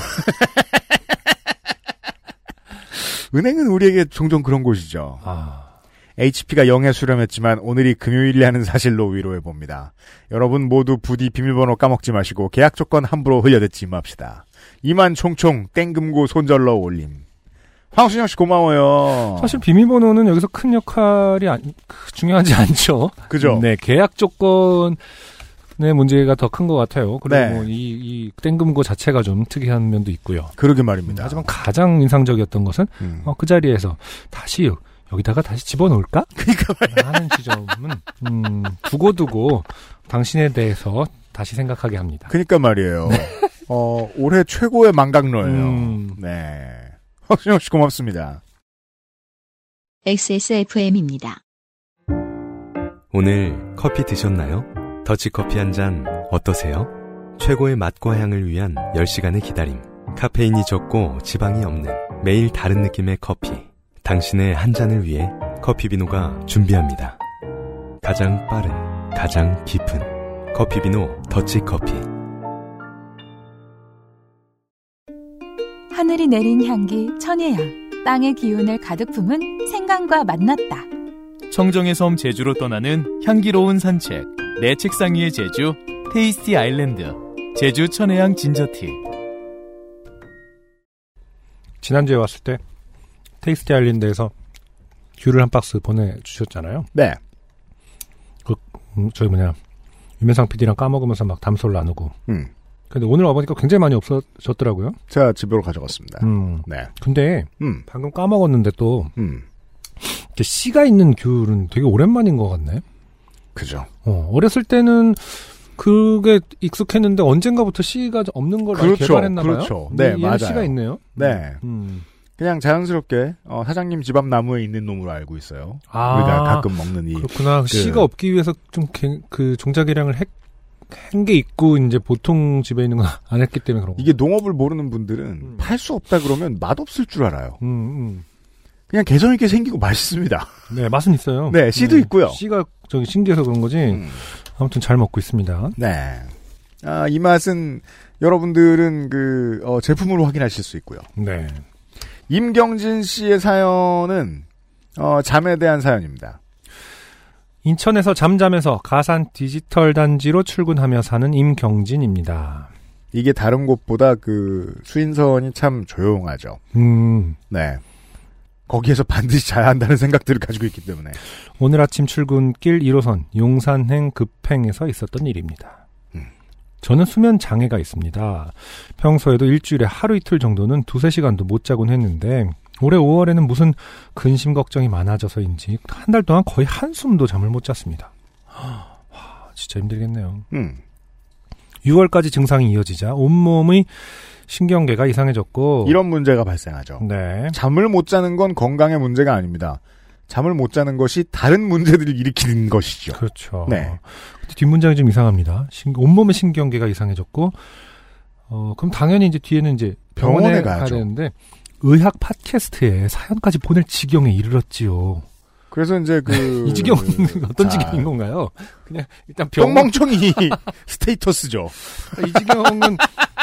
[SPEAKER 1] 은행은 우리에게 종종 그런 곳이죠.
[SPEAKER 2] 아,
[SPEAKER 1] HP가 0에 수렴했지만 오늘이 금요일이라는 사실로 위로해 봅니다. 여러분 모두 부디 비밀번호 까먹지 마시고 계약 조건 함부로 흘려듣지 맙시다. 이만 총총 땡금고 손절러 올림. 황순영 씨 고마워요.
[SPEAKER 2] 사실 비밀번호는 여기서 큰 역할이 안, 크- 중요하지 않죠.
[SPEAKER 1] 그죠?
[SPEAKER 2] 네, 계약 조건의 문제가 더 큰 것 같아요. 그리고
[SPEAKER 1] 네.
[SPEAKER 2] 뭐 이, 이 땡금고 자체가 좀 특이한 면도 있고요.
[SPEAKER 1] 그러게
[SPEAKER 2] 음,
[SPEAKER 1] 말입니다.
[SPEAKER 2] 하지만 가장 인상적이었던 것은
[SPEAKER 1] 음.
[SPEAKER 2] 어, 그 자리에서 다시 여기다가 다시 집어넣을까? 그러니까 하는 지점은 음, 두고두고 당신에 대해서 다시 생각하게 합니다.
[SPEAKER 1] 그니까 그러니까 말이에요. 어, 올해 최고의 망각러예요.
[SPEAKER 2] 네. 음.
[SPEAKER 1] 네. 허순영 씨 고맙습니다.
[SPEAKER 3] XSFM입니다.
[SPEAKER 6] 오늘 커피 드셨나요? 더치커피 한 잔 어떠세요? 최고의 맛과 향을 위한 10시간의 기다림. 카페인이 적고 지방이 없는 매일 다른 느낌의 커피. 당신의 한 잔을 위해 커피비노가 준비합니다. 가장 빠른, 가장 깊은 커피비노 더치커피.
[SPEAKER 4] 하늘이 내린 향기 천혜향 땅의 기운을 가득 품은 생강과 만났다
[SPEAKER 5] 청정의 섬 제주로 떠나는 향기로운 산책 내 책상 위의 제주 테이스티 아일랜드 제주 천혜향 진저티
[SPEAKER 2] 지난주에 왔을 때 테이스티 아일랜드에서 귤을 한 박스 보내주셨잖아요.
[SPEAKER 1] 네.
[SPEAKER 2] 음, 저희 뭐냐 유면상 PD랑 까먹으면서 막 담소를 나누고.
[SPEAKER 1] 음.
[SPEAKER 2] 근데 오늘 와보니까 굉장히 많이 없어졌더라고요.
[SPEAKER 1] 제가 집으로 가져갔습니다.
[SPEAKER 2] 음.
[SPEAKER 1] 네.
[SPEAKER 2] 근데
[SPEAKER 1] 음.
[SPEAKER 2] 방금 까먹었는데 또
[SPEAKER 1] 음.
[SPEAKER 2] 이렇게 씨가 있는 귤은 되게 오랜만인 것 같네.
[SPEAKER 1] 그죠.
[SPEAKER 2] 어, 어렸을 때는 그게 익숙했는데 언젠가부터 씨가 없는 걸
[SPEAKER 1] 그렇죠,
[SPEAKER 2] 개발했나 봐요.
[SPEAKER 1] 그렇죠.
[SPEAKER 2] 근데
[SPEAKER 1] 네,
[SPEAKER 2] 얘는
[SPEAKER 1] 맞아요.
[SPEAKER 2] 씨가 있네요.
[SPEAKER 1] 네.
[SPEAKER 2] 음.
[SPEAKER 1] 그냥 자연스럽게 어, 사장님 집 앞 나무에 있는 놈으로 알고 있어요.
[SPEAKER 2] 아.
[SPEAKER 1] 우리가 가끔 먹는 이.
[SPEAKER 2] 그렇구나.
[SPEAKER 1] 그-
[SPEAKER 2] 씨가 없기 위해서 좀 그 종자개량을 한 게 있고 이제 보통 집에 있는 건 안 했기 때문에 그런 거.
[SPEAKER 1] 이게 농업을 모르는 분들은
[SPEAKER 2] 음.
[SPEAKER 1] 팔 수 없다 그러면 맛없을 줄 알아요.
[SPEAKER 2] 음,
[SPEAKER 1] 그냥 개성있게 생기고 맛있습니다.
[SPEAKER 2] 음. 네, 맛은 있어요.
[SPEAKER 1] 네, 씨도 있고요.
[SPEAKER 2] 씨가 저기 신기해서 그런 거지.
[SPEAKER 1] 음.
[SPEAKER 2] 아무튼 잘 먹고 있습니다.
[SPEAKER 1] 네. 아, 이 맛은 여러분들은 그, 어, 제품으로 확인하실 수 있고요.
[SPEAKER 2] 네.
[SPEAKER 1] 임경진 씨의 사연은 어, 잠에 대한 사연입니다.
[SPEAKER 2] 인천에서 잠잠해서 가산 디지털 단지로 출근하며 사는 임경진입니다.
[SPEAKER 1] 이게 다른 곳보다 그 수인선이 참 조용하죠.
[SPEAKER 2] 음.
[SPEAKER 1] 네. 거기에서 반드시 자야 한다는 생각들을 가지고 있기 때문에.
[SPEAKER 2] 오늘 아침 출근길 1호선 용산행 급행에서 있었던 일입니다.
[SPEAKER 1] 음.
[SPEAKER 2] 저는 수면 장애가 있습니다. 평소에도 일주일에 하루 이틀 정도는 두세 시간도 못 자곤 했는데 올해 5월에는 무슨 근심 걱정이 많아져서인지 한 달 동안 거의 한숨도 잠을 못 잤습니다. 와, 진짜 힘들겠네요.
[SPEAKER 1] 음.
[SPEAKER 2] 6월까지 증상이 이어지자 온몸의 신경계가 이상해졌고
[SPEAKER 1] 이런 문제가 발생하죠.
[SPEAKER 2] 네.
[SPEAKER 1] 잠을 못 자는 건 건강의 문제가 아닙니다. 잠을 못 자는 것이 다른 문제들을 일으키는 것이죠.
[SPEAKER 2] 그렇죠.
[SPEAKER 1] 네.
[SPEAKER 2] 근데 뒷문장이 좀 이상합니다. 신- 온몸의 신경계가 이상해졌고, 어, 그럼 당연히 이제 뒤에는 이제 병원에,
[SPEAKER 1] 병원에
[SPEAKER 2] 가야
[SPEAKER 1] 가야죠.
[SPEAKER 2] 되는데, 의학 팟캐스트에 사연까지 보낼 지경에 이르렀지요.
[SPEAKER 1] 그래서 이제 그.
[SPEAKER 2] 이 지경은 어떤
[SPEAKER 1] 자,
[SPEAKER 2] 지경인 건가요? 그냥 일단 병,
[SPEAKER 1] 똥멍청이 스테이터스죠.
[SPEAKER 2] 이 지경은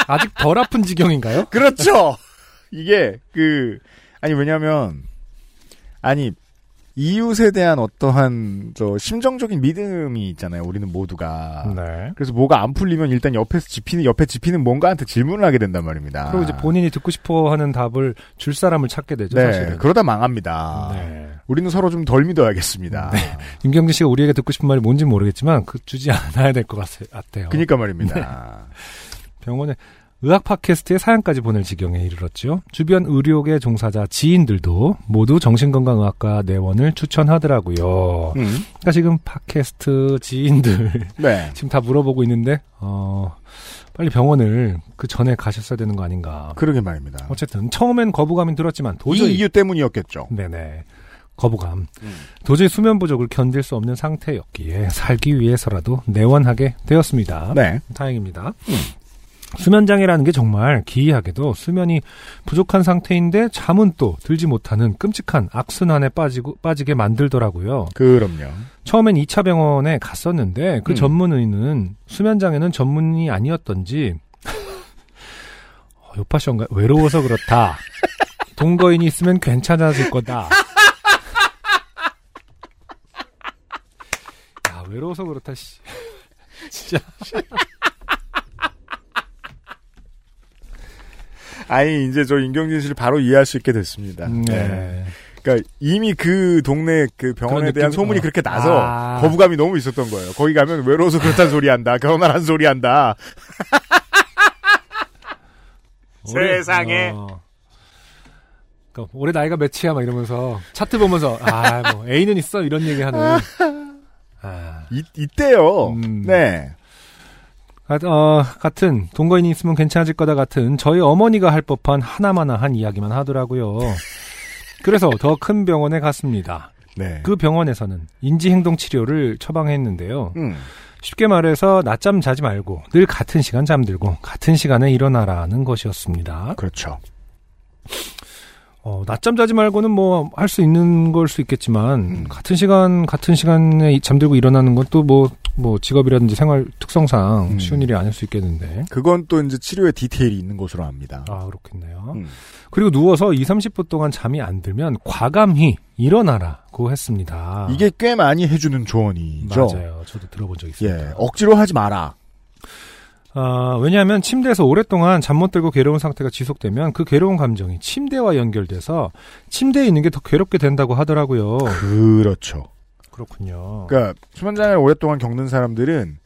[SPEAKER 2] 아직 덜 아픈 지경인가요?
[SPEAKER 1] 그렇죠. 이게 그 아니 왜냐하면 아니 이웃에 대한 어떠한 저 심정적인 믿음이 있잖아요. 우리는 모두가.
[SPEAKER 2] 네.
[SPEAKER 1] 그래서 뭐가 안 풀리면 일단 옆에서 지피는 옆에 지피는 뭔가한테 질문을 하게 된단 말입니다.
[SPEAKER 2] 그리고 이제 본인이 듣고 싶어 하는 답을 줄 사람을 찾게 되죠,
[SPEAKER 1] 네, 아.
[SPEAKER 2] 사실은.
[SPEAKER 1] 그러다 망합니다.
[SPEAKER 2] 네.
[SPEAKER 1] 우리는 서로 좀 덜 믿어야겠습니다.
[SPEAKER 2] 임경진 씨가 우리에게 듣고 싶은 말이 뭔지 모르겠지만, 그 주지 않아야 될 것 같아요.
[SPEAKER 1] 그니까 말입니다.
[SPEAKER 2] 병원에 의학 팟캐스트에 사연까지 보낼 지경에 이르렀지요. 주변 의료계 종사자 지인들도 모두 정신건강의학과 내원을 추천하더라고요.
[SPEAKER 1] 음,
[SPEAKER 2] 그러니까 지금 팟캐스트 지인들
[SPEAKER 1] 네.
[SPEAKER 2] 지금 다 물어보고 있는데 어 빨리 병원을 그 전에 가셨어야 되는 거 아닌가.
[SPEAKER 1] 그러게 말입니다.
[SPEAKER 2] 어쨌든 처음엔 거부감이 들었지만
[SPEAKER 1] 이
[SPEAKER 2] 어, 도저히
[SPEAKER 1] 이유 때문이었겠죠.
[SPEAKER 2] 네네 거부감. 도저히 수면 부족을 견딜 수 없는 상태였기에 살기 위해서라도 내원하게 되었습니다.
[SPEAKER 1] 네.
[SPEAKER 2] 다행입니다. 수면장애라는 게 정말 기이하게도 수면이 부족한 상태인데 잠은 또 들지 못하는 끔찍한 악순환에 빠지고, 빠지게 만들더라고요.
[SPEAKER 1] 그럼요.
[SPEAKER 2] 처음엔 2차 병원에 갔었는데 그
[SPEAKER 1] 음.
[SPEAKER 2] 전문의는 수면장애는 전문이 아니었던지 어, 요파션가 외로워서 그렇다. 동거인이 있으면 괜찮아질 거다. 야 외로워서 그렇다. 씨. 진짜
[SPEAKER 1] 아니 이제 저 인경진 씨를 바로 이해할 수 있게 됐습니다. 네.
[SPEAKER 2] 네.
[SPEAKER 1] 그러니까 이미 그 동네 그 병원에
[SPEAKER 2] 그런
[SPEAKER 1] 대한
[SPEAKER 2] 느낌이-
[SPEAKER 1] 소문이
[SPEAKER 2] 어.
[SPEAKER 1] 그렇게 나서
[SPEAKER 2] 아.
[SPEAKER 1] 거부감이 너무 있었던 거예요. 거기 가면 외로워서 그렇다는 소리 한다. 결혼하란 소리 한다.
[SPEAKER 2] 올해,
[SPEAKER 1] 세상에.
[SPEAKER 2] 어. 그러니까 올해 나이가 몇이야 막 이러면서 차트 보면서 아뭐 A는 있어 이런 얘기하는. 아.
[SPEAKER 1] 이, 이때요.
[SPEAKER 2] 음.
[SPEAKER 1] 네.
[SPEAKER 2] 가- 어, 같은 동거인이 있으면 괜찮아질 거다 같은 저희 어머니가 할 법한 하나마나한 이야기만 하더라고요. 그래서 더 큰 병원에 갔습니다.
[SPEAKER 1] 네.
[SPEAKER 2] 그 병원에서는 인지행동 치료를 처방했는데요.
[SPEAKER 1] 음.
[SPEAKER 2] 쉽게 말해서 낮잠 자지 말고 늘 같은 시간 잠들고 같은 시간에 일어나라는 것이었습니다.
[SPEAKER 1] 그렇죠.
[SPEAKER 2] 어, 낮잠 자지 말고는 뭐 할 수 있는 걸 수 있겠지만
[SPEAKER 1] 음.
[SPEAKER 2] 같은 시간 같은 시간에 이- 잠들고 일어나는 건 또 뭐 뭐 직업이라든지 생활 특성상
[SPEAKER 1] 음.
[SPEAKER 2] 쉬운 일이 아닐 수 있겠는데.
[SPEAKER 1] 그건 또 이제 치료의 디테일이 있는 것으로 압니다.
[SPEAKER 2] 아, 그렇겠네요.
[SPEAKER 1] 음.
[SPEAKER 2] 그리고 누워서 20, 30분 동안 잠이 안 들면 과감히 일어나라고 했습니다.
[SPEAKER 1] 아. 이게 꽤 많이 해주는 조언이죠.
[SPEAKER 2] 맞아요. 저도 들어본 적 있습니다.
[SPEAKER 1] 예, 억지로 하지 마라.
[SPEAKER 2] 아, 왜냐하면 침대에서 오랫동안 잠 못 들고 괴로운 상태가 지속되면 그 괴로운 감정이 침대와 연결돼서 침대에 있는 게 더 괴롭게 된다고 하더라고요.
[SPEAKER 1] 그렇죠.
[SPEAKER 2] 그렇군요.
[SPEAKER 1] 그러니까 수면장애를 오랫동안 겪는 사람들은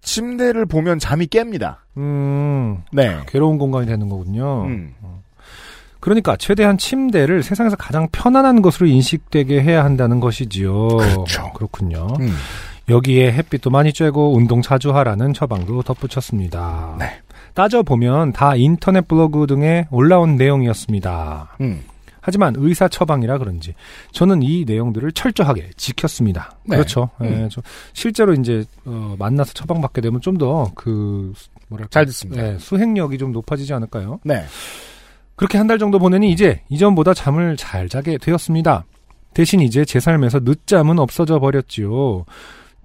[SPEAKER 1] 침대를 보면 잠이 깹니다.
[SPEAKER 2] 음,
[SPEAKER 1] 네.
[SPEAKER 2] 괴로운 공간이 되는 거군요.
[SPEAKER 1] 음.
[SPEAKER 2] 그러니까 최대한 침대를 세상에서 가장 편안한 것으로 인식되게 해야 한다는 것이지요.
[SPEAKER 1] 그렇죠.
[SPEAKER 2] 군요
[SPEAKER 1] 음.
[SPEAKER 2] 여기에 햇빛도 많이 쬐고 운동 자주 하라는 처방도 덧붙였습니다.
[SPEAKER 1] 네.
[SPEAKER 2] 따져보면 다 인터넷 블로그 등에 올라온 내용이었습니다.
[SPEAKER 1] 음.
[SPEAKER 2] 하지만 의사 처방이라 그런지 저는 이 내용들을 철저하게 지켰습니다.
[SPEAKER 1] 네.
[SPEAKER 2] 그렇죠.
[SPEAKER 1] 음.
[SPEAKER 2] 예, 저 실제로 이제 어, 만나서 처방받게 되면 좀 더 그 뭐랄까
[SPEAKER 1] 잘 듣습니다.
[SPEAKER 2] 예, 수행력이 좀 높아지지 않을까요?
[SPEAKER 1] 네.
[SPEAKER 2] 그렇게 한 달 정도 보내니 이제 이전보다 잠을 잘 자게 되었습니다. 대신 이제 제 삶에서 늦잠은 없어져 버렸지요.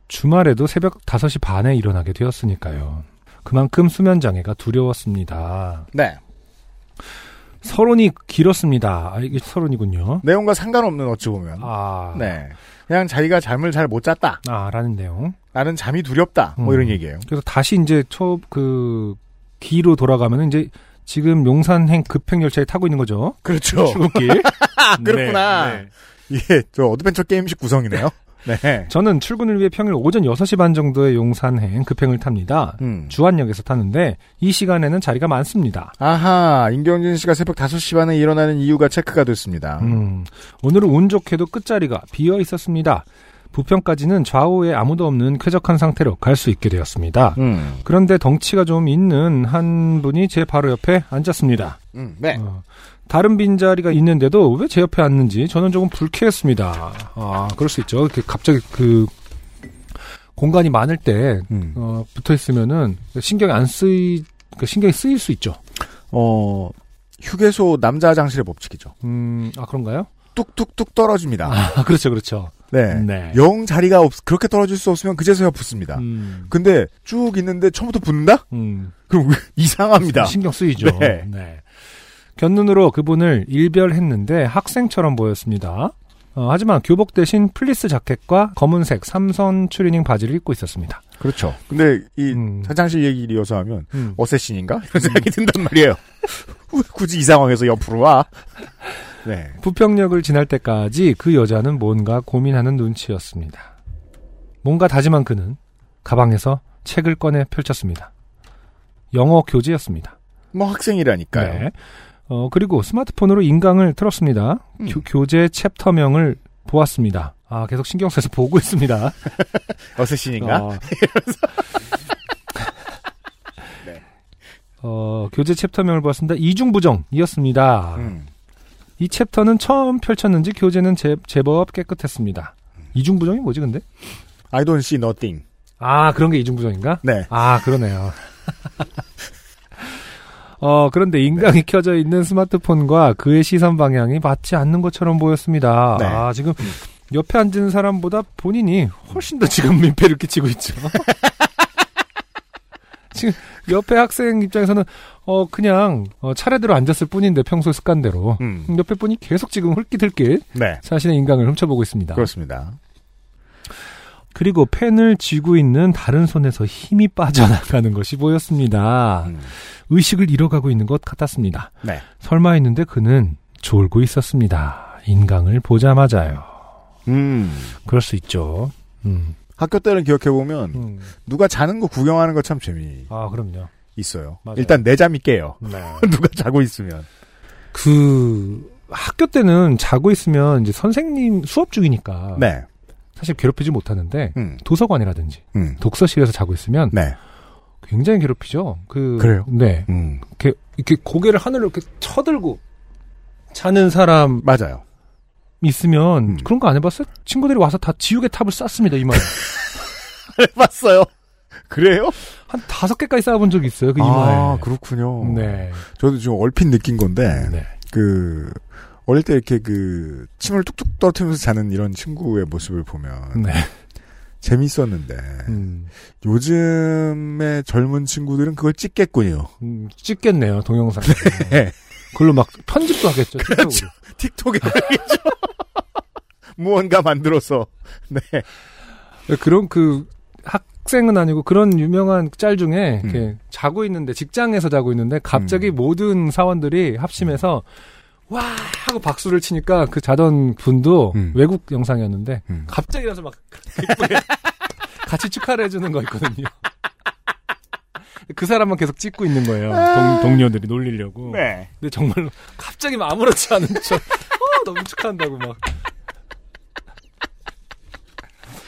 [SPEAKER 2] 주말에도 새벽 5시 반에 일어나게 되었으니까요. 그만큼 수면 장애가 두려웠습니다.
[SPEAKER 1] 네.
[SPEAKER 2] 서론이 길었습니다. 아, 이게 서론이군요.
[SPEAKER 1] 내용과 상관없는 어찌 보면.
[SPEAKER 2] 아,
[SPEAKER 1] 네. 그냥 자기가 잠을 잘 못 잤다.
[SPEAKER 2] 아, 라는 내용.
[SPEAKER 1] 나는 잠이 두렵다. 뭐
[SPEAKER 2] 음.
[SPEAKER 1] 이런 얘기예요.
[SPEAKER 2] 그래서 다시 이제 초, 그, 기로 돌아가면 이제 지금 용산행 급행열차에 타고 있는 거죠.
[SPEAKER 1] 그렇죠.
[SPEAKER 2] 출근길.
[SPEAKER 1] 아, 그렇구나. 예, 저 어드벤처 게임식 구성이네요. 네.
[SPEAKER 2] 저는 출근을 위해 평일 오전 6시 반 정도에 용산행 급행을 탑니다.
[SPEAKER 1] 음.
[SPEAKER 2] 주안역에서 타는데 이 시간에는 자리가 많습니다.
[SPEAKER 1] 아하, 임경진 씨가 새벽 5시 반에 일어나는 이유가 체크가 됐습니다.
[SPEAKER 2] 음, 오늘은 운 좋게도 끝자리가 비어 있었습니다. 부평까지는 좌우에 아무도 없는 쾌적한 상태로 갈 수 있게 되었습니다.
[SPEAKER 1] 음.
[SPEAKER 2] 그런데 덩치가 좀 있는 한 분이 제 바로 옆에 앉았습니다.
[SPEAKER 1] 음, 네.
[SPEAKER 2] 어, 다른 빈자리가 있는데도 왜 제 옆에 앉는지 저는 조금 불쾌했습니다. 아, 그럴 수 있죠. 이렇게 갑자기 그 공간이 많을 때
[SPEAKER 1] 음.
[SPEAKER 2] 어, 붙어 있으면은 신경이 안 쓰이 그 신경이 쓰일 수 있죠.
[SPEAKER 1] 어, 휴게소 남자 화장실의 법칙이죠.
[SPEAKER 2] 음, 아 그런가요?
[SPEAKER 1] 뚝뚝뚝 떨어집니다.
[SPEAKER 2] 아, 그렇죠, 그렇죠.
[SPEAKER 1] 네. 영 자리가 없, 그렇게 떨어질 수 없으면 그제서야 붙습니다.
[SPEAKER 2] 음,
[SPEAKER 1] 근데 쭉 있는데 처음부터 붙는다?
[SPEAKER 2] 음,
[SPEAKER 1] 그럼 이상합니다.
[SPEAKER 2] 신경 쓰이죠.
[SPEAKER 1] 네.
[SPEAKER 2] 견눈으로 그분을 일별했는데 학생처럼 보였습니다. 어, 하지만 교복 대신 플리스 자켓과 검은색 삼선 추리닝 바지를 입고 있었습니다.
[SPEAKER 1] 그렇죠. 근데 이
[SPEAKER 2] 음.
[SPEAKER 1] 화장실 얘기를 이어서 하면
[SPEAKER 2] 음.
[SPEAKER 1] 어쌔신인가? 이런 생각이 든단 말이에요. 왜 굳이 이 상황에서 옆으로 와. 네.
[SPEAKER 2] 부평역을 지날 때까지 그 여자는 뭔가 고민하는 눈치였습니다. 뭔가 다짐한 그는 가방에서 책을 꺼내 펼쳤습니다. 영어 교재였습니다.
[SPEAKER 1] 뭐 학생이라니까요.
[SPEAKER 2] 네. 어, 그리고 스마트폰으로 인강을 틀었습니다.
[SPEAKER 1] 음.
[SPEAKER 2] 교, 재 챕터명을 보았습니다. 아, 계속 신경 써서 보고 있습니다.
[SPEAKER 1] 어쌔신인가?
[SPEAKER 2] 어, 네. 어, 교재 챕터명을 보았습니다. 이중부정이었습니다.
[SPEAKER 1] 음.
[SPEAKER 2] 이 챕터는 처음 펼쳤는지 교재는 제, 제법 깨끗했습니다. 이중부정이 뭐지 근데?
[SPEAKER 1] I don't see nothing.
[SPEAKER 2] 아 그런 게 이중부정인가?
[SPEAKER 1] 네.
[SPEAKER 2] 아, 그러네요. 어, 그런데
[SPEAKER 1] 네.
[SPEAKER 2] 인강이 켜져 있는 스마트폰과 그의 시선 방향이 맞지 않는 것처럼 보였습니다.
[SPEAKER 1] 네.
[SPEAKER 2] 아, 지금 옆에 앉은 사람보다 본인이 훨씬 더 지금 민폐를 끼치고 있죠. 지금 옆에 학생 입장에서는 어 그냥 어, 차례대로 앉았을 뿐인데 평소 습관대로
[SPEAKER 1] 음.
[SPEAKER 2] 옆에 분이 계속 지금 홀깃들길
[SPEAKER 1] 네.
[SPEAKER 2] 자신의 인강을 훔쳐보고 있습니다.
[SPEAKER 1] 그렇습니다.
[SPEAKER 2] 그리고 펜을 쥐고 있는 다른 손에서 힘이 빠져나가는 것이 보였습니다.
[SPEAKER 1] 음.
[SPEAKER 2] 의식을 잃어가고 있는 것 같았습니다.
[SPEAKER 1] 네.
[SPEAKER 2] 설마 했는데 그는 졸고 있었습니다. 인강을 보자마자요.
[SPEAKER 1] 음.
[SPEAKER 2] 그럴 수 있죠. 음.
[SPEAKER 1] 학교 때를 기억해보면,
[SPEAKER 2] 음.
[SPEAKER 1] 누가 자는 거 구경하는 거 참 재미
[SPEAKER 2] 아, 그럼요.
[SPEAKER 1] 있어요.
[SPEAKER 2] 맞아요.
[SPEAKER 1] 일단 내 잠이 깨요. 누가 자고 있으면.
[SPEAKER 2] 그, 학교 때는 자고 있으면 이제 선생님 수업 중이니까
[SPEAKER 1] 네.
[SPEAKER 2] 사실 괴롭히지 못하는데
[SPEAKER 1] 음.
[SPEAKER 2] 도서관이라든지
[SPEAKER 1] 음.
[SPEAKER 2] 독서실에서 자고 있으면
[SPEAKER 1] 네.
[SPEAKER 2] 굉장히 괴롭히죠. 그
[SPEAKER 1] 그래요?
[SPEAKER 2] 네.
[SPEAKER 1] 음.
[SPEAKER 2] 이렇게, 이렇게 고개를 하늘로 이렇게 쳐들고 자는 사람
[SPEAKER 1] 맞아요.
[SPEAKER 2] 있으면
[SPEAKER 1] 음.
[SPEAKER 2] 그런 거 안 해봤어요? 친구들이 와서 다 지우개 탑을 쌌습니다 이마에
[SPEAKER 1] 봤어요. 그래요?
[SPEAKER 2] 한 다섯 개까지 쌓아본 적이 있어요 그 이마에
[SPEAKER 1] 아, 그렇군요.
[SPEAKER 2] 네.
[SPEAKER 1] 저도 지금 얼핏 느낀 건데,
[SPEAKER 2] 네.
[SPEAKER 1] 그, 어릴 때 이렇게 그, 침을 뚝뚝 떨어뜨리면서 자는 이런 친구의 모습을 보면,
[SPEAKER 2] 네.
[SPEAKER 1] 재밌었는데,
[SPEAKER 2] 음,
[SPEAKER 1] 요즘의 젊은 친구들은 그걸 찍겠군요.
[SPEAKER 2] 음, 찍겠네요 동영상
[SPEAKER 1] 네.
[SPEAKER 2] 그걸로 막 편집도 하겠죠 그렇죠.
[SPEAKER 1] 틱톡에 알겠죠? 무언가 만들어서, 네.
[SPEAKER 2] 그런 그 학생은 아니고 그런 유명한 짤 중에
[SPEAKER 1] 음.
[SPEAKER 2] 이렇게 자고 있는데 직장에서 자고 있는데 갑자기 모든 사원들이 합심해서 와 하고 박수를 치니까 그 자던 분도
[SPEAKER 1] 음.
[SPEAKER 2] 외국 영상이었는데
[SPEAKER 1] 음.
[SPEAKER 2] 갑자기 일어나서 막 기쁘게 같이 축하를 해주는 거 있거든요. 그 사람만 계속 찍고 있는 거예요. 동, 료들이 놀리려고.
[SPEAKER 1] 아. 네.
[SPEAKER 2] 근데 정말로 갑자기 막 아무렇지 않은 척. 어, 너무 축하한다고 막.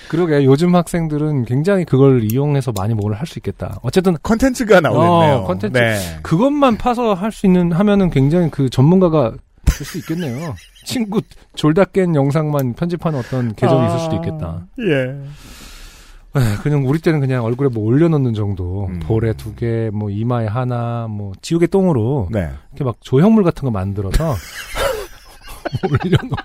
[SPEAKER 2] 그러게 요즘 학생들은 굉장히 그걸 이용해서 많이 뭘 할 수 있겠다. 어쨌든
[SPEAKER 1] 컨텐츠가 나오겠네요.
[SPEAKER 2] 어, 컨텐츠.
[SPEAKER 1] 네.
[SPEAKER 2] 그것만 파서 할 수 있는 하면은 굉장히 그 전문가가 될 수 있겠네요. 친구 졸다 깬 영상만 편집하는 어떤 계정이 있을 수도 있겠다.
[SPEAKER 1] 예.
[SPEAKER 2] 에휴, 그냥 우리 때는 그냥 얼굴에 뭐 올려놓는 정도,
[SPEAKER 1] 음.
[SPEAKER 2] 볼에 두 개, 뭐 이마에 하나, 뭐 지우개 똥으로
[SPEAKER 1] 네.
[SPEAKER 2] 이렇게 막 조형물 같은 거 만들어서 뭐 올려놓고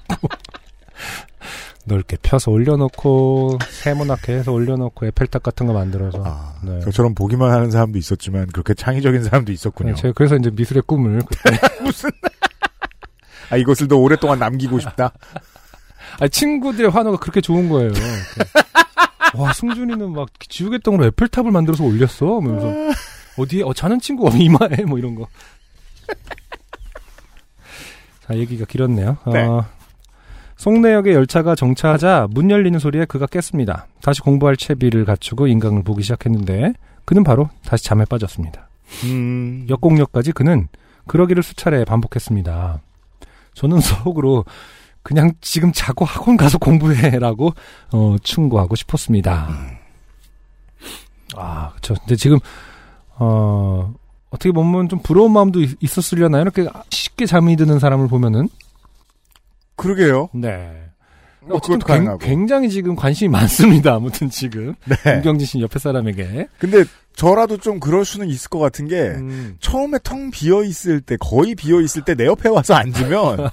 [SPEAKER 2] 넓게 펴서 올려놓고 세모나게 해서 올려놓고 에펠탑 같은 거 만들어서
[SPEAKER 1] 아,
[SPEAKER 2] 네.
[SPEAKER 1] 저처럼 보기만 하는 사람도 있었지만, 그렇게 창의적인 사람도 있었군요.
[SPEAKER 2] 네, 제가 그래서 이제 미술의 꿈을 그때
[SPEAKER 1] 아, 이것을 더 오랫동안 남기고 싶다?
[SPEAKER 2] 아 친구들의 환호가 그렇게 좋은 거예요. 이렇게. 와 승준이는 막 지우개 똥으로 에펠탑을 만들어서 올렸어. 뭐 이러면서 어디에 어 자는 친구 어디 이마에 뭐 이런 거. 자 얘기가 길었네요.
[SPEAKER 1] 네.
[SPEAKER 2] 어, 송내역의 열차가 정차하자 문 열리는 소리에 그가 깼습니다. 다시 공부할 채비를 갖추고 인강을 보기 시작했는데 그는 바로 다시 잠에 빠졌습니다.
[SPEAKER 1] 음.
[SPEAKER 2] 역공역까지 그는 그러기를 수차례 반복했습니다. 저는 속으로 그냥 지금 자고 학원 가서 공부해라고 어, 충고하고 싶었습니다. 아, 그렇죠. 근데 지금 어, 어떻게 보면 좀 부러운 마음도 있- 있었으려나 요 이렇게 쉽게 잠이 드는 사람을 보면은
[SPEAKER 1] 그러게요.
[SPEAKER 2] 네.
[SPEAKER 1] 뭐
[SPEAKER 2] 어쨌든
[SPEAKER 1] 그것도 가능하고.
[SPEAKER 2] 굉- 굉장히 지금 관심이 많습니다. 아무튼 지금
[SPEAKER 1] 네.
[SPEAKER 2] 김경진 씨 옆에 사람에게
[SPEAKER 1] 근데 저라도 좀 그럴 수는 있을 것 같은 게
[SPEAKER 2] 음,
[SPEAKER 1] 처음에 텅 비어 있을 때 거의 비어 있을 때 내 옆에 와서 앉으면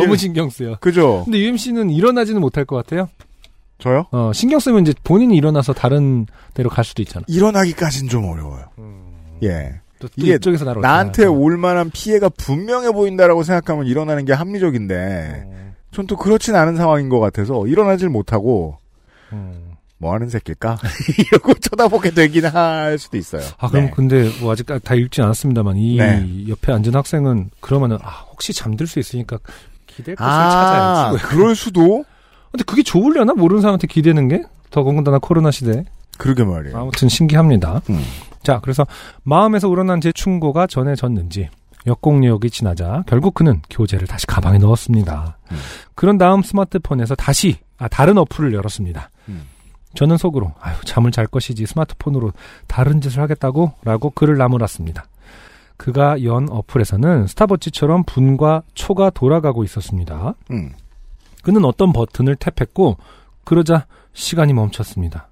[SPEAKER 2] 너무 신경 쓰여.
[SPEAKER 1] 예. 그죠?
[SPEAKER 2] 근데 UMC는 일어나지는 못할 것 같아요.
[SPEAKER 1] 저요?
[SPEAKER 2] 어, 신경 쓰면 이제 본인이 일어나서 다른 데로 갈 수도 있잖아.
[SPEAKER 1] 일어나기까진 좀 어려워요. 예,
[SPEAKER 2] 또, 또
[SPEAKER 1] 이게
[SPEAKER 2] 이쪽에서 나를 음.
[SPEAKER 1] 나한테
[SPEAKER 2] 어떻게
[SPEAKER 1] 올 만한 피해가 분명해 보인다라고 생각하면 일어나는 게 합리적인데
[SPEAKER 2] 할까. 음,
[SPEAKER 1] 전 또 그렇진 않은 상황인 것 같아서 일어나질 못하고
[SPEAKER 2] 음.
[SPEAKER 1] 뭐 하는 새끼일까 이러고 쳐다보게 되긴 할 수도 있어요.
[SPEAKER 2] 아 그럼
[SPEAKER 1] 네.
[SPEAKER 2] 근데 뭐 아직 다 읽진 않았습니다만 이
[SPEAKER 1] 네.
[SPEAKER 2] 옆에 앉은 학생은 그러면은 아 혹시 잠들 수 있으니까 기댈 곳을
[SPEAKER 1] 아,
[SPEAKER 2] 찾아야지.
[SPEAKER 1] 그럴 수도
[SPEAKER 2] 근데 그게 좋으려나 모르는 사람한테 기대는 게? 더군다나 코로나 시대에.
[SPEAKER 1] 그러게 말이에요.
[SPEAKER 2] 아무튼 신기합니다.
[SPEAKER 1] 음.
[SPEAKER 2] 자, 그래서 마음에서 우러난 제 충고가 전해졌는지 역공역이 지나자 결국 그는 교재를 다시 가방에 넣었습니다.
[SPEAKER 1] 음.
[SPEAKER 2] 그런 다음 스마트폰에서 다시 아, 다른 어플을 열었습니다.
[SPEAKER 1] 음.
[SPEAKER 2] 저는 속으로 아유 잠을 잘 것이지 스마트폰으로 다른 짓을 하겠다고 라고 글을 나무랐습니다. 그가 연 어플에서는 스타버치처럼 분과 초가 돌아가고 있었습니다.
[SPEAKER 1] 음.
[SPEAKER 2] 그는 어떤 버튼을 탭했고 그러자 시간이 멈췄습니다.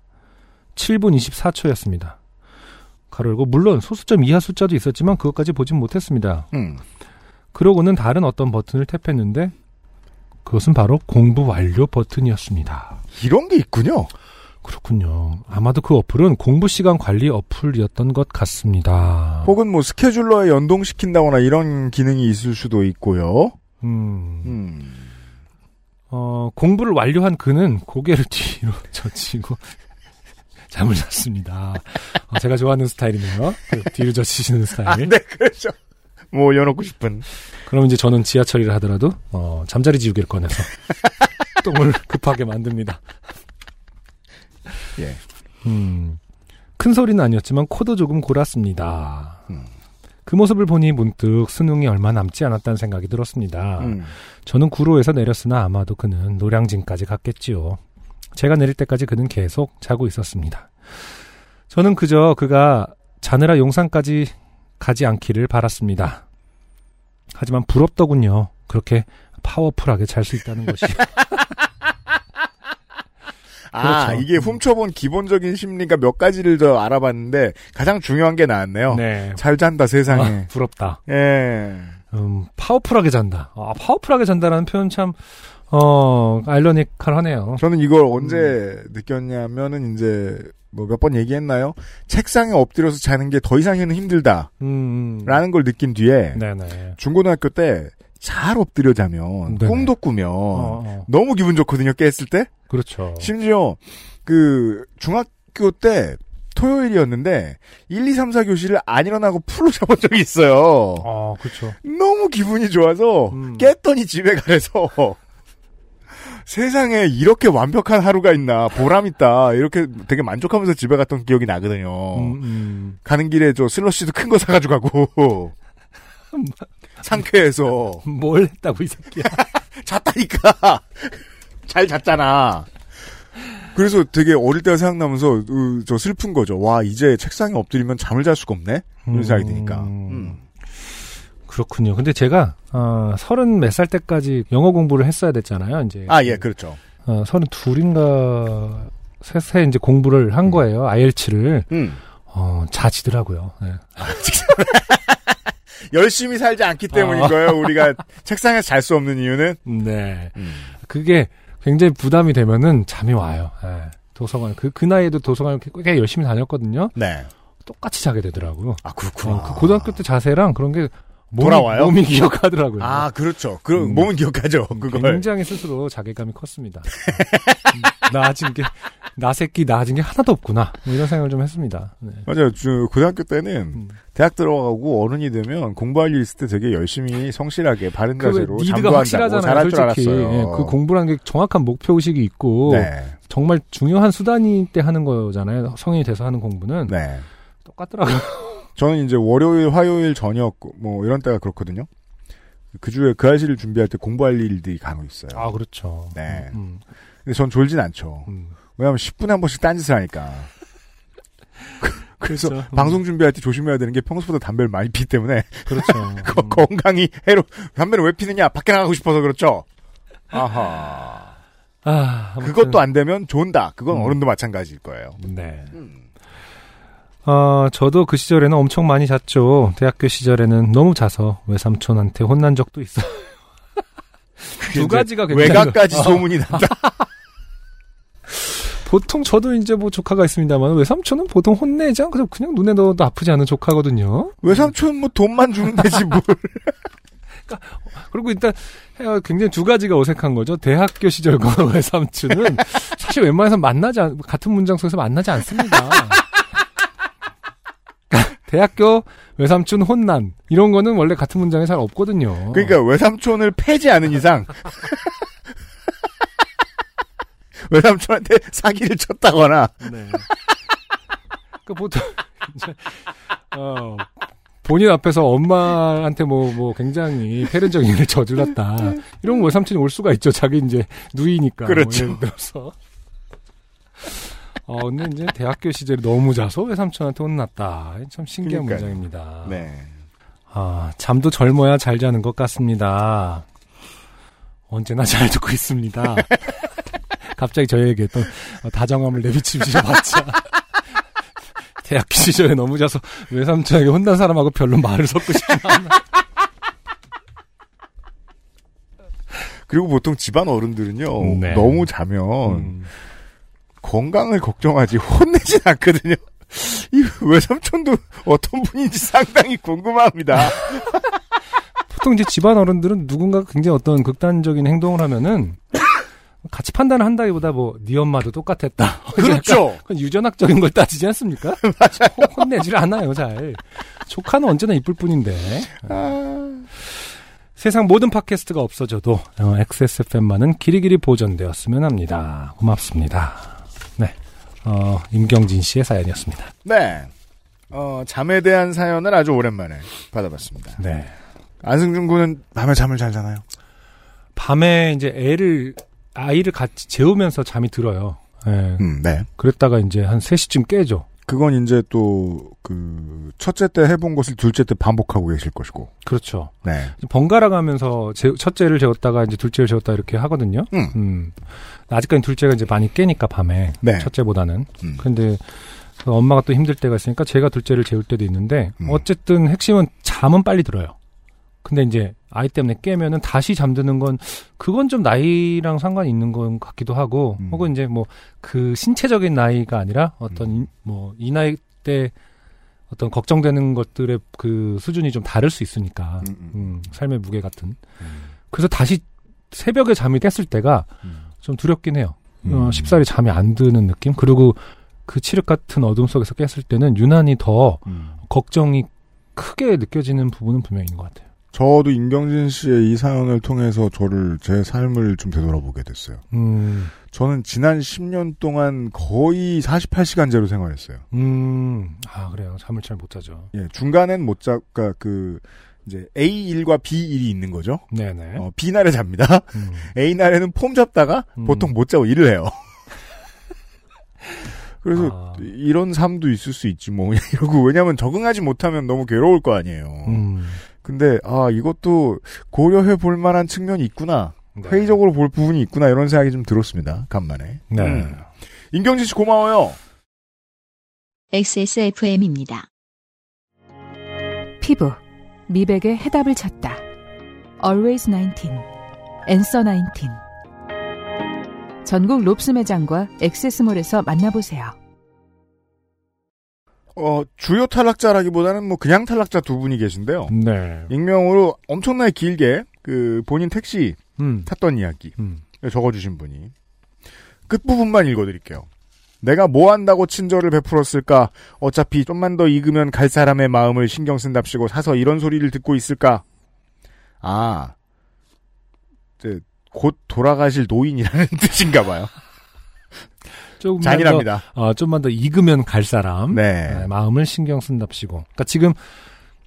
[SPEAKER 2] 7분 24초였습니다. 가로 열고 물론 소수점 이하 숫자도 있었지만 그것까지 보진 못했습니다.
[SPEAKER 1] 음.
[SPEAKER 2] 그러고는 다른 어떤 버튼을 탭했는데 그것은 바로 공부 완료 버튼이었습니다.
[SPEAKER 1] 이런 게 있군요.
[SPEAKER 2] 그렇군요. 아마도 그 어플은 공부 시간 관리 어플이었던 것 같습니다.
[SPEAKER 1] 혹은 뭐 스케줄러에 연동시킨다거나 이런 기능이 있을 수도 있고요.
[SPEAKER 2] 음,
[SPEAKER 1] 음.
[SPEAKER 2] 어, 공부를 완료한 그는 고개를 뒤로 젖히고 잠을 잤습니다. 어, 제가 좋아하는 스타일이네요. 그 뒤로 젖히시는 스타일.
[SPEAKER 1] 그렇죠. 뭐 여놓고 싶은.
[SPEAKER 2] 그럼 이제 저는 지하철이라 하더라도 어, 잠자리 지우개를 꺼내서 똥을 급하게 만듭니다.
[SPEAKER 1] 예.
[SPEAKER 2] 음, 큰 소리는 아니었지만 코도 조금 골았습니다.
[SPEAKER 1] 음.
[SPEAKER 2] 그 모습을 보니 문득 수능이 얼마 남지 않았다는 생각이 들었습니다.
[SPEAKER 1] 음.
[SPEAKER 2] 저는 구로에서 내렸으나 아마도 그는 노량진까지 갔겠지요. 제가 내릴 때까지 그는 계속 자고 있었습니다. 저는 그저 그가 자느라 용산까지 가지 않기를 바랐습니다. 하지만 부럽더군요. 그렇게 파워풀하게 잘 수 있다는 것이.
[SPEAKER 1] 아
[SPEAKER 2] 그렇죠.
[SPEAKER 1] 이게 훔쳐본 기본적인 심리가 몇 가지를 더 알아봤는데 가장 중요한 게 나왔네요.
[SPEAKER 2] 네.
[SPEAKER 1] 잘 잔다
[SPEAKER 2] 아,
[SPEAKER 1] 세상에.
[SPEAKER 2] 부럽다.
[SPEAKER 1] 예.
[SPEAKER 2] 음, 파워풀하게 잔다. 아, 파워풀하게 잔다라는 표현 참, 어, 아일러니컬하네요.
[SPEAKER 1] 저는 이걸 언제
[SPEAKER 2] 음.
[SPEAKER 1] 느꼈냐면은 이제 뭐 몇 번 얘기했나요? 책상에 엎드려서 자는 게 더 이상에는 힘들다라는
[SPEAKER 2] 음,
[SPEAKER 1] 걸 느낀 뒤에
[SPEAKER 2] 네네.
[SPEAKER 1] 중고등학교 때 잘 엎드려 자면
[SPEAKER 2] 네네.
[SPEAKER 1] 꿈도 꾸면
[SPEAKER 2] 어, 어,
[SPEAKER 1] 너무 기분 좋거든요 깼을 때
[SPEAKER 2] 그렇죠.
[SPEAKER 1] 심지어 그 중학교 때 토요일이었는데 1, 2, 3, 4교시를 안 일어나고 풀로 잡은 적이 있어요.
[SPEAKER 2] 어, 그렇죠.
[SPEAKER 1] 너무 기분이 좋아서
[SPEAKER 2] 음.
[SPEAKER 1] 깼더니 집에 가래서 세상에 이렇게 완벽한 하루가 있나 보람 있다 이렇게 되게 만족하면서 집에 갔던 기억이 나거든요.
[SPEAKER 2] 음, 음.
[SPEAKER 1] 가는 길에 저 슬러시도 큰 거 사가지고 가고 상쾌해서
[SPEAKER 2] 뭘 했다고 이 새끼야.
[SPEAKER 1] 잤다니까 잘 잤잖아. 그래서 되게 어릴 때가 생각나면서 으, 저 슬픈 거죠. 와 이제 책상에 엎드리면 잠을 잘 수가 없네 이런 생각이 드니까.
[SPEAKER 2] 음. 그렇군요. 근데 제가 어, 서른 몇 살 때까지 영어 공부를 했어야 됐잖아요. 이제
[SPEAKER 1] 아 예 그렇죠.
[SPEAKER 2] 어, 서른 둘인가 셋에 이제 공부를 한 거예요. IELTS를
[SPEAKER 1] 음.
[SPEAKER 2] 어, 자지더라고요. 네.
[SPEAKER 1] 열심히 살지 않기 때문인
[SPEAKER 2] 아.
[SPEAKER 1] 거예요. 우리가 책상에서 잘 수 없는 이유는
[SPEAKER 2] 네.
[SPEAKER 1] 음.
[SPEAKER 2] 그게 굉장히 부담이 되면은 잠이 와요. 예. 도서관 그 그 나이에도 도서관을 꽤- 꽤 열심히 다녔거든요.
[SPEAKER 1] 네.
[SPEAKER 2] 똑같이 자게 되더라고요.
[SPEAKER 1] 아 그렇구나.
[SPEAKER 2] 어, 그 고등학교 때 자세랑 그런 게 몸이,
[SPEAKER 1] 돌아와요?
[SPEAKER 2] 몸이 기억하더라고요.
[SPEAKER 1] 아 그렇죠. 그 몸은 기억하죠. 그걸.
[SPEAKER 2] 굉장히 스스로 자괴감이 컸습니다. 음, 나아진 게, 나 새끼 나아진 게 하나도 없구나. 뭐 이런 생각을 좀 했습니다. 네.
[SPEAKER 1] 맞아요. 저 고등학교 때는
[SPEAKER 2] 음.
[SPEAKER 1] 대학 들어가고 어른이 되면 공부할 일 있을 때 되게 열심히 성실하게 바른 자세로 잠도 한다고 잘할 줄 알았어요.
[SPEAKER 2] 예, 그 공부라는 게 정확한 목표 의식이 있고
[SPEAKER 1] 네.
[SPEAKER 2] 정말 중요한 수단이 때 하는 거잖아요. 성인이 돼서 하는 공부는
[SPEAKER 1] 네.
[SPEAKER 2] 똑같더라고요.
[SPEAKER 1] 저는 이제 월요일, 화요일 저녁 뭐 이런 때가 그렇거든요. 그 주에 그 아이씨를 준비할 때 공부할 일들이 간혹 있어요.
[SPEAKER 2] 아 그렇죠.
[SPEAKER 1] 네.
[SPEAKER 2] 음,
[SPEAKER 1] 근데 전 졸진 않죠.
[SPEAKER 2] 음.
[SPEAKER 1] 왜냐하면 10분에 한 번씩 딴짓을 하니까. 그래서
[SPEAKER 2] 그렇죠. 음.
[SPEAKER 1] 방송 준비할 때 조심해야 되는 게 평소보다 담배를 많이 피기 때문에
[SPEAKER 2] 그렇죠.
[SPEAKER 1] 거-
[SPEAKER 2] 음.
[SPEAKER 1] 건강이 해로 담배를 왜 피느냐 밖에 나가고 싶어서 그렇죠. 아하.
[SPEAKER 2] 아, 아무튼.
[SPEAKER 1] 그것도 안 되면 존다. 그건
[SPEAKER 2] 음.
[SPEAKER 1] 어른도 마찬가지일 거예요.
[SPEAKER 2] 네. 아, 저도 그 시절에는 엄청 많이 잤죠. 대학교 시절에는 너무 자서 외삼촌한테 혼난 적도 있어요. 두 가지가 굉장히
[SPEAKER 1] 외곽까지
[SPEAKER 2] 어.
[SPEAKER 1] 소문이 난다.
[SPEAKER 2] 보통 저도 이제 뭐 조카가 있습니다만 외삼촌은 보통 혼내지 않고 그냥 눈에 넣어도 아프지 않은 조카거든요.
[SPEAKER 1] 외삼촌 뭐 돈만 주면 되지 뭘.
[SPEAKER 2] 그리고 일단 어, 굉장히 두 가지가 어색한 거죠. 대학교 시절과 외삼촌은 사실 웬만해서 만나지 않, 같은 문장 속에서 만나지 않습니다. 대학교 외삼촌 혼난 이런 거는 원래 같은 문장에 잘 없거든요.
[SPEAKER 1] 그러니까 외삼촌을 패지 않은 이상 외삼촌한테 사기를 쳤다거나
[SPEAKER 2] 네. 그 보통 이제 어, 본인 앞에서 엄마한테 뭐 뭐 굉장히 패륜적인 일을 저질렀다. 이런 뭐 외삼촌이 올 수가 있죠. 자기 이제 누이니까. 뭐
[SPEAKER 1] 그렇죠.
[SPEAKER 2] 예를 들어서. 어, 근데 이제 대학교 시절에 너무 자서 외삼촌한테 혼났다. 참 신기한
[SPEAKER 1] 그러니까요.
[SPEAKER 2] 아. 문장입니다.
[SPEAKER 1] 네.
[SPEAKER 2] 아, 잠도 젊어야 잘 자는 것 같습니다. 언제나 잘 듣고 있습니다. 갑자기 저에게 어떤 다정함을 내비치셔봤자. 대학 시절에 너무 자서 외삼촌에게 혼난 사람하고 별로 말을 섞고 싶지 않아.
[SPEAKER 1] 그리고 보통 집안 어른들은요
[SPEAKER 2] 네.
[SPEAKER 1] 너무 자면
[SPEAKER 2] 음.
[SPEAKER 1] 건강을 걱정하지 혼내진 않거든요. 이 외삼촌도 어떤 분인지 상당히
[SPEAKER 2] 아,
[SPEAKER 1] 궁금합니다.
[SPEAKER 2] 보통 이제 집안 어른들은 누군가 굉장히 어떤 극단적인 행동을 하면은 같이 판단을 한다기보다 뭐네 엄마도 똑같았다.
[SPEAKER 1] 그렇죠.
[SPEAKER 2] 그건 유전학적인 걸 따지지 않습니까? 혼내질 않아요, 잘. 조카는 언제나 이쁠 뿐인데. 아. 세상 모든 팟캐스트가 없어져도 어, XSFM만은 길이길이 보존되었으면 합니다. 고맙습니다. 네. 어, 임경진 씨의 사연이었습니다.
[SPEAKER 1] 네. 어, 잠에 대한 사연을 아주 오랜만에 받아봤습니다.
[SPEAKER 2] 네.
[SPEAKER 1] 안승준 군은 밤에 잠을 잘 자나요?
[SPEAKER 2] 밤에 이제 애를, 아이를 같이 재우면서 잠이 들어요. 예.
[SPEAKER 1] 음, 네.
[SPEAKER 2] 그랬다가 이제 한 3시쯤 깨죠.
[SPEAKER 1] 그건 이제 또, 그, 첫째 때 해본 것을 둘째 때 반복하고 계실 것이고.
[SPEAKER 2] 그렇죠.
[SPEAKER 1] 네.
[SPEAKER 2] 번갈아 가면서 제- 첫째를 재웠다가 이제 둘째를 재웠다 이렇게 하거든요.
[SPEAKER 1] 음.
[SPEAKER 2] 음. 아직까지 둘째가 이제 많이 깨니까 밤에
[SPEAKER 1] 네.
[SPEAKER 2] 첫째보다는.
[SPEAKER 1] 음.
[SPEAKER 2] 근데 그 엄마가 또 힘들 때가 있으니까 제가 둘째를 재울 때도 있는데
[SPEAKER 1] 음.
[SPEAKER 2] 어쨌든 핵심은 잠은 빨리 들어요. 근데 이제 아이 때문에 깨면은 다시 잠드는 건 그건 좀 나이랑 상관이 있는 건 같기도 하고
[SPEAKER 1] 음.
[SPEAKER 2] 혹은 이제 뭐 그 신체적인 나이가 아니라 어떤 뭐 이 나이 때 어떤 걱정되는 것들의 그 수준이 좀 다를 수 있으니까
[SPEAKER 1] 음, 음.
[SPEAKER 2] 음, 삶의 무게 같은. 그래서 다시 새벽에 잠이 깼을 때가
[SPEAKER 1] 음.
[SPEAKER 2] 좀 두렵긴 해요.
[SPEAKER 6] 음.
[SPEAKER 2] 어, 쉽사리 잠이 안 드는 느낌? 그리고 그 칠흑 같은 어둠 속에서 깼을 때는 유난히 더
[SPEAKER 1] 음.
[SPEAKER 2] 걱정이 크게 느껴지는 부분은 분명히 있는 것 같아요.
[SPEAKER 1] 저도 임경진 씨의 이 사연을 통해서 저를, 제 삶을 좀 되돌아보게 됐어요.
[SPEAKER 2] 음,
[SPEAKER 1] 저는 지난 10년 동안 거의 48시간제로 생활했어요.
[SPEAKER 2] 음, 아, 그래요. 잠을 잘 못 자죠.
[SPEAKER 1] 예, 중간엔 못 자, 그니까 그, 이제 A일과 B일이 있는 거죠.
[SPEAKER 2] 네네.
[SPEAKER 1] 어, B날에 잡니다.
[SPEAKER 2] 음.
[SPEAKER 1] A날에는 폼 잡다가
[SPEAKER 2] 음.
[SPEAKER 1] 보통 못 자고 일을 해요. 그래서
[SPEAKER 2] 아.
[SPEAKER 1] 이런 삶도 있을 수 있지 뭐 이러고 왜냐하면 적응하지 못하면 너무 괴로울 거 아니에요.
[SPEAKER 2] 음,
[SPEAKER 1] 근데 아 이것도 고려해 볼 만한 측면이 있구나.
[SPEAKER 2] 네.
[SPEAKER 1] 음. 회의적으로 볼 부분이 있구나 이런 생각이 좀 들었습니다. 간만에.
[SPEAKER 2] 네.
[SPEAKER 1] 음. 임경진 씨 고마워요.
[SPEAKER 3] XSFM입니다.
[SPEAKER 7] 피부 미백의 해답을 찾다 Always 19 Answer 19 전국 롭스 매장과 액세스몰에서 만나보세요
[SPEAKER 1] 어 주요 탈락자라기보다는 뭐 그냥 탈락자 두 분이 계신데요.
[SPEAKER 2] 네.
[SPEAKER 1] 익명으로 엄청나게 길게 그 본인 택시
[SPEAKER 2] 음,
[SPEAKER 1] 탔던 이야기
[SPEAKER 2] 음.
[SPEAKER 1] 네, 적어주신 분이 끝부분만 읽어드릴게요. 내가 뭐 한다고 친절을 베풀었을까? 어차피 좀만 더 익으면 갈 사람의 마음을 신경 쓴답시고 사서 이런 소리를 듣고 있을까? 아, 이제 곧 돌아가실 노인이라는 뜻인가 봐요.
[SPEAKER 2] 조금만
[SPEAKER 1] 잔인합니다.
[SPEAKER 2] 더, 어, 좀만 더 익으면 갈 사람.
[SPEAKER 1] 네.
[SPEAKER 2] 네, 마음을 신경 쓴답시고. 그러니까 지금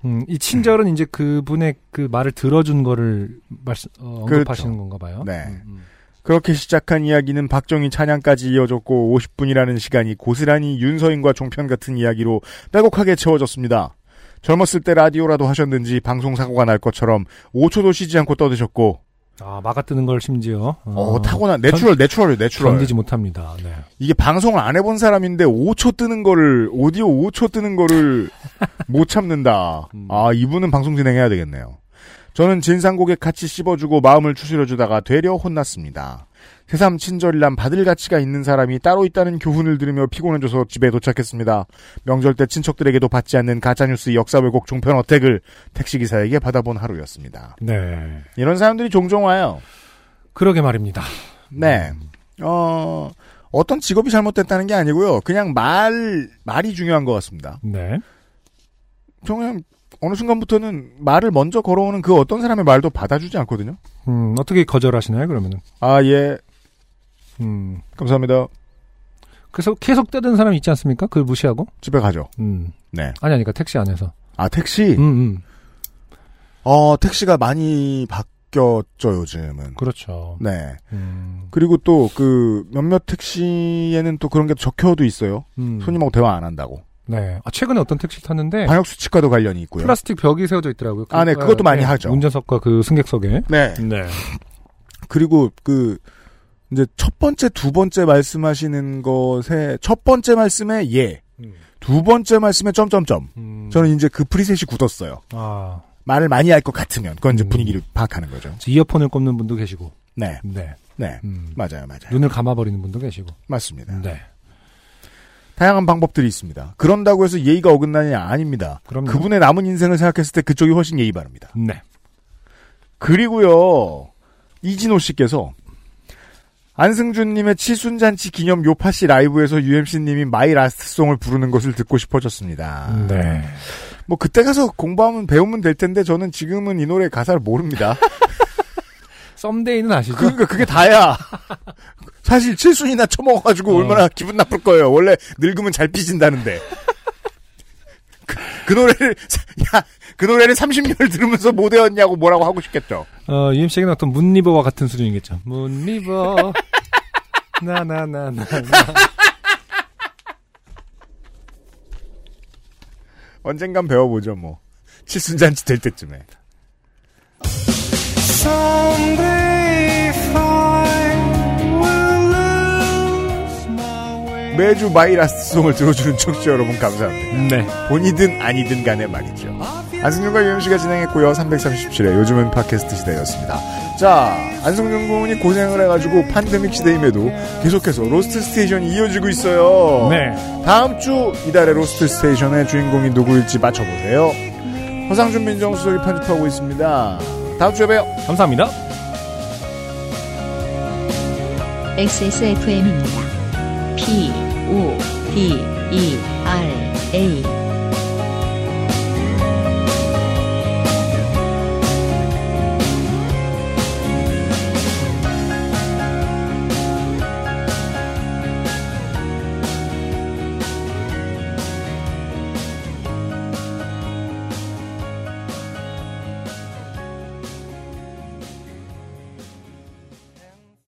[SPEAKER 2] 음, 이 친절은 이제 그분의 그 말을 들어준 거를 말씀 어, 언급하시는 건가 봐요.
[SPEAKER 1] 그렇죠. 네.
[SPEAKER 2] 음,
[SPEAKER 1] 그렇게 시작한 이야기는 박정희 찬양까지 이어졌고 50분이라는 시간이 고스란히 윤서인과 종편 같은 이야기로 빼곡하게 채워졌습니다. 젊었을 때 라디오라도 하셨는지 방송 사고가 날 것처럼 5초도 쉬지 않고 떠드셨고
[SPEAKER 2] 음. 아 막아 뜨는 걸 심지어 어,
[SPEAKER 1] 어, 타고난 내추럴 내추럴 내추럴
[SPEAKER 2] 견디지 못합니다. 네.
[SPEAKER 1] 이게 방송을 안 해본 사람인데 5초 뜨는 거를 오디오 5초 뜨는 거를 못 참는다.
[SPEAKER 2] 음.
[SPEAKER 1] 아 이분은 방송 진행해야 되겠네요. 저는 진상 고객 같이 씹어주고 마음을 추스려주다가 되려 혼났습니다. 새삼 친절이란 받을 가치가 있는 사람이 따로 있다는 교훈을 들으며 피곤해져서 집에 도착했습니다. 명절 때 친척들에게도 받지 않는 가짜뉴스 역사 왜곡 종편 어택을 택시기사에게 받아본 하루였습니다.
[SPEAKER 2] 네.
[SPEAKER 1] 이런 사람들이 종종 와요.
[SPEAKER 2] 그러게 말입니다.
[SPEAKER 1] 네. 어, 어떤 직업이 잘못됐다는 게 아니고요. 그냥 말, 말이 중요한 것 같습니다.
[SPEAKER 2] 네.
[SPEAKER 1] 저 그냥 어느 순간부터는 말을 먼저 걸어오는 그 어떤 사람의 말도 받아주지 않거든요.
[SPEAKER 2] 음, 어떻게 거절하시나요, 그러면은?
[SPEAKER 1] 아, 예.
[SPEAKER 2] 음.
[SPEAKER 1] 감사합니다.
[SPEAKER 2] 그래서 계속 때리는 사람 있지 않습니까? 그걸 무시하고?
[SPEAKER 1] 집에 가죠.
[SPEAKER 2] 음.
[SPEAKER 1] 네.
[SPEAKER 2] 아니, 아니, 그러니까 택시 안에서.
[SPEAKER 1] 아, 택시?
[SPEAKER 2] 음, 음.
[SPEAKER 1] 어, 택시가 많이 바뀌었죠, 요즘은.
[SPEAKER 2] 그렇죠.
[SPEAKER 1] 네.
[SPEAKER 2] 음.
[SPEAKER 1] 그리고 또, 그, 몇몇 택시에는 또 그런 게 적혀도 있어요.
[SPEAKER 2] 음.
[SPEAKER 1] 손님하고 대화 안 한다고.
[SPEAKER 2] 네. 아, 최근에 어떤 택시를 탔는데
[SPEAKER 1] 방역 수칙과도 관련이 있고요.
[SPEAKER 2] 플라스틱 벽이 세워져 있더라고요. 어,
[SPEAKER 1] 아, 네, 그것도 많이 하죠.
[SPEAKER 2] 운전석과 그 승객석에.
[SPEAKER 1] 네.
[SPEAKER 2] 네.
[SPEAKER 1] 그리고 그 이제 첫 번째 두 번째 말씀하시는 것에 첫 번째 말씀에 예.
[SPEAKER 2] 음.
[SPEAKER 1] 두 번째 말씀에 점점점.
[SPEAKER 2] 음,
[SPEAKER 1] 저는 이제 그 프리셋이 굳었어요.
[SPEAKER 2] 아
[SPEAKER 1] 말을 많이 할 것 같으면 그건 이제
[SPEAKER 2] 음.
[SPEAKER 1] 분위기를 파악하는 거죠.
[SPEAKER 2] 이어폰을 꼽는 분도 계시고.
[SPEAKER 1] 네.
[SPEAKER 2] 네.
[SPEAKER 1] 네.
[SPEAKER 2] 음,
[SPEAKER 1] 맞아요. 맞아요.
[SPEAKER 2] 눈을 감아버리는 분도 계시고.
[SPEAKER 1] 맞습니다.
[SPEAKER 2] 네.
[SPEAKER 1] 다양한 방법들이 있습니다. 그런다고 해서 예의가 어긋나냐 아닙니다.
[SPEAKER 2] 그럼요.
[SPEAKER 1] 그분의 남은 인생을 생각했을 때 그쪽이 훨씬 예의 바릅니다.
[SPEAKER 2] 네.
[SPEAKER 1] 그리고요 이진호 씨께서 안승준님의 칠순잔치 기념 요파시 라이브에서 UMC님이 마이 라스트송을 부르는 것을 듣고 싶어졌습니다.
[SPEAKER 2] 네.
[SPEAKER 1] 뭐 그때 가서 공부하면 배우면 될 텐데 저는 지금은 이 노래 가사를 모릅니다.
[SPEAKER 2] 썸데이는 아시죠?
[SPEAKER 1] 그러니까 그게 다야. 사실 칠순이나 처먹어가지고 얼마나 기분 나쁠 거예요. 원래 늙으면 잘 삐진다는데. 그, 그 노래를 사- 야, 그 노래를 30년을 들으면서 못 외웠냐고 뭐라고 하고 싶겠죠.
[SPEAKER 2] 어, UMC에게는 어떤 문리버와 같은 수준이겠죠. 문리버. 나나나나.
[SPEAKER 1] 언젠간 배워보죠, 뭐. 칠순잔치 될 때쯤에. 매주 마이라스송을 들어주는 청취자 여러분 감사합니다.
[SPEAKER 2] 네.
[SPEAKER 1] 본이든 아니든 간에 말이죠. 안승준과 유엠씨가 진행했고요. 337회 요즘은 팟캐스트 시대였습니다. 자, 안승준 군이 고생을 해가지고 팬데믹 시대임에도 계속해서 로스트 스테이션이 이어지고 있어요.
[SPEAKER 2] 네.
[SPEAKER 1] 다음 주 이달의 로스트 스테이션의 주인공이 누구일지 맞춰보세요. 허상준 민정수석이 편집하고 있습니다. 다음 주에 봬요.
[SPEAKER 2] 감사합니다.
[SPEAKER 3] XSFM입니다. P, O, D, E, R, A.